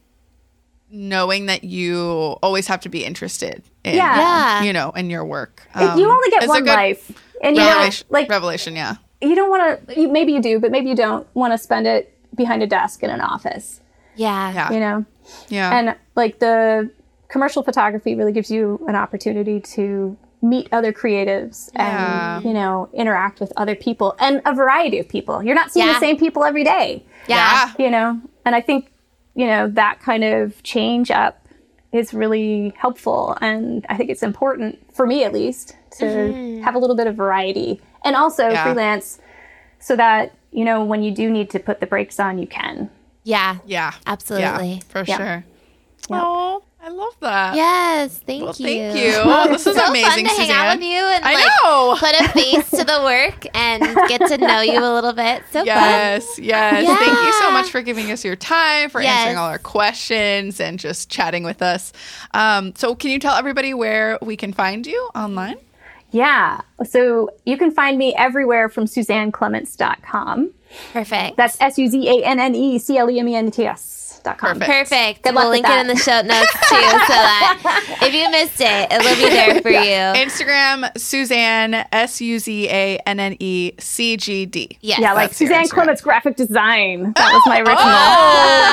Speaker 2: knowing that you always have to be interested in,
Speaker 1: Yeah.
Speaker 3: Yeah.
Speaker 2: you know, in your work.
Speaker 1: you only get
Speaker 2: is Um, a
Speaker 1: one
Speaker 2: good
Speaker 1: life, and you know,
Speaker 2: Revelation,
Speaker 1: like
Speaker 2: revelation, yeah.
Speaker 1: you don't want to. You, maybe you do, but maybe you don't want to spend it behind a desk in an office.
Speaker 3: Yeah.
Speaker 2: Yeah.
Speaker 1: You know.
Speaker 2: Yeah.
Speaker 1: and like the commercial photography really gives you an opportunity to meet other creatives
Speaker 2: Yeah.
Speaker 1: and you know interact with other people and a variety of people you're not seeing
Speaker 3: Yeah.
Speaker 1: the same people every day
Speaker 3: Yeah.
Speaker 1: you know and i think you know that kind of change up is really helpful and i think it's important for me at least to have a little bit of variety and also
Speaker 2: Mm-hmm. Yeah.
Speaker 1: freelance so that you know when you do need to put the brakes on you can
Speaker 3: Yeah.
Speaker 2: Yeah.
Speaker 3: Absolutely.
Speaker 2: Yeah, for
Speaker 1: Yeah.
Speaker 2: sure.
Speaker 1: Yeah.
Speaker 2: Oh, I love that.
Speaker 3: Yes, thank
Speaker 2: Well,
Speaker 3: you.
Speaker 2: thank you. Well, this is
Speaker 3: so fun
Speaker 2: amazing,
Speaker 3: to hang out
Speaker 2: Suzanne.
Speaker 3: with you and
Speaker 2: I
Speaker 3: like
Speaker 2: know.
Speaker 3: put a face to the work and get to know you a little bit. So fun.
Speaker 2: Yes, yes.
Speaker 3: Yeah.
Speaker 2: Thank you so much for giving us your time, for
Speaker 3: Yes.
Speaker 2: answering all our questions, and just chatting with us. Um, so, can you tell everybody where we can find you online?
Speaker 1: Yeah. So you can find me everywhere from SuzanneClements.com.
Speaker 3: Perfect.
Speaker 1: That's S U Z A N N E C L E M E N T S dot com.
Speaker 2: Perfect.
Speaker 3: Perfect.
Speaker 1: Good luck
Speaker 3: we'll
Speaker 1: with
Speaker 3: link it in the show notes too, so that if you missed it, it'll be there for you.
Speaker 2: Instagram, Suzanne, S U Z A N N E C G D.
Speaker 3: Yes.
Speaker 1: Yeah, like
Speaker 2: That's your
Speaker 1: Suzanne
Speaker 2: Instagram.
Speaker 1: Clements graphic design. That was my original.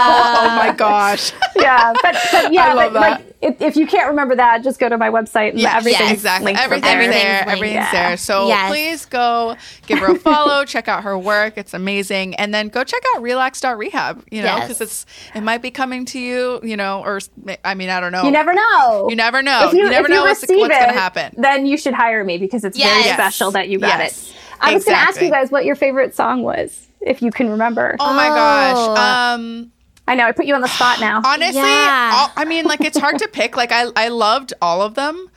Speaker 2: Oh, wow. oh my gosh.
Speaker 1: Yeah, but, but yeah,
Speaker 2: I love
Speaker 1: but,
Speaker 2: that.
Speaker 1: like if, if you can't remember that, just go to my website and
Speaker 2: Yeah,
Speaker 1: everything's
Speaker 2: yeah, exactly.
Speaker 1: linked from
Speaker 2: Everything's there.
Speaker 1: there.
Speaker 3: Everything's
Speaker 2: Everything's,
Speaker 3: linked.
Speaker 2: there. So
Speaker 3: Yes.
Speaker 2: please go give her a follow, check out her work. It's amazing. And then go check out relax.rehab, you know,
Speaker 3: Yes.
Speaker 2: because it's it might be coming to you, you know, or s- I mean, I don't know.
Speaker 1: You never know.
Speaker 2: You never know.
Speaker 1: If
Speaker 2: You never
Speaker 1: if
Speaker 2: know what's-
Speaker 1: receive
Speaker 2: what's gonna
Speaker 1: it,
Speaker 2: happen.
Speaker 1: Then you should hire me because it's very
Speaker 3: Yes.
Speaker 1: special that you got
Speaker 2: Yes.
Speaker 1: it. I was going to ask
Speaker 2: Exactly.
Speaker 1: you guys what your favorite song was, if you can remember.
Speaker 2: Oh my
Speaker 3: Oh.
Speaker 2: gosh. Um
Speaker 1: I know I put you on the spot now.
Speaker 2: honestly,
Speaker 3: Yeah.
Speaker 2: all- I mean, like it's hard to pick. Like I I loved all of them.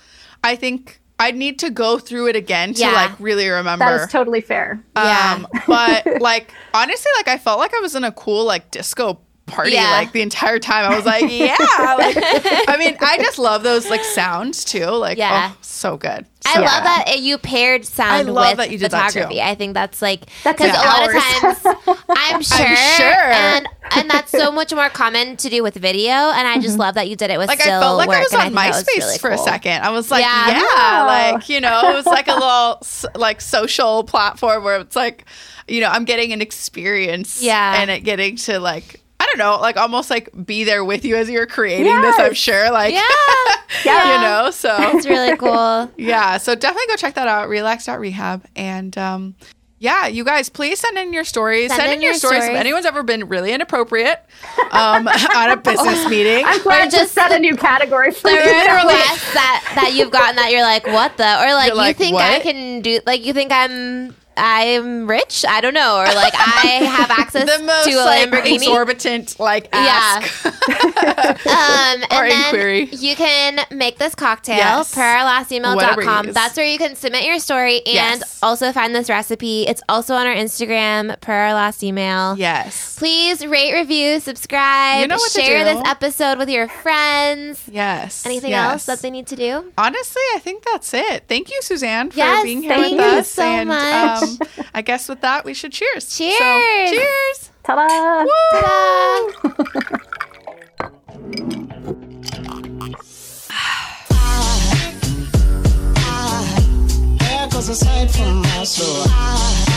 Speaker 2: I think I need to go through it again to
Speaker 3: Yeah.
Speaker 2: like really remember.
Speaker 1: that is totally fair.
Speaker 3: Yeah.
Speaker 2: Um, but like honestly, like I felt like I was in a cool like disco party
Speaker 3: Yeah.
Speaker 2: like the entire time. I was like, yeah. Like, I mean, I just love those like sounds too. Like,
Speaker 3: Yeah.
Speaker 2: oh, so good.
Speaker 3: I
Speaker 2: So
Speaker 3: love
Speaker 2: good.
Speaker 3: that you paired sound
Speaker 2: I love
Speaker 3: with
Speaker 2: that you did that, too.
Speaker 3: photography. I think that's like
Speaker 1: That's
Speaker 3: because
Speaker 1: like
Speaker 3: a lot of
Speaker 1: ours.
Speaker 3: times I'm sure,
Speaker 2: sure.
Speaker 3: and and that's so much more common to do with video. And I just love that you did it with
Speaker 2: Mm-hmm. Like
Speaker 3: still
Speaker 2: I felt like
Speaker 3: work.
Speaker 2: I was
Speaker 3: and
Speaker 2: on
Speaker 3: think that was
Speaker 2: MySpace
Speaker 3: really
Speaker 2: for a
Speaker 3: cool.
Speaker 2: second. I was like,
Speaker 3: Yeah.
Speaker 2: yeah,
Speaker 1: Oh.
Speaker 2: like you know, it was like a little s- like social platform where it's like, you know, I'm getting an experience,
Speaker 3: Yeah.
Speaker 2: and it getting to like. I don't know, like almost like be there with you as you're creating this. I'm
Speaker 1: Yes.
Speaker 2: sure, like,
Speaker 3: Yeah,
Speaker 2: you know, so
Speaker 3: it's really cool.
Speaker 2: Yeah, so definitely go check that out, relax.rehab. And um, yeah, you guys, please send in your stories. Send, in, your, stories. if
Speaker 3: stories.
Speaker 2: anyone's ever been really inappropriate um, at a
Speaker 3: Oh,
Speaker 2: business meeting.
Speaker 1: I'm glad to
Speaker 3: just-
Speaker 1: set a new category for
Speaker 3: the
Speaker 1: you.
Speaker 3: requests that that you've gotten that you're like what the or like
Speaker 2: You're
Speaker 3: you
Speaker 2: like,
Speaker 3: think I
Speaker 2: what?
Speaker 3: can do like you think I'm I'm rich I don't know or like I have access
Speaker 2: The most
Speaker 3: to a
Speaker 2: like,
Speaker 3: Lamborghini
Speaker 2: exorbitant like ask.
Speaker 3: um, and
Speaker 2: Or
Speaker 3: then
Speaker 2: inquiry.
Speaker 3: you can make this cocktail
Speaker 2: Yes.
Speaker 3: per our last
Speaker 2: Whatever it
Speaker 3: email.com.
Speaker 2: is.
Speaker 3: That's where you can submit your story and
Speaker 2: Yes.
Speaker 3: also find this recipe. It's also on our Instagram per our last email.
Speaker 2: yes.
Speaker 3: Please rate, review, subscribe,
Speaker 2: You know what to
Speaker 3: share
Speaker 2: do.
Speaker 3: this episode with your friends.
Speaker 2: Yes.
Speaker 3: Anything
Speaker 2: yes.
Speaker 3: else that they need to do?
Speaker 2: Honestly, I think that's it. Thank you, Suzanne, for
Speaker 3: Yes,
Speaker 2: being here
Speaker 3: thank
Speaker 2: with
Speaker 3: you
Speaker 2: us.
Speaker 3: so
Speaker 2: and
Speaker 3: much.
Speaker 2: um I guess with that we should cheers. So,
Speaker 3: Cheers.
Speaker 2: cheers.
Speaker 1: Ta-da.
Speaker 3: Ta-da.
Speaker 4: Hair goes aside from my soul.